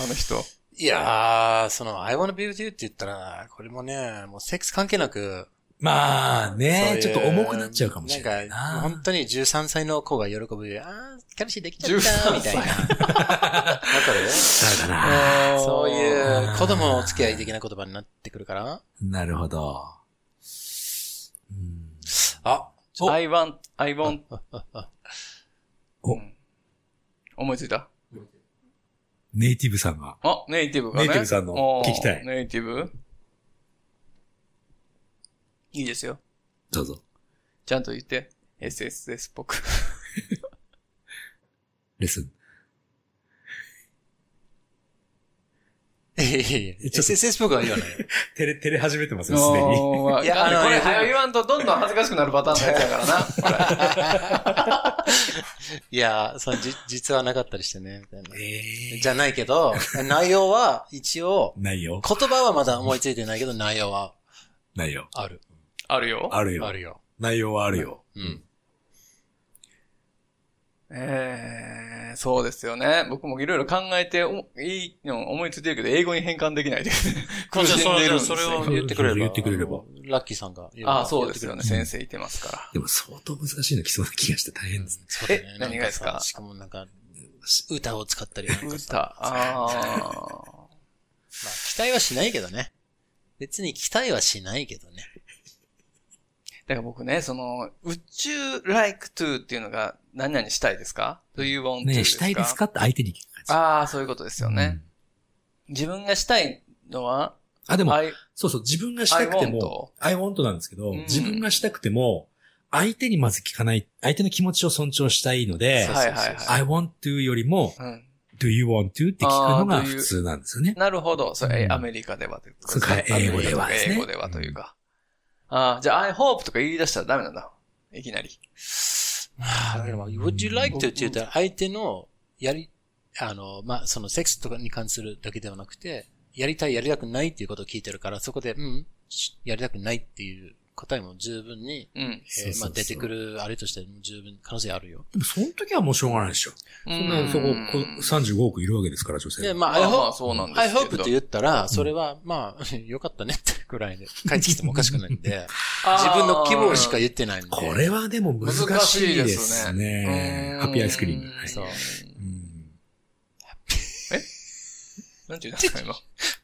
Speaker 12: あの人。
Speaker 9: いやー、その、I wanna be with you って言ったら、これもね、もうセックス関係なく、
Speaker 1: まあ
Speaker 9: そうい
Speaker 1: ね
Speaker 9: う、
Speaker 1: ちょっと重くなっちゃうかもしれないな。
Speaker 9: なんか、本当に13歳の子が喜ぶ、あー、彼氏できちゃった、
Speaker 12: 13
Speaker 9: みたい
Speaker 12: <laughs>
Speaker 9: な。わかる
Speaker 1: だから
Speaker 9: そう
Speaker 1: あ
Speaker 9: いう、
Speaker 1: ー
Speaker 9: 子供のお付き合い的な言葉になってくるから。
Speaker 1: なるほど。うん
Speaker 9: あ、
Speaker 1: お
Speaker 12: I want, I want.
Speaker 1: <laughs> お
Speaker 12: うん思いついた
Speaker 1: ネイティブさんが。
Speaker 12: あ、ネイティブが
Speaker 1: ネイ
Speaker 12: ね。
Speaker 1: ティブさんの聞きたい
Speaker 12: おーネイティブいいですよ。
Speaker 1: どうぞ。
Speaker 12: ちゃんと言って。SSS っ
Speaker 1: <laughs>
Speaker 12: ぽく。
Speaker 1: レッスン。
Speaker 9: いやいやいや、
Speaker 1: ちょっと
Speaker 9: SSS 僕は言わないよ。
Speaker 1: 照れ、照れ始めてますよ、すでに。
Speaker 12: おー
Speaker 9: いや
Speaker 12: あのこ
Speaker 9: あ
Speaker 12: れ、
Speaker 9: の
Speaker 12: 早言わんとどんどん恥ずかしくなるパターンのやつやからな。これ
Speaker 9: いや、そのじ、実はなかったりしてね、みたいな。
Speaker 1: ええ
Speaker 9: じゃないけど、内容は一応、
Speaker 1: ないよ。
Speaker 9: 言葉はまだ思いついてないけど、内容は
Speaker 1: ないよ。
Speaker 9: ある。
Speaker 12: <laughs> あるよ。
Speaker 1: あるよ。
Speaker 9: あるよ。
Speaker 1: 内容はあるよ。
Speaker 9: うん。
Speaker 12: えー、そうですよね。僕もいろいろ考えて、おいいの思いついてるけど、英語に変換できないで。苦しんでるんです
Speaker 9: そ
Speaker 12: よ。
Speaker 9: れを言ってくれれば。
Speaker 1: 言ってくれれば
Speaker 9: あの。ラッキーさんが。
Speaker 12: <laughs> ああ、そうですよね。
Speaker 1: 言っ
Speaker 12: 先
Speaker 1: て
Speaker 12: 生いてますから。
Speaker 1: でも相当難しいの来そうな気がして大
Speaker 9: う
Speaker 1: 変
Speaker 9: ん
Speaker 1: ですね。
Speaker 9: そうだね
Speaker 12: え何がですか
Speaker 9: なんさしかもなんか、歌を使ったりなんか <laughs>
Speaker 12: 歌。
Speaker 9: さ。
Speaker 12: ああ
Speaker 9: まあ、期待はしないけどね。別に期待はしないけどね。
Speaker 12: ー。だから僕ね、その、宇宙 like to っていうのが、何々したいですか ?do you want to
Speaker 1: ねえしたいですかって相手に聞く感じ。
Speaker 12: ああ、そういうことですよね。自分がしたいのは、
Speaker 1: あ、でも、
Speaker 12: I-
Speaker 1: そうそう、自分がしたくて
Speaker 12: I want
Speaker 1: も、I want なんですけど、
Speaker 12: うん
Speaker 1: 自分がしたくても、相手にまず聞かない、相手の気持ちを尊重したいので、
Speaker 12: はいはいはい。
Speaker 1: I want to よりも、
Speaker 12: うん、
Speaker 1: do you want to って聞くの
Speaker 12: あ
Speaker 1: が
Speaker 12: ー do you-
Speaker 1: 普通なんですよね。
Speaker 12: なるほど。それ、
Speaker 1: うん
Speaker 12: アメリカではということ
Speaker 1: そうか英語ではですね
Speaker 12: 英語ではというか。ああ、じゃあ、I hope とか言い出したらダメなんだ。いきなり。
Speaker 9: ああ、だからまあ、would you like to って言ったら、相手の、やり、あの、まあ、そのセックスとかに関するだけではなくて、やりたい、やりたくないっていうことを聞いてるから、そこで、うん、しやりたくないっていう答えも十分に、
Speaker 12: うん。
Speaker 9: えーまあ出てくるあれとしても十分可能性あるよ。
Speaker 1: でもその時はもうしょうがないでしょ。
Speaker 12: そ
Speaker 1: そんな、そこ、こ35億いるわけですから、女性
Speaker 9: で、
Speaker 1: は。
Speaker 9: まあ、
Speaker 12: ま
Speaker 9: I
Speaker 12: あ
Speaker 9: hope
Speaker 12: まあそうなんですけ
Speaker 9: I
Speaker 12: ど。
Speaker 9: hope って言ったら、それは、まあ、 <laughs> よかったねってくらいで、帰ってきてもおかしくないん
Speaker 12: <laughs>
Speaker 9: で、自分の希望しか言ってないんで。
Speaker 1: これはでも難しいです
Speaker 12: 難しいです
Speaker 1: ね
Speaker 12: ね。
Speaker 1: ハッピーアイスクリーム。はい
Speaker 9: そう。
Speaker 1: うん
Speaker 12: なんて言うんですか、今。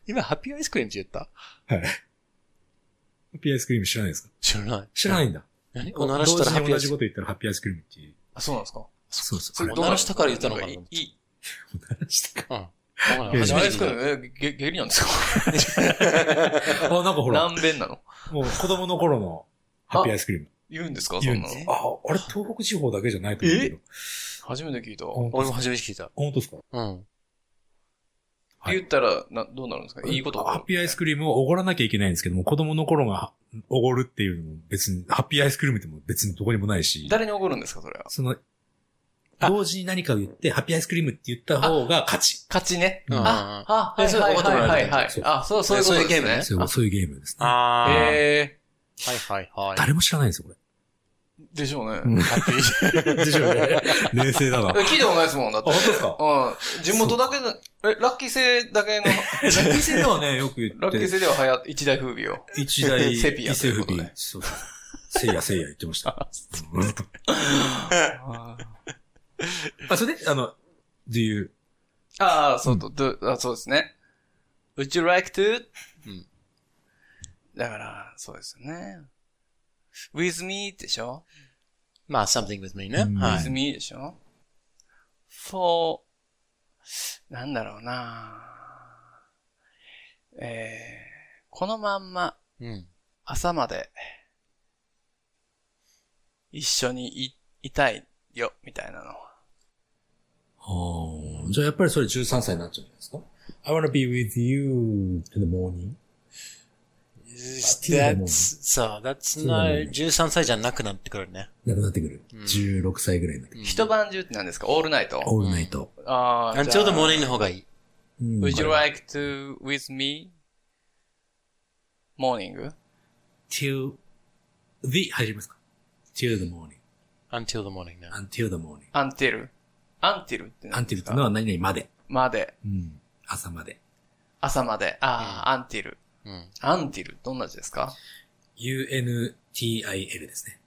Speaker 9: 今、ハッピーアイスクリームって言った
Speaker 1: はい。ハッピーアイスクリーム知らないですか
Speaker 9: 知らない。
Speaker 1: 知らないんだ。
Speaker 9: 何お
Speaker 1: 同
Speaker 9: ならしたらハッ
Speaker 1: 時
Speaker 9: ピ
Speaker 1: に
Speaker 9: ー
Speaker 1: 同
Speaker 9: アイス
Speaker 1: じ
Speaker 9: ク
Speaker 1: こと
Speaker 9: リー
Speaker 1: 言ったらハッピーアイスクリームっていう。
Speaker 12: あ、そうなんですか。
Speaker 1: そうそう。
Speaker 9: それ
Speaker 1: あ
Speaker 9: どう鳴らしたから言ったのかない
Speaker 12: い、いい
Speaker 1: れ <laughs> した
Speaker 9: ム。うん。わかんな
Speaker 1: い
Speaker 9: い
Speaker 1: や
Speaker 9: 初
Speaker 12: あ
Speaker 9: めて
Speaker 12: れで
Speaker 9: 聞い
Speaker 12: すけど
Speaker 9: た、
Speaker 12: え、げ、下痢なんですか
Speaker 1: あ、なんかほら、
Speaker 12: 何弁なの
Speaker 1: <laughs> もう子供の頃のハッピーアイスクリーム。
Speaker 12: 言うんですかそ
Speaker 1: 言うんん
Speaker 12: な
Speaker 1: です
Speaker 12: の。
Speaker 1: あ、あれ東北地方だけじゃないと思うけど。
Speaker 12: 初めて聞いた。
Speaker 1: あ本当で
Speaker 9: 俺
Speaker 1: す
Speaker 9: も
Speaker 1: か
Speaker 9: 初めて聞いた。
Speaker 1: 本当ですか
Speaker 9: うん。
Speaker 12: って言ったら、な、どうなるんですかいいこと
Speaker 1: ハッピーアイスクリームをおごらなきゃいけないんですけども、子供の頃がおごるっていうのも別に、ハッピーアイスクリームっても別にどこにもないし、
Speaker 12: 誰に怒るんですかそれは。
Speaker 1: その、
Speaker 9: あ
Speaker 1: 同時に何かを言って、ハッピーアイスクリームって言った方が勝ち。
Speaker 12: 勝ちね。
Speaker 1: うん
Speaker 12: あ、あ、は
Speaker 9: え
Speaker 12: い
Speaker 9: そう
Speaker 12: はい
Speaker 9: 怒ってもら
Speaker 12: は
Speaker 9: え
Speaker 12: い
Speaker 9: る
Speaker 12: はいはい
Speaker 1: そう。
Speaker 12: あ、そう、そういうこと
Speaker 9: そういうゲーム
Speaker 12: で
Speaker 9: ね
Speaker 12: す
Speaker 1: そう
Speaker 12: ね
Speaker 1: いうそういうゲームですね。
Speaker 2: あ
Speaker 12: あ。
Speaker 2: ー。
Speaker 12: へ
Speaker 9: はいはいは
Speaker 1: 誰も知らないんですよ、こ
Speaker 12: え。でしょうね。
Speaker 1: うんれ。でしょうね。 <laughs> 冷静だな。
Speaker 12: え聞いたことないですもん、だって。
Speaker 1: 当ですか
Speaker 12: うん。地元だけだ、え、ラッキー星だけの、
Speaker 1: <laughs> ラッキー星ではね、よく言
Speaker 12: ラッキ
Speaker 1: っ
Speaker 12: ー
Speaker 1: て、
Speaker 12: 星では流行っ一大風靡を。
Speaker 1: 一大、
Speaker 12: <laughs> セピアということで
Speaker 1: SF そうそう。せいやせいや言ってました。うんあ、それで、あの、do you,
Speaker 12: ああ、そうと、どあそうですね。Would you like to?
Speaker 9: うん
Speaker 12: だから、そうですよね。with me でしょ
Speaker 9: まあ、something with me ね。
Speaker 1: うん
Speaker 9: は
Speaker 12: ?with
Speaker 9: い。
Speaker 12: me でしょ for, なんだろうなえー、このまんま
Speaker 9: うん。
Speaker 12: 朝まで一緒にい、いたいよ、みたいなの。
Speaker 1: ああ、じゃあやっぱりそれ13歳になっちゃうんじゃないですか ?I wanna be with you in the morning.
Speaker 9: That's, そう、that's not, 13歳じゃなくなってくるね。
Speaker 1: なくなってくる。16歳ぐらいになってくる。
Speaker 12: 一晩中って何ですかオールナイト
Speaker 1: オールナイト。
Speaker 12: ああ、じゃ
Speaker 9: until the
Speaker 12: あ
Speaker 9: morning の方がいい。
Speaker 1: うん
Speaker 12: Would you like to with me? Morning?
Speaker 1: till the 入りますか ?till the morning.
Speaker 9: until the morning ね。
Speaker 1: until the morning.
Speaker 12: Until? Until って何で
Speaker 1: until
Speaker 12: す
Speaker 1: というの
Speaker 12: か
Speaker 1: は何々まで。
Speaker 12: まで。
Speaker 1: うん。朝まで。
Speaker 12: 朝まで。ああ、Until。
Speaker 9: うん。
Speaker 12: Until どんな字ですか
Speaker 1: until ですね。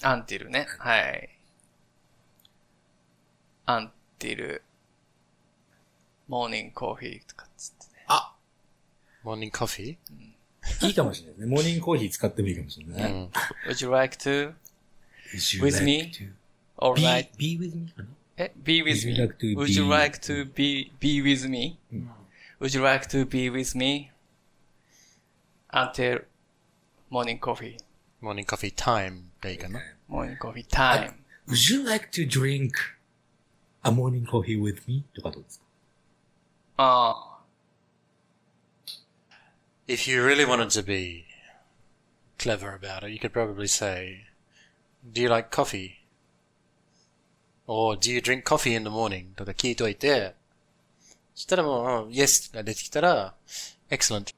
Speaker 12: ?Until ね。はい。Until Morning Coffee とかっつってね。
Speaker 9: morning coffee?
Speaker 1: いいかもしれないですね。モーニングコーヒー使ってもいいかもしれ
Speaker 9: う
Speaker 1: ないね。
Speaker 9: ん。
Speaker 12: Would you like to?
Speaker 1: Would you
Speaker 12: With
Speaker 1: like
Speaker 12: me?
Speaker 1: to- be,
Speaker 12: Alright.
Speaker 1: be with me かな
Speaker 12: え be
Speaker 1: Would
Speaker 12: with
Speaker 1: you
Speaker 12: me.
Speaker 1: like to
Speaker 12: Would you
Speaker 1: be-
Speaker 12: like to be, be with me? Would you like to be with me? Until morning coffee.
Speaker 9: morning coffee time でいいかな。
Speaker 12: morning coffee time.
Speaker 1: Would you like to drink a morning coffee with me? とかどうですか
Speaker 12: あ
Speaker 9: If you really wanted to be clever about it, you could probably say, Do you like coffee? Or do you drink coffee in the morning? とか聞いといて、そしたらもう、Yes "Oh, が出てきたら、Excellent.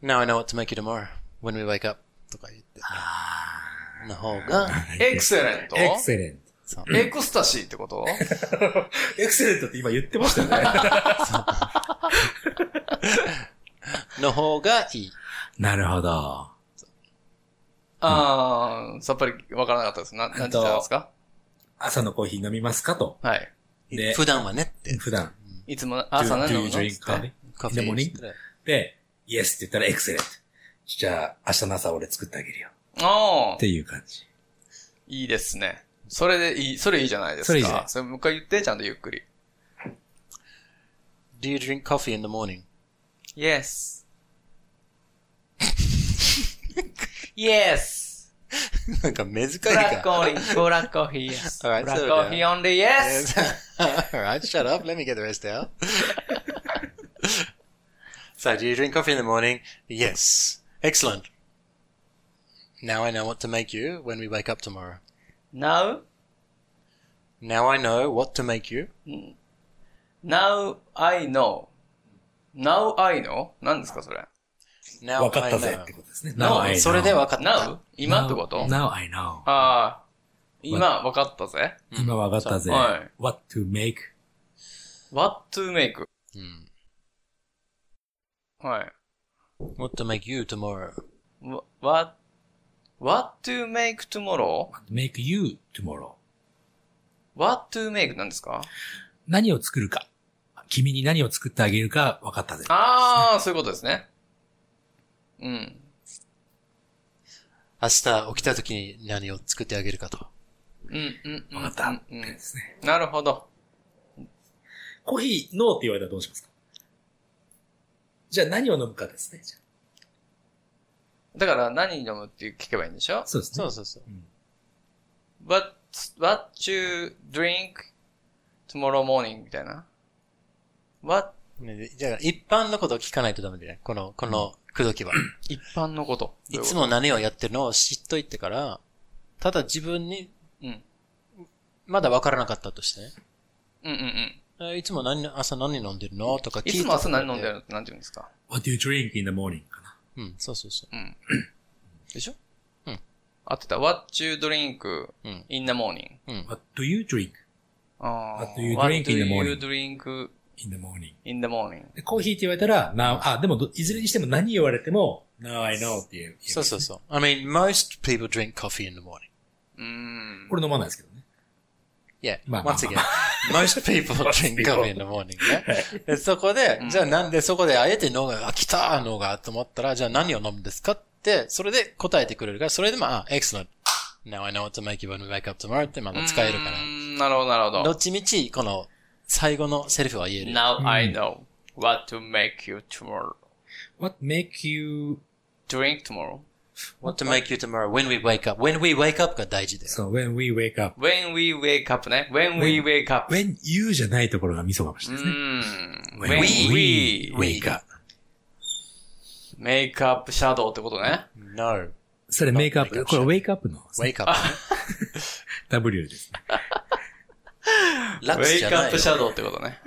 Speaker 9: Now I know what to make you tomorrow when we wake up. とか言って。
Speaker 1: Ah.
Speaker 9: の方が、
Speaker 12: あ。エクセレント
Speaker 1: エクセレント。
Speaker 9: そう
Speaker 12: エクスタシーっ
Speaker 1: <laughs>
Speaker 12: てこと
Speaker 1: エクセレントって今言ってましたよ
Speaker 12: <laughs>
Speaker 1: ね。
Speaker 9: の方が
Speaker 1: <laughs>
Speaker 9: いい。
Speaker 1: なるほど。
Speaker 12: ああ、さっぱりわからなかったです。な、なんて言ったんですか
Speaker 1: 朝のコーヒー飲みますかと。
Speaker 12: はい。
Speaker 1: で、
Speaker 9: 普段はねって。
Speaker 1: 普段。
Speaker 12: いつも朝何飲
Speaker 1: do
Speaker 12: む
Speaker 1: you
Speaker 12: の
Speaker 1: drink coffee?
Speaker 9: コ
Speaker 1: In the
Speaker 9: ーヒ
Speaker 1: morning?
Speaker 9: ー。
Speaker 1: で、イエスって言ったらエクセレント。じゃあ、明日の朝俺作ってあげるよ。
Speaker 12: あ
Speaker 1: っ
Speaker 12: あ、
Speaker 1: ていう感じ。
Speaker 12: いいですね。それでいい、それいいじゃないですか。
Speaker 1: それいいじゃない
Speaker 12: それもう一回言って、ちゃんとゆっくり。
Speaker 9: Do you drink coffee in the morning? <laughs>
Speaker 12: Yes. yes.
Speaker 9: なんか難しい
Speaker 12: Black
Speaker 9: か。
Speaker 12: coffee, black coffee, yes.
Speaker 9: All right,
Speaker 12: black
Speaker 9: so
Speaker 12: coffee
Speaker 9: yeah.
Speaker 12: only, yes.
Speaker 9: <laughs> Alright, shut up. Let me get the rest out. <laughs> so, do you drink coffee in the morning? Yes. Excellent. Now I know what to make you when we wake up tomorrow.
Speaker 12: Now,
Speaker 9: Now I know what to make you.
Speaker 12: now I know. Now I know? 何ですか、それ。
Speaker 9: Now
Speaker 1: 分かった
Speaker 9: I
Speaker 1: ぜ
Speaker 9: know.
Speaker 1: ってことですね。
Speaker 12: Now I
Speaker 9: それで分かった。
Speaker 12: Now? 今ってこと
Speaker 1: ?Now I know.
Speaker 12: ああ。今、わかったぜ。
Speaker 1: 今分かったぜ。
Speaker 12: はい
Speaker 1: What to make?
Speaker 12: what to make.
Speaker 9: うん。
Speaker 12: はい。
Speaker 9: What to make you tomorrow?
Speaker 12: Wha- what, what to make tomorrow?
Speaker 1: Make you tomorrow.
Speaker 12: what to make なんですか
Speaker 1: 何を作るか。君に何を作ってあげるか分かったぜ。
Speaker 12: ああ、そういうことですね。うん。
Speaker 9: 明日起きた時に何を作ってあげるかと。
Speaker 12: うん、うん、うん。
Speaker 1: 分かった
Speaker 12: うん
Speaker 1: っ、
Speaker 12: う
Speaker 1: てで
Speaker 12: ん。
Speaker 1: すね。
Speaker 12: なるほど。
Speaker 1: コーヒー、ノーって言われたらどうしますかじゃあ何を飲むかですね。じゃ
Speaker 12: だから何飲むって聞けばいいんでしょ
Speaker 1: あそうですね。
Speaker 9: そうそうそう。
Speaker 12: ?what, what you drink tomorrow morning みたいな。what
Speaker 9: ねだから一般のことを聞かないとダメだよね。この、この、口説きは。
Speaker 12: 一般のこと。
Speaker 9: いつも何をやってるのを知っといてから、ただ自分に、
Speaker 12: うん
Speaker 9: まだ分からなかったとしてね
Speaker 12: うんうんうん。
Speaker 9: え。いつも何、朝何飲んでるのとか聞
Speaker 12: い
Speaker 9: いて。
Speaker 12: つも朝何飲んでるのって何て言うんですか
Speaker 1: What do you drink in the morning? かな。
Speaker 9: うん、そうそうそう。
Speaker 12: でしょ
Speaker 9: うん。
Speaker 12: 合ってた。what you drink
Speaker 9: うん
Speaker 12: in the morning.
Speaker 1: What do you drink
Speaker 12: あー
Speaker 1: What do you drink in the morning?
Speaker 12: What do you drink
Speaker 1: in the morning?
Speaker 12: in the morning?
Speaker 1: でコーヒーって言われたら、now, あ、でもど、いずれにしても何言われても、now I know っていう。
Speaker 9: そうそうそう。I mean, most people drink coffee in the morning.
Speaker 12: うーん。
Speaker 1: これ飲まないですけどね。
Speaker 9: Yeah,
Speaker 1: まあまあ
Speaker 9: once again, most people
Speaker 1: <laughs>
Speaker 9: drink coffee in the morning ね。でそこで、じゃあなんでそこであえて脳が、あ、来た脳がと思ったら、じゃあ何を飲むんですかって、それで答えてくれるから、それでまあ、excellent. Now I know what to make you when we wake up tomorrow ってまだ使えるか
Speaker 12: う
Speaker 9: ら。
Speaker 12: ーんなるほど、なるほ
Speaker 9: ど
Speaker 12: ど。
Speaker 9: っちみち、この、最後のセリフは言える。
Speaker 12: Now I know what to make you tomorrow.
Speaker 1: What make you,
Speaker 12: Drink tomorrow.
Speaker 9: What to make you tomorrow when we wake up. When we wake up が大事だよ。
Speaker 1: so when we wake up.
Speaker 12: When we wake up ね。When we wake up.
Speaker 1: when you じゃないところがミソかもしれ
Speaker 12: う
Speaker 1: ないですね。
Speaker 12: ーん。
Speaker 1: When
Speaker 12: When we
Speaker 1: we wake up.
Speaker 12: make up shadow ってことね。
Speaker 9: No.
Speaker 1: それメイクアッ
Speaker 9: wake
Speaker 1: プ。
Speaker 9: up
Speaker 1: これウェイクアップの <laughs>
Speaker 9: Wake up.
Speaker 1: W ですね。
Speaker 9: ラックスじゃ
Speaker 12: wake
Speaker 9: ない
Speaker 12: up
Speaker 9: よ。
Speaker 12: shadow ってことね。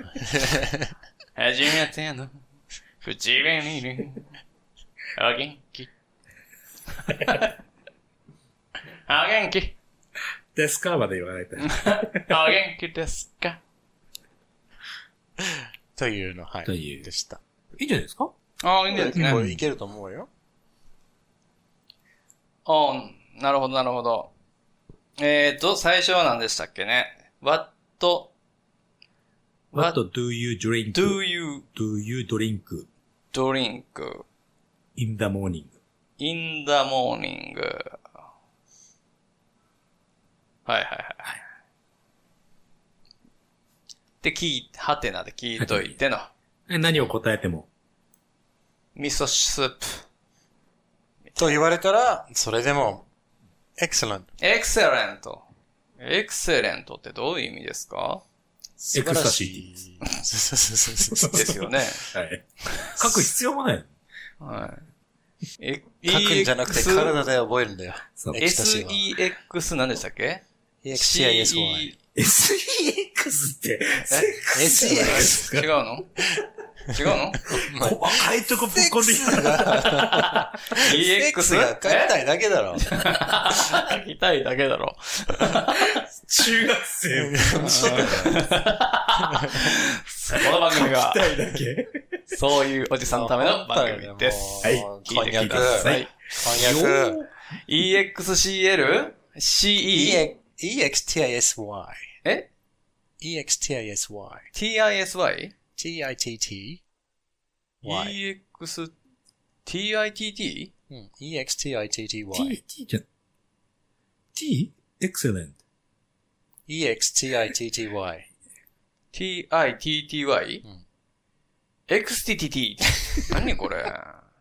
Speaker 12: 初めて
Speaker 9: <laughs>
Speaker 12: の口紅にお元
Speaker 9: <laughs>
Speaker 12: 気。お元気。
Speaker 1: ですかまで言わないと。
Speaker 12: お元気ですか
Speaker 9: というの、はい。
Speaker 1: という
Speaker 9: でした。
Speaker 1: いいんじゃないですか
Speaker 12: ああ、いいんですね。
Speaker 9: これいけると思うよ。
Speaker 12: ああ、なるほど、なるほど。えっ、ー、と、最初は何でしたっけね。what,
Speaker 1: ?What
Speaker 12: what
Speaker 1: do you drink?
Speaker 12: do you
Speaker 1: do you drink
Speaker 12: drink
Speaker 1: in the morning?
Speaker 12: in the morning? はいはいはい。で、聞い、はてなで聞いといての、
Speaker 1: え何を答えても。
Speaker 12: 味噌スープ。
Speaker 9: と言われたら、それでも、excellent.
Speaker 12: excellent. excellent ってどういう意味ですか
Speaker 9: 素晴らしい。そうそうそうそうそう
Speaker 12: ですよね。
Speaker 1: はい。書く必要もない。
Speaker 12: はい。え、
Speaker 9: <laughs> 書くんじゃなくて
Speaker 12: EX
Speaker 9: 体で覚えるんだよ。
Speaker 1: そう。
Speaker 9: エクタシーは
Speaker 12: SEX 何でしたっけ
Speaker 9: EXCISY。
Speaker 1: SEX って、
Speaker 9: SEX
Speaker 12: 違うの違うの
Speaker 1: 細かいとこぶっこんできた。
Speaker 9: EX が書き
Speaker 12: え
Speaker 9: たいだけだろ。
Speaker 12: 書きたいだけだろ。
Speaker 1: 中学生
Speaker 12: この番組は、
Speaker 1: たいだけ。
Speaker 12: そういうおじさんのための番組です。
Speaker 1: はい
Speaker 9: こんにゃ
Speaker 12: 聞
Speaker 9: く
Speaker 12: いてくだ。さい。
Speaker 9: こんにゃく。
Speaker 12: EXCL? CE?
Speaker 9: EXTISY。
Speaker 12: え
Speaker 9: EXTISY。
Speaker 12: ?TISY?
Speaker 9: TITT。Y。
Speaker 12: EX? TITT?
Speaker 9: うん EXTITTY
Speaker 1: T、。T じゃん。T? excellent.
Speaker 9: EXTITTY。
Speaker 12: TITTY?
Speaker 9: ん
Speaker 12: XTTT? 何
Speaker 9: <laughs>
Speaker 12: これ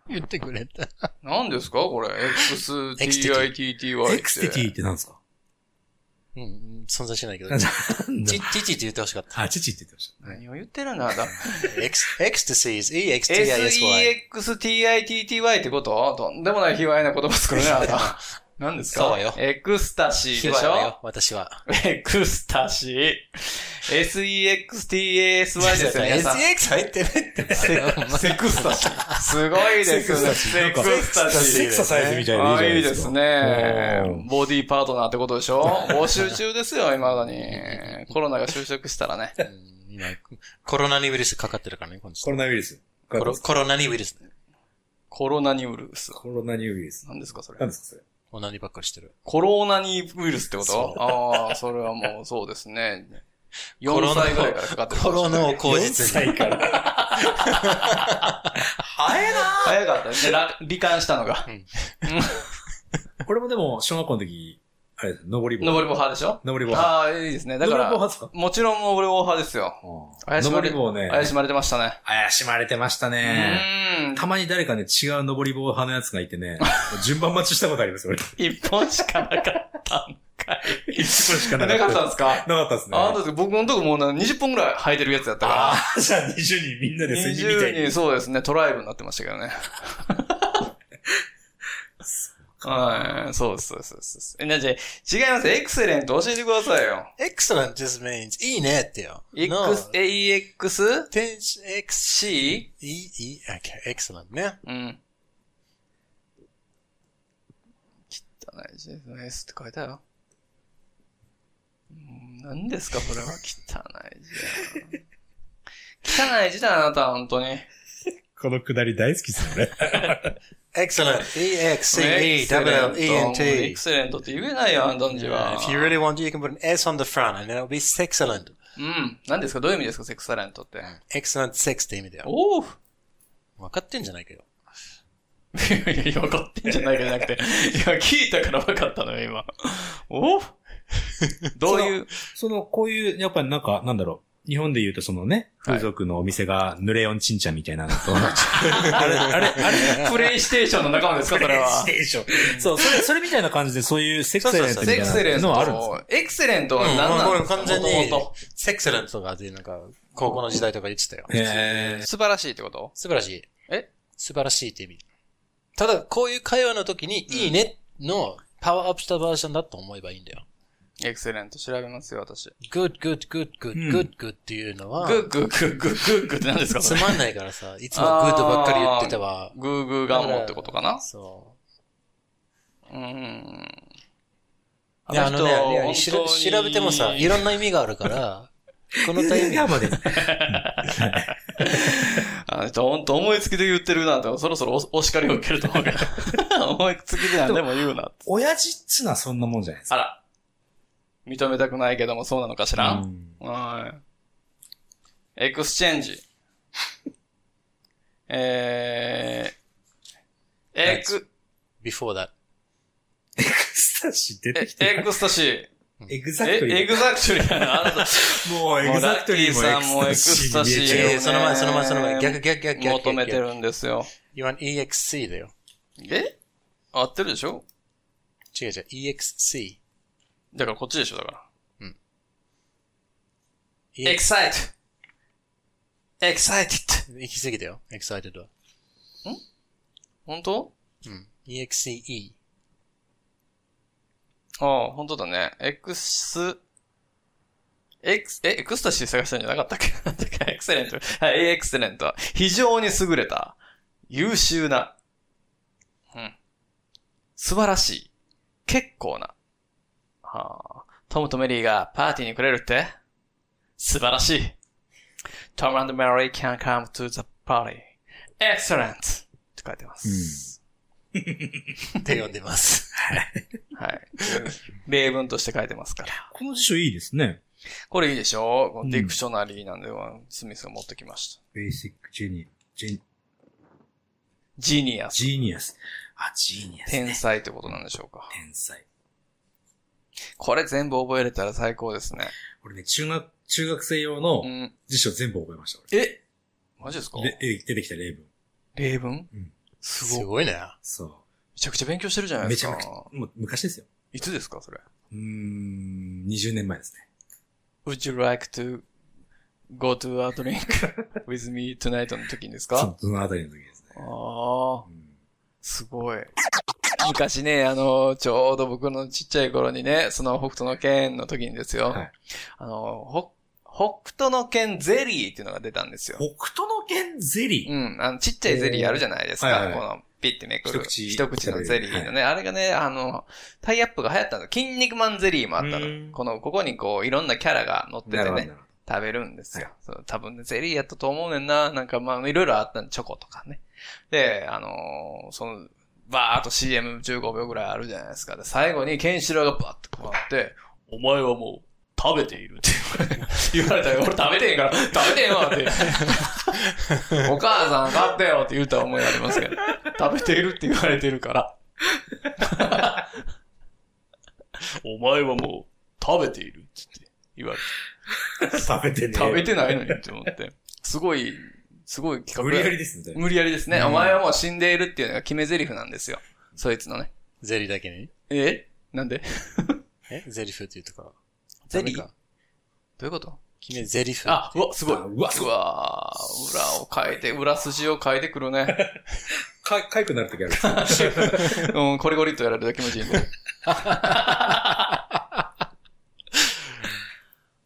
Speaker 9: 言ってくれた。
Speaker 12: 何ですかこれ。XTITTY って。
Speaker 1: XTT って何ですか
Speaker 9: うん、存在しないけど。
Speaker 1: なん
Speaker 9: チ
Speaker 1: だ
Speaker 9: ッチッチって言ってほしかった。
Speaker 1: あ、父って言ってまし
Speaker 12: 何を言ってるん
Speaker 9: <laughs>
Speaker 12: だ
Speaker 9: Ex- Ecstasies, EXTISY。
Speaker 12: ?SEXTITTY ってこととんでもない卑猥な言葉作るね、あなた。何ですか
Speaker 9: そうよ
Speaker 12: エクスタシー
Speaker 9: ヒ
Speaker 12: で
Speaker 9: ワ
Speaker 12: し
Speaker 9: だ
Speaker 12: ょ
Speaker 9: よ、私は。
Speaker 12: エクスタシー。SEXTASY です
Speaker 9: <laughs>
Speaker 12: よ、皆さん。
Speaker 9: SX 入ってるって。セクスタシ
Speaker 12: すごいですね。セクスタシー。
Speaker 1: エクササイズみたい
Speaker 12: ああ、
Speaker 1: で
Speaker 12: い
Speaker 1: い
Speaker 12: い
Speaker 1: いじゃないで
Speaker 12: で
Speaker 1: す
Speaker 12: す
Speaker 1: か。
Speaker 12: ね
Speaker 1: うん。
Speaker 12: ボディーパートナーってことでしょ募集中ですよ、未だに。コロナが就職したらね。
Speaker 9: 今、コロナにウイルスかかってるからね、今度
Speaker 1: コロナウイルス。コ
Speaker 9: コロコロナにウイルス。
Speaker 12: コロナにウイルス。
Speaker 1: コロナにウイルス。
Speaker 12: 何ですか、それ
Speaker 1: 何。ですかそれ。
Speaker 9: オナニばっかりしてる。
Speaker 12: コロナにウイルスってこ
Speaker 9: そ
Speaker 12: とああ、それはもうそうですね。
Speaker 9: コロ
Speaker 12: 4
Speaker 9: ナ
Speaker 12: 歳ぐらいからかかってる。
Speaker 9: コロナを口
Speaker 1: 4
Speaker 9: 実に。
Speaker 1: 歳から。 <laughs>
Speaker 12: 早かったね。でら罹患したのが。
Speaker 1: 俺もでも、小学校の時、あれです、登り棒。
Speaker 12: 登り棒派でしょ
Speaker 1: 登り棒派。
Speaker 12: ああ、いいですね。だか
Speaker 1: 登り棒
Speaker 12: ら、
Speaker 1: 派ですか
Speaker 12: もちろん登り棒派ですよ。
Speaker 1: うん
Speaker 12: 怪しま
Speaker 1: 登
Speaker 12: れ
Speaker 1: り棒ね。
Speaker 12: 怪しまれてましたね。
Speaker 1: 怪しまれてました
Speaker 12: う
Speaker 1: ね。
Speaker 12: ーん。
Speaker 1: たまに誰かね、違う登り棒派のやつがいてね、順番待ちしたことありますよ、俺。
Speaker 12: 一本しかなかったんかい。
Speaker 1: <laughs> 一本しか
Speaker 12: な
Speaker 1: な
Speaker 12: か
Speaker 1: か
Speaker 12: っ
Speaker 1: った <laughs> た
Speaker 12: んですか
Speaker 1: なかったですね。
Speaker 12: <laughs> あの時僕のとこもうな20本ぐらい履いてるやつやった
Speaker 1: あ
Speaker 12: か
Speaker 1: ーじゃあ20人みんな
Speaker 12: ら。
Speaker 1: で千人みたい
Speaker 12: 20人、
Speaker 1: に。
Speaker 12: そうですね、トライブになってましたけどね。はい、そうです、そうですそうです。え、なんじゃ、違います。エクセレント教えてくださいよ。
Speaker 9: エクセレント just means いいねってよ。No.
Speaker 12: X、AEX?
Speaker 9: 天使 X、
Speaker 12: C?
Speaker 9: いい、いい、エクセレントね。
Speaker 12: うん。汚い字ですね。S って書いたよ。うん何ですか、これは。 <laughs> 汚い字だな。汚い字だな、あなた、本当に。
Speaker 1: このくだり大好きですよね。
Speaker 9: エクセレント。
Speaker 12: エクセレント
Speaker 9: E-X-C-E-W-E-N-T.
Speaker 12: エクセレントって言えないよ、あんたんじ
Speaker 9: Yeah,
Speaker 12: は。
Speaker 9: if you really want to, you can put an S on the front and then it'll be sexcellent.
Speaker 12: うん。何ですかどういう意味ですかセクサレントって。
Speaker 9: excellent sex って意味だよ。
Speaker 12: おおい
Speaker 9: 分かってんじゃないけど。
Speaker 12: やいや、分かってんじゃないかじゃ <laughs> なくて。いや、聞いたから分かったのよ、今。おおどういう。
Speaker 1: <laughs> その、こういう、やっぱりなんか、なんだろう。日本で言うとそのね、
Speaker 12: はい
Speaker 1: 風俗のお店が濡れオンチンチャンみたいなのと、 <laughs> あれ、あれ、あれ、
Speaker 12: プレイステーションの仲間ですかそれは。
Speaker 1: ステーション。そう、それ、それみたいな感じでそういうセク
Speaker 12: そう
Speaker 1: セ
Speaker 12: そう
Speaker 1: レント
Speaker 12: そう。
Speaker 1: み
Speaker 12: エク
Speaker 1: た
Speaker 12: セ
Speaker 1: い
Speaker 12: レ
Speaker 1: な
Speaker 12: ン
Speaker 1: のはあるんです
Speaker 12: ト。エクセレントは
Speaker 9: うん、
Speaker 12: 何
Speaker 9: こ
Speaker 12: なん
Speaker 9: れ
Speaker 12: ですか
Speaker 9: 完全に
Speaker 12: 元々、
Speaker 9: excellent とかでなんか、高校の時代とか言ってたよ。
Speaker 1: かへ
Speaker 12: 素晴らしいってこと
Speaker 9: 素晴らしい。
Speaker 12: え
Speaker 9: 素晴らしいって意味。ただ、こういう会話の時に、いいねのパワーアップしたバージョンだと思えばいいんだよ。
Speaker 12: エクセレント調べますよ、私。
Speaker 9: good, good, good, good, good, good っていうのは
Speaker 12: グ、ーグーグーグーグーグーって何ですか
Speaker 9: つ
Speaker 12: それ
Speaker 9: まんないから <laughs> さ、いつも good ばっかり言ってたわ。
Speaker 12: グーグーガモってことかな
Speaker 9: そう。
Speaker 12: うーん。
Speaker 9: いや、あ
Speaker 12: の
Speaker 9: の
Speaker 12: 人
Speaker 9: ね、いや
Speaker 12: 本
Speaker 9: し
Speaker 12: 当
Speaker 9: ら
Speaker 12: に
Speaker 9: 調べても <laughs> さ、いろんな意味があるから、このタイミング。まで。
Speaker 12: あの人、ほんと思いつきで言ってるなと、そろそろおお叱りを受けると思うか
Speaker 9: <laughs>
Speaker 12: ら。思いつきで何でも言うなって。
Speaker 1: 親父っつうのはそんなもんじゃないですか。
Speaker 12: あら。認めたくないけども、そうなのかしら
Speaker 1: うん
Speaker 12: はい。エクスチェンジ。えー、エク、
Speaker 9: before that.
Speaker 1: エクスタシー出
Speaker 12: え
Speaker 1: てきてる
Speaker 12: エクスタシー。
Speaker 1: エ
Speaker 12: <laughs>
Speaker 1: グザク
Speaker 12: え
Speaker 1: トリー。
Speaker 12: エグザクトリーなのあなた。
Speaker 1: もうエグザクトリーもエクスタシー
Speaker 12: い
Speaker 1: 見えち
Speaker 12: やい
Speaker 1: ゃ
Speaker 12: や
Speaker 1: う。
Speaker 12: ね
Speaker 9: えーその前、その前、その前。逆、逆、逆、逆。
Speaker 12: 求めてるんですよ。
Speaker 9: You want EXC だよ。
Speaker 12: え合ってるでしょ
Speaker 9: 違う違う、EXC。
Speaker 12: だからこっちでしょだから。
Speaker 9: EX
Speaker 12: excite! excited!
Speaker 9: 行き過ぎだよ、excited は。
Speaker 12: 本当
Speaker 9: うん。EXCE。
Speaker 12: ああ、本当だね。エクス、エクス、え、エクスタシー探したんじゃなかったっけ <laughs> なんだっけエクセレント。はい、エクセレント。非常に優れた。優秀な。うん。素晴らしい。結構な。はあ、トムとメリーがパーティーに来れるって素晴らしい。Tom and Mary can come to the party. Excellent! って書いてます。
Speaker 9: って呼んでます。
Speaker 12: はい。 <laughs> 例文として書いてますから。
Speaker 1: この辞書いいですね。
Speaker 12: これいいでしょこの
Speaker 1: ん
Speaker 12: ディクショナリーなんで、スミスが持ってきました。
Speaker 1: ベーシックジェニジェニ
Speaker 12: ジニアス。
Speaker 1: ジーニアス。あ、ジーニアス、
Speaker 12: 天
Speaker 1: ね。
Speaker 12: 才ってことなんでしょうか。
Speaker 1: 天才。
Speaker 12: これ全部覚えれたら最高ですね。
Speaker 1: 俺ね、中学、中学生用の
Speaker 12: うん。
Speaker 1: 辞書全部覚えました、
Speaker 12: えマジですか
Speaker 1: 俺。で、え出てきた例文。
Speaker 12: 例文
Speaker 1: うん
Speaker 12: <laughs> すご
Speaker 9: す
Speaker 12: い。め
Speaker 9: ごいね。
Speaker 1: そ
Speaker 12: ちゃくちゃ勉強してるじゃな
Speaker 1: う。
Speaker 12: い
Speaker 1: めち
Speaker 12: です
Speaker 1: ゃ
Speaker 12: か
Speaker 1: く。ちゃ、もう昔ですよ。
Speaker 12: いつですかそれ。
Speaker 1: うーん、20年前ですね。
Speaker 12: Would you like to go to a drink with me tonight の時にです
Speaker 1: そ
Speaker 12: か
Speaker 1: そのあたりの時ですね。
Speaker 12: ああ
Speaker 1: う、ん
Speaker 12: すごい。昔ね、あの、ちょうど僕のちっちゃい頃にね、その北斗の剣の時にですよ、
Speaker 1: はい
Speaker 12: あの、ほ北斗の剣ゼリーっていうのが出たんですよ。
Speaker 1: 北斗の剣ゼリー。
Speaker 12: うん、あの、ちっちゃいゼリーあるじゃないですか。
Speaker 1: えーはいはい
Speaker 12: この、ピッてめくる。
Speaker 1: 一口
Speaker 12: 一口のゼリーのね、あれがね、あの、タイアップが流行ったの。筋肉マンゼリーもあった
Speaker 1: う
Speaker 12: の。
Speaker 1: ん
Speaker 12: この、ここにこう、いろんなキャラが乗って
Speaker 1: な
Speaker 12: て
Speaker 1: るほど
Speaker 12: ね、。食べるんですよ。そう多分ね、ゼリーやったと思うねんな。なんかまあ、いろいろあったんチョコとかね。で、あのーその、バーっと CM15 秒ぐらいあるじゃないですか。で、最後にケンシロウがバッと配って、お前はもう、食べているって言われたよ。俺食べてへんから、食べてへんわって。 <laughs> お母さん買ってよって言った思いありますけど。食べているって言われてるから。 <laughs> お前はもう食べているって言われ
Speaker 1: 食べてね
Speaker 12: て。食べてないのにって思 <laughs> って。すごい、すごい企画。
Speaker 1: 無理やりですね。
Speaker 12: 無理やりですね。お前はもう死んでいるっていうのが決め台詞なんですよ。そいつのね。
Speaker 9: ゼリーだけに
Speaker 12: えなんで
Speaker 9: えゼリフっていうとか。
Speaker 12: ゼリー
Speaker 9: ダメ
Speaker 12: ど
Speaker 9: か
Speaker 12: ういうこと
Speaker 9: 君ゼリフ。
Speaker 12: あ、うわ、すごい。
Speaker 1: うわ
Speaker 12: うわ裏を変えて、裏筋を変えてくる <laughs> ね。
Speaker 1: か、かゆくなるときあるんですよ。 <laughs>
Speaker 12: うん、コリコリっとやられると気持ちいいんで。 <laughs>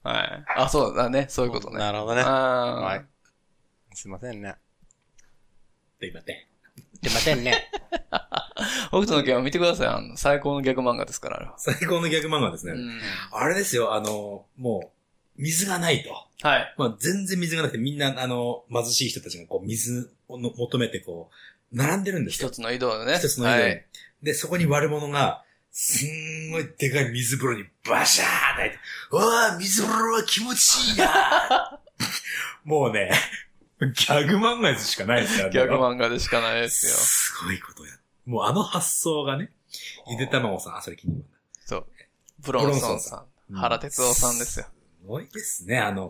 Speaker 12: はい。あ、そうだね。そういうことね。
Speaker 9: なるほど
Speaker 12: ほ
Speaker 9: ね。
Speaker 12: は
Speaker 9: はいい。。すいませんね。
Speaker 1: で今ね。
Speaker 9: すいませんね。
Speaker 12: 北斗の拳は見てください。あの、最高のギャグ漫画ですから、あれは。
Speaker 1: 最高のギャグ漫画ですね。
Speaker 12: うん。
Speaker 1: あれですよ、あの、もう、水がないと。
Speaker 12: はい。
Speaker 1: まあ、全然水がなくて、みんな、あの、貧しい人たちが、こう、水をの求めて、こう、並んでるんですよ。
Speaker 12: 一つの移動でね。
Speaker 1: 一つの井戸に
Speaker 12: はい。
Speaker 1: で、そこに悪者が、すんごいでかい水風呂にバシャーって入って、うわー、水風呂は気持ちいい
Speaker 12: <laughs>
Speaker 1: なもうね、ギャグ漫画やつしかないですから
Speaker 12: ギャグ漫画でしかないですよ。
Speaker 1: すごいことや。もうあの発想がね、ゆでたまごさん、あ、それ気にな
Speaker 12: そう。ブロンソンさ
Speaker 1: う
Speaker 12: ん。
Speaker 1: ん
Speaker 12: 原哲夫さんですよ。
Speaker 1: すごいですね、あの、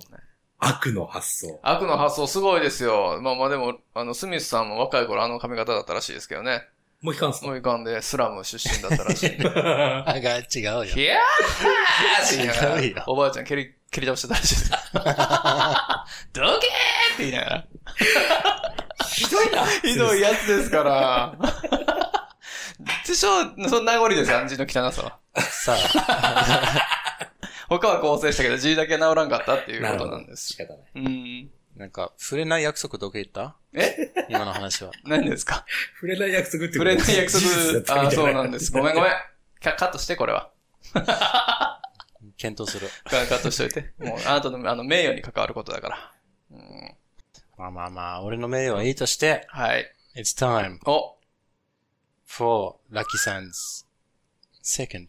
Speaker 1: 悪の発想。
Speaker 12: 悪の発想すごいですよ。まあまあでも、あの、スミスさんも若い頃あの髪型だったらしいですけどね。
Speaker 1: もう一回ですか
Speaker 12: もういかんでスラム出身だった <laughs> らしいんで。
Speaker 1: <laughs>
Speaker 9: あが違うよ。
Speaker 12: いやーって言いながら
Speaker 9: 違うよ
Speaker 12: おばあちゃん蹴り、蹴り倒してたらし <laughs> いです。どけーって言いながら。ひどいな。ひどいやつですから。自称、その名残です、暗示の汚さは。
Speaker 9: さあ、
Speaker 12: 他は構成したけど、G だけ治らんかったっていうことなんです
Speaker 1: 仕。方ない。
Speaker 12: うん。
Speaker 9: なんか、触れない約束どこ行った
Speaker 12: え
Speaker 9: 今の話は。
Speaker 12: 何です <laughs> か
Speaker 1: 触れない約束って
Speaker 12: 触れない約束。ああ、そうなん
Speaker 1: す。
Speaker 12: です。ごめんごめん。カカットして、これは。
Speaker 9: 検討する。
Speaker 12: カカットしといて。もう、あなたの、あの、名誉に関わることだから。うん。
Speaker 9: まあまあまあ、俺の名誉はいいとして、
Speaker 12: はい。
Speaker 9: It's time
Speaker 12: お
Speaker 9: for Lucky Sands Second.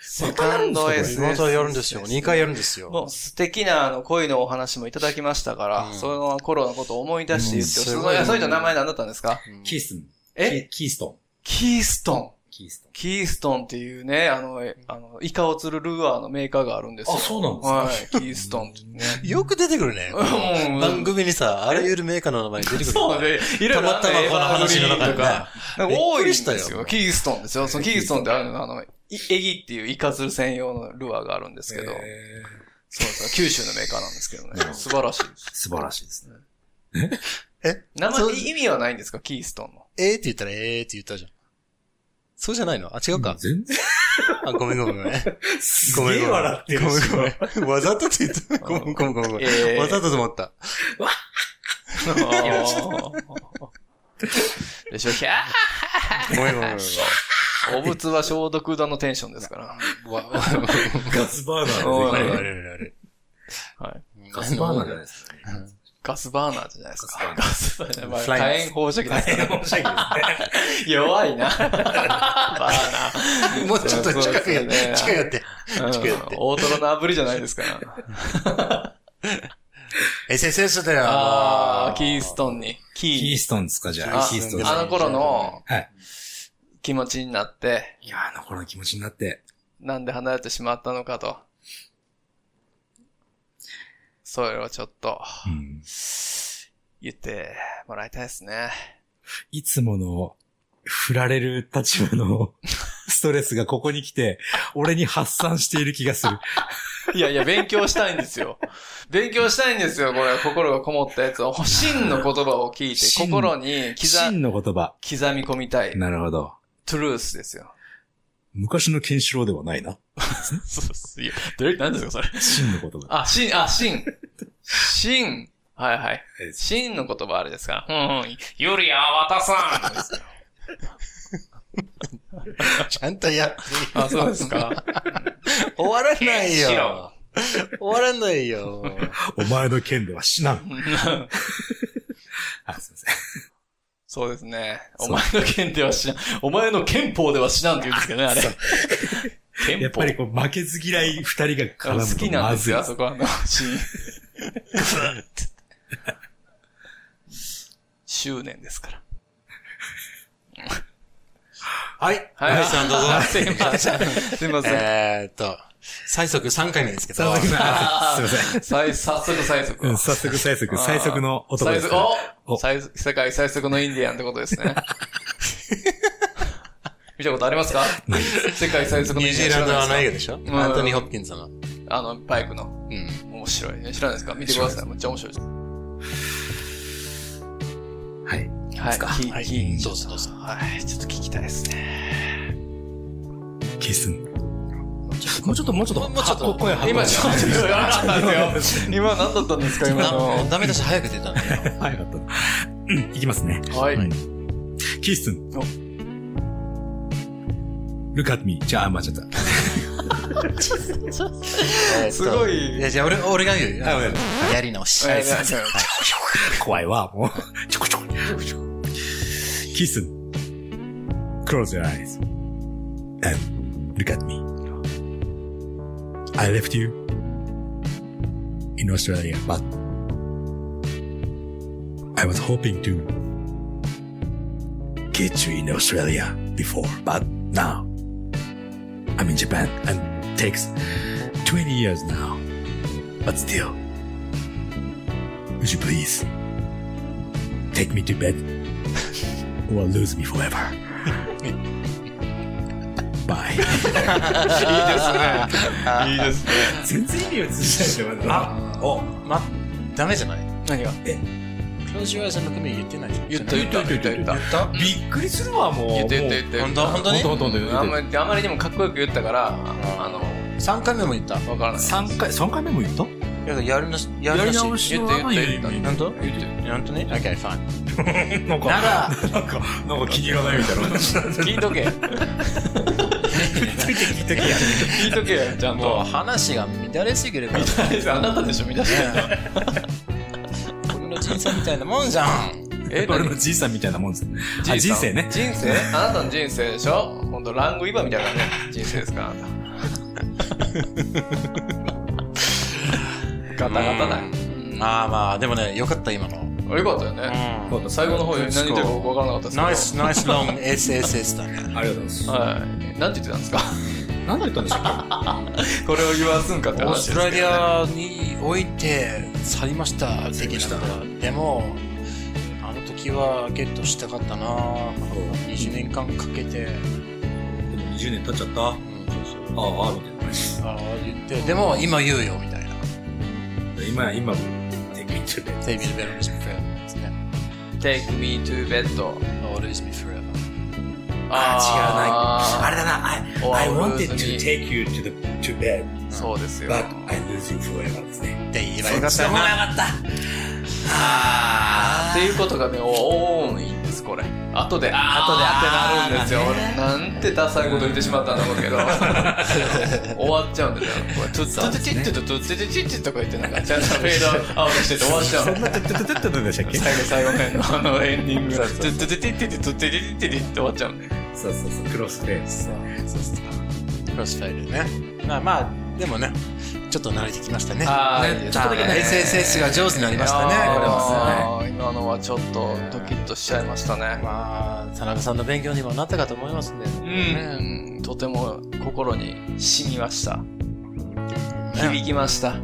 Speaker 12: セカンドエース
Speaker 9: リモートはやるんですよ。2回やるんですよ。
Speaker 12: もう素敵なあの恋のお話もいただきましたから、
Speaker 9: うん
Speaker 12: その頃のことを思い出して言って、
Speaker 9: うん
Speaker 12: そ
Speaker 9: すごい
Speaker 12: のそういった名前何だったんですか
Speaker 9: うん
Speaker 1: キースン。
Speaker 12: え
Speaker 1: キキースト
Speaker 12: キーストン。
Speaker 1: ン。キーストン。
Speaker 12: キーストンっていうね、あの、えあの、イカを釣るルアーのメーカーがあるんですよ。
Speaker 1: あそうなん
Speaker 12: ですかはい、キーストンってね。
Speaker 9: よく出てくるね。
Speaker 12: うん
Speaker 9: 番組にさ、あらゆるメーカーの名前出てくる。
Speaker 12: そうね。いろ
Speaker 9: た
Speaker 12: いろ
Speaker 9: またまこの話の中
Speaker 12: と
Speaker 9: でね
Speaker 12: か。なんか多いんです
Speaker 9: びっくりした
Speaker 12: よ。
Speaker 9: よ
Speaker 12: キーストンですよ。そのキーストンってあるの、あの、いエギっていうイカ釣る専用のルアーがあるんですけど、
Speaker 1: えー
Speaker 12: そうそう、九州のメーカーなんですけどね。素晴らしいです。
Speaker 1: 素晴らしいですね。
Speaker 12: 名
Speaker 9: そ
Speaker 12: 前、
Speaker 9: う
Speaker 12: 意味はないんですかキーストンの。
Speaker 9: えーって言ったら、えーって言ったじゃん。そうじゃないのあ、違うか。
Speaker 1: 全然。
Speaker 9: あ、ごめんごめん
Speaker 12: <laughs>
Speaker 9: ごめん。
Speaker 1: す
Speaker 9: ごめん
Speaker 1: げ
Speaker 9: ご
Speaker 1: え
Speaker 9: めん。
Speaker 1: 笑ってる
Speaker 9: ごめ
Speaker 1: し。
Speaker 9: んごめん。わざとって言った。ごめんごめんごめんごめん。
Speaker 12: えー
Speaker 9: わざとと思った。
Speaker 12: <laughs> でしょ、ひゃ
Speaker 9: ごめんごめんごめん
Speaker 12: ーお仏は消毒だのテンションですから。
Speaker 9: ごめん。わ、わ、
Speaker 1: ガスバーナ
Speaker 12: お
Speaker 1: ー
Speaker 12: い
Speaker 9: あ
Speaker 1: で
Speaker 9: れ
Speaker 1: で
Speaker 9: あ
Speaker 1: きる。
Speaker 9: れあれあ
Speaker 12: はい
Speaker 9: れ。
Speaker 1: ガスバーナーじゃないですか。
Speaker 12: ガスバーナーじゃないですか。ガスバーナー。まあ
Speaker 9: フライ
Speaker 12: 火炎放射器ですから。弱いな。バー
Speaker 9: <laughs> もうちょっと近くや
Speaker 12: そうそうそ
Speaker 9: っ
Speaker 12: う
Speaker 9: て。近くやって。
Speaker 12: ナ
Speaker 9: 近くや
Speaker 12: ー
Speaker 9: っ。
Speaker 12: うん
Speaker 9: て。
Speaker 12: 大トロの炙りじゃないです
Speaker 9: <laughs>
Speaker 12: から。
Speaker 9: SSS だよ。
Speaker 12: あー、キーストンに。
Speaker 1: キー
Speaker 12: キ
Speaker 1: ストンですかじゃ
Speaker 12: ー。
Speaker 1: あ。
Speaker 12: あ
Speaker 1: キーストンです
Speaker 12: あ
Speaker 1: か
Speaker 12: の頃の
Speaker 1: はい。
Speaker 12: 気持ちになって、
Speaker 1: いやー、あの頃の気持ちになって。
Speaker 12: なんで離れてしまったのかと。それをちょっと
Speaker 1: うん
Speaker 12: 言ってもらいたいですね。
Speaker 1: いつもの、振られる立場のストレスがここに来て、俺に発散している気がする。
Speaker 12: いやいや、勉強したいんですよ。勉強したいんですよ、これ。心がこもった
Speaker 9: <laughs>
Speaker 12: やつを。真の言葉を聞いて、
Speaker 1: 真
Speaker 12: 心に刻
Speaker 1: 真の言葉。
Speaker 12: 刻み込みたい。
Speaker 1: なるほど。
Speaker 12: トゥルースですよ。
Speaker 1: 昔のケンシロウではないな。
Speaker 12: そうっす。いや、どれ、何ですか、それ。
Speaker 1: 真のことが。
Speaker 12: あ、シン、あ、シン。シン。はいはい
Speaker 1: え。
Speaker 12: シンの言葉あれですかうんうん。ユリアワタさんですよ
Speaker 9: ちゃんとや、
Speaker 12: あ、そうですか。
Speaker 9: 終わらない
Speaker 12: ケンシ
Speaker 9: よ
Speaker 12: ロ。
Speaker 9: 終わらないよ。
Speaker 1: お前の剣では死 <laughs> なん。あ、すいません。
Speaker 12: そうですね。お前の剣では死なん。お前の憲法では死なんって言うんですけどね、あれ。憲法。
Speaker 1: やっぱりこう負けず嫌い二人が絡むとまずい。
Speaker 12: 好きなんですよ、あそこはあのシーン。執念ですから。
Speaker 9: はい。
Speaker 12: はい。
Speaker 15: はいさんどうぞ
Speaker 12: あ <laughs> すいません。すいません。
Speaker 9: えーっと、最速3回目ですけど。
Speaker 1: 最速の、あすいません。
Speaker 12: 最早速最速。
Speaker 1: うん早速最速、
Speaker 12: あー
Speaker 1: 最速の男です
Speaker 12: 最
Speaker 1: か
Speaker 12: 速
Speaker 1: ら。
Speaker 12: お
Speaker 1: お
Speaker 12: 最速世界最速のインディアンってことです <laughs> ね。見たことありますか世界最速の
Speaker 9: ニュ
Speaker 12: イ
Speaker 9: ージ
Speaker 12: ンデ
Speaker 9: ー
Speaker 12: ィア
Speaker 9: ラ
Speaker 12: ン
Speaker 9: ン
Speaker 12: 知
Speaker 9: ド
Speaker 12: ら
Speaker 9: は
Speaker 12: な
Speaker 9: ないい
Speaker 12: です
Speaker 9: でしょ
Speaker 12: ん
Speaker 9: アントニー・ホッキンソンの。
Speaker 12: かあの、バイクの。
Speaker 9: うん。
Speaker 12: 面白いね。知らないですか見てください。めっちゃ面白いです。
Speaker 1: はい。
Speaker 12: はい。キーキー
Speaker 9: どうぞどうぞ。
Speaker 12: はい。ちょっと聞きたいですね。
Speaker 1: キスン。
Speaker 9: もうちょっと、もうちょっと。もうちょっと。
Speaker 1: 声張
Speaker 12: 今ちょっと、今何だったんですよ。 <laughs> 今何だったんですか今の。
Speaker 9: ダメ出し早く出たね。 <laughs>
Speaker 1: はい、あった。うん、いきますね。
Speaker 12: はい。
Speaker 1: はいキスン。Look at me. じゃあ、間違った。
Speaker 12: すごい
Speaker 9: いや、じゃあ俺、俺が言うよ。
Speaker 1: あ俺が
Speaker 9: やり直し。
Speaker 12: はいすいません
Speaker 1: 怖いわ、もう。ちょこちょこ。キスン。Close your eyes. And look at me. I left you in Australia, but I was hoping to get you in Australia before, but now I'm in Japan and takes 20 years now. But still, would you please take me to bed or lose me forever? <laughs> Bye.
Speaker 12: いいですね。
Speaker 1: 全然意味を通じないんだよ、あ
Speaker 9: お、ま、ダメじゃない
Speaker 12: 何が
Speaker 9: クロージュアイズの組言ってないじゃん。
Speaker 12: 言った言った言った言った。
Speaker 1: びっくりするわ、もう。
Speaker 12: 言って言って言って。
Speaker 9: 本当本当に
Speaker 1: 本当本
Speaker 12: あんまりあまりにもかっこよく言ったから、あの、
Speaker 9: ?3 回目も言った。
Speaker 12: わからない。
Speaker 1: 3回、三回目も言った
Speaker 9: いや、やり直し、やり直し。
Speaker 12: 言って言って言った。
Speaker 9: 本当
Speaker 12: 言って
Speaker 9: 本当ね ?Okay, fine.
Speaker 1: なんか、
Speaker 9: なら、
Speaker 1: なんか、なんか気に入らないみたいな話だ
Speaker 12: 聞いとけ。
Speaker 1: 聞いてきや。
Speaker 12: 聞いとけよ、ちゃん
Speaker 9: もう
Speaker 12: と。
Speaker 9: 話が乱れすぎるから。
Speaker 12: あなたでしょ、みたい
Speaker 9: 俺の人生みたいなもんじゃん。
Speaker 12: え、
Speaker 1: 俺
Speaker 12: 何
Speaker 1: のじいさんみたいなもんですね。あ、
Speaker 12: じい
Speaker 1: 人
Speaker 12: さん
Speaker 1: 生ね。
Speaker 12: 人生あなたの人生でしょほんと、ラングイバみたいなね、人生ですから、あな <laughs> た。ガタガタだよ。
Speaker 9: まあまあ、でもね、よかった、今の。
Speaker 12: あよかったよね。
Speaker 9: う
Speaker 12: 最後の方何言ってるか分からなかったですけど。
Speaker 9: ナイス、ナイスロン SSS だ
Speaker 12: <laughs>
Speaker 9: ね。
Speaker 1: ありがとうございま
Speaker 12: はい。なんて言ってたんですか
Speaker 1: す。何だったんでしょうか
Speaker 12: これを言わすんかって
Speaker 9: オー
Speaker 12: 話
Speaker 9: ストラリアにおいて去りました的なことでもあの時はゲットしたかったな20年間かけて、
Speaker 1: ?20 年経っちゃった。あ
Speaker 9: うんそうそう
Speaker 1: あ、みたいな話。
Speaker 9: ああ言ってでも今言うよみたいな
Speaker 1: 今、今、テイクインチュで。
Speaker 9: They will never be forever ですね
Speaker 12: Take me to bed.
Speaker 9: Always be forever
Speaker 1: れだな。I,
Speaker 12: 違う
Speaker 1: I wanted to take you to, the, to bed,
Speaker 12: そうですよ。
Speaker 1: but I lose you forever ですね。
Speaker 9: って言えばよかったよ
Speaker 1: そっちの方が
Speaker 9: な
Speaker 1: よかった。あ
Speaker 12: っていうことがね、おおーいいんです、これ。後で、あ後であってなるんですよ。なんてダサいこと言ってしまったんだろうけど。終わっちゃうんですよ。これ、トゥットゥチッチットゥッチッチッチッとか言って、なんか、ちゃんとフェードアウトしてて終わっちゃう
Speaker 1: そ
Speaker 12: の
Speaker 1: ん。な、てってってってってでしたっけ
Speaker 12: 最後、最後ね、あのエンディングが、トゥットゥチッチットゥッチッチッって終わっちゃうんで。
Speaker 1: そうそうそう、クロスフェイス。
Speaker 9: そうそうそうクロスファイルねまあまあでもねちょっと慣れてきましたね
Speaker 12: あー
Speaker 9: ね
Speaker 12: いいです
Speaker 9: ちょっとだけ
Speaker 12: ね
Speaker 9: SSS が上手になりましたねこれは
Speaker 12: あー今のはちょっとドキッとしちゃいましたね。
Speaker 9: まあ、田中さんの勉強にもなったかと思いますんで。
Speaker 12: うん、とても心に染みました。響きました。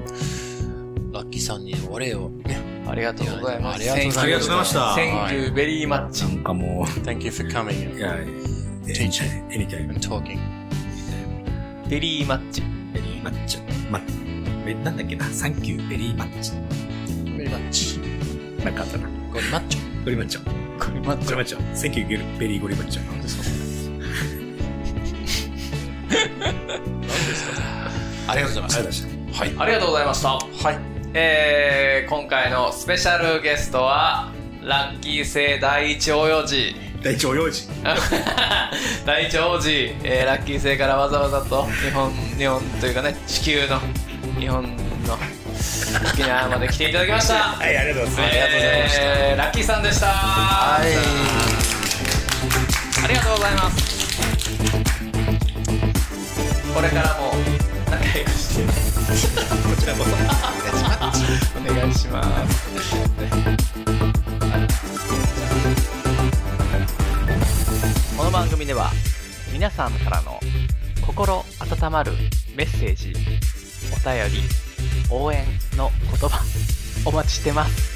Speaker 9: ラッキーさんにお礼を。ね
Speaker 12: ありがとうございます。
Speaker 9: ありがとうございました
Speaker 1: あり
Speaker 9: がとうございました
Speaker 12: Thank you very much.
Speaker 1: なんかも
Speaker 9: Thank you for coming
Speaker 1: う、い
Speaker 9: and
Speaker 1: や、anytime, anytime,
Speaker 9: talking.
Speaker 12: Very much.
Speaker 1: very much, much. えなんだっけな、サンキュー、ベリーマッチ。
Speaker 9: very much.
Speaker 1: なんかあったな。
Speaker 9: ゴリマッチョ。
Speaker 1: ゴリマッチョ。
Speaker 12: これ待っ
Speaker 1: ゴ
Speaker 12: て
Speaker 1: リマッチョ。サンキュー、ベリーゴリマッチョ。なんですか
Speaker 3: ありがとうございま
Speaker 2: ありがとうござ
Speaker 3: し
Speaker 2: いました。
Speaker 3: た。はい。
Speaker 12: ありがとうございました。はい。えー、今回のスペシャルゲストは、ラッキー星第一王子。 <laughs>
Speaker 2: 第一応用事。
Speaker 12: 第一王子、えーラッキー星からわざわざと日本、日本というかね、地球の、日本の沖縄まで来ていただきました。はい
Speaker 2: はい、ありがとうございます。
Speaker 12: えーラッキーさんでした。ありがとうございます。これからも仲良くして。こちらこそ。 <laughs> お願いします。この番組では皆さんからの心温まるメッセージ、お便り、応援の言葉 <laughs> お待ちしてます。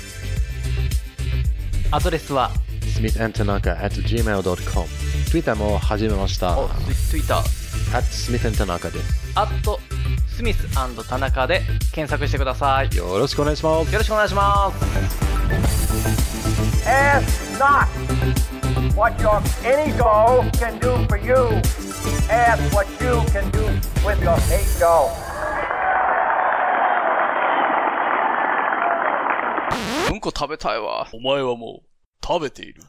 Speaker 12: アドレスは
Speaker 16: smithandtanaka at gmail.com。Twitter も始めました。
Speaker 12: お、ツイッター、
Speaker 16: at smithandtanaka で
Speaker 12: アットスミス田中で検索してください。
Speaker 16: す。よろしくお願いします。
Speaker 12: よろしくお願いします。
Speaker 7: Ask not what your any doll can do for you. Ask what you can do with your eight doll.
Speaker 12: うんこ食べたいわ。お前はもう、食べている。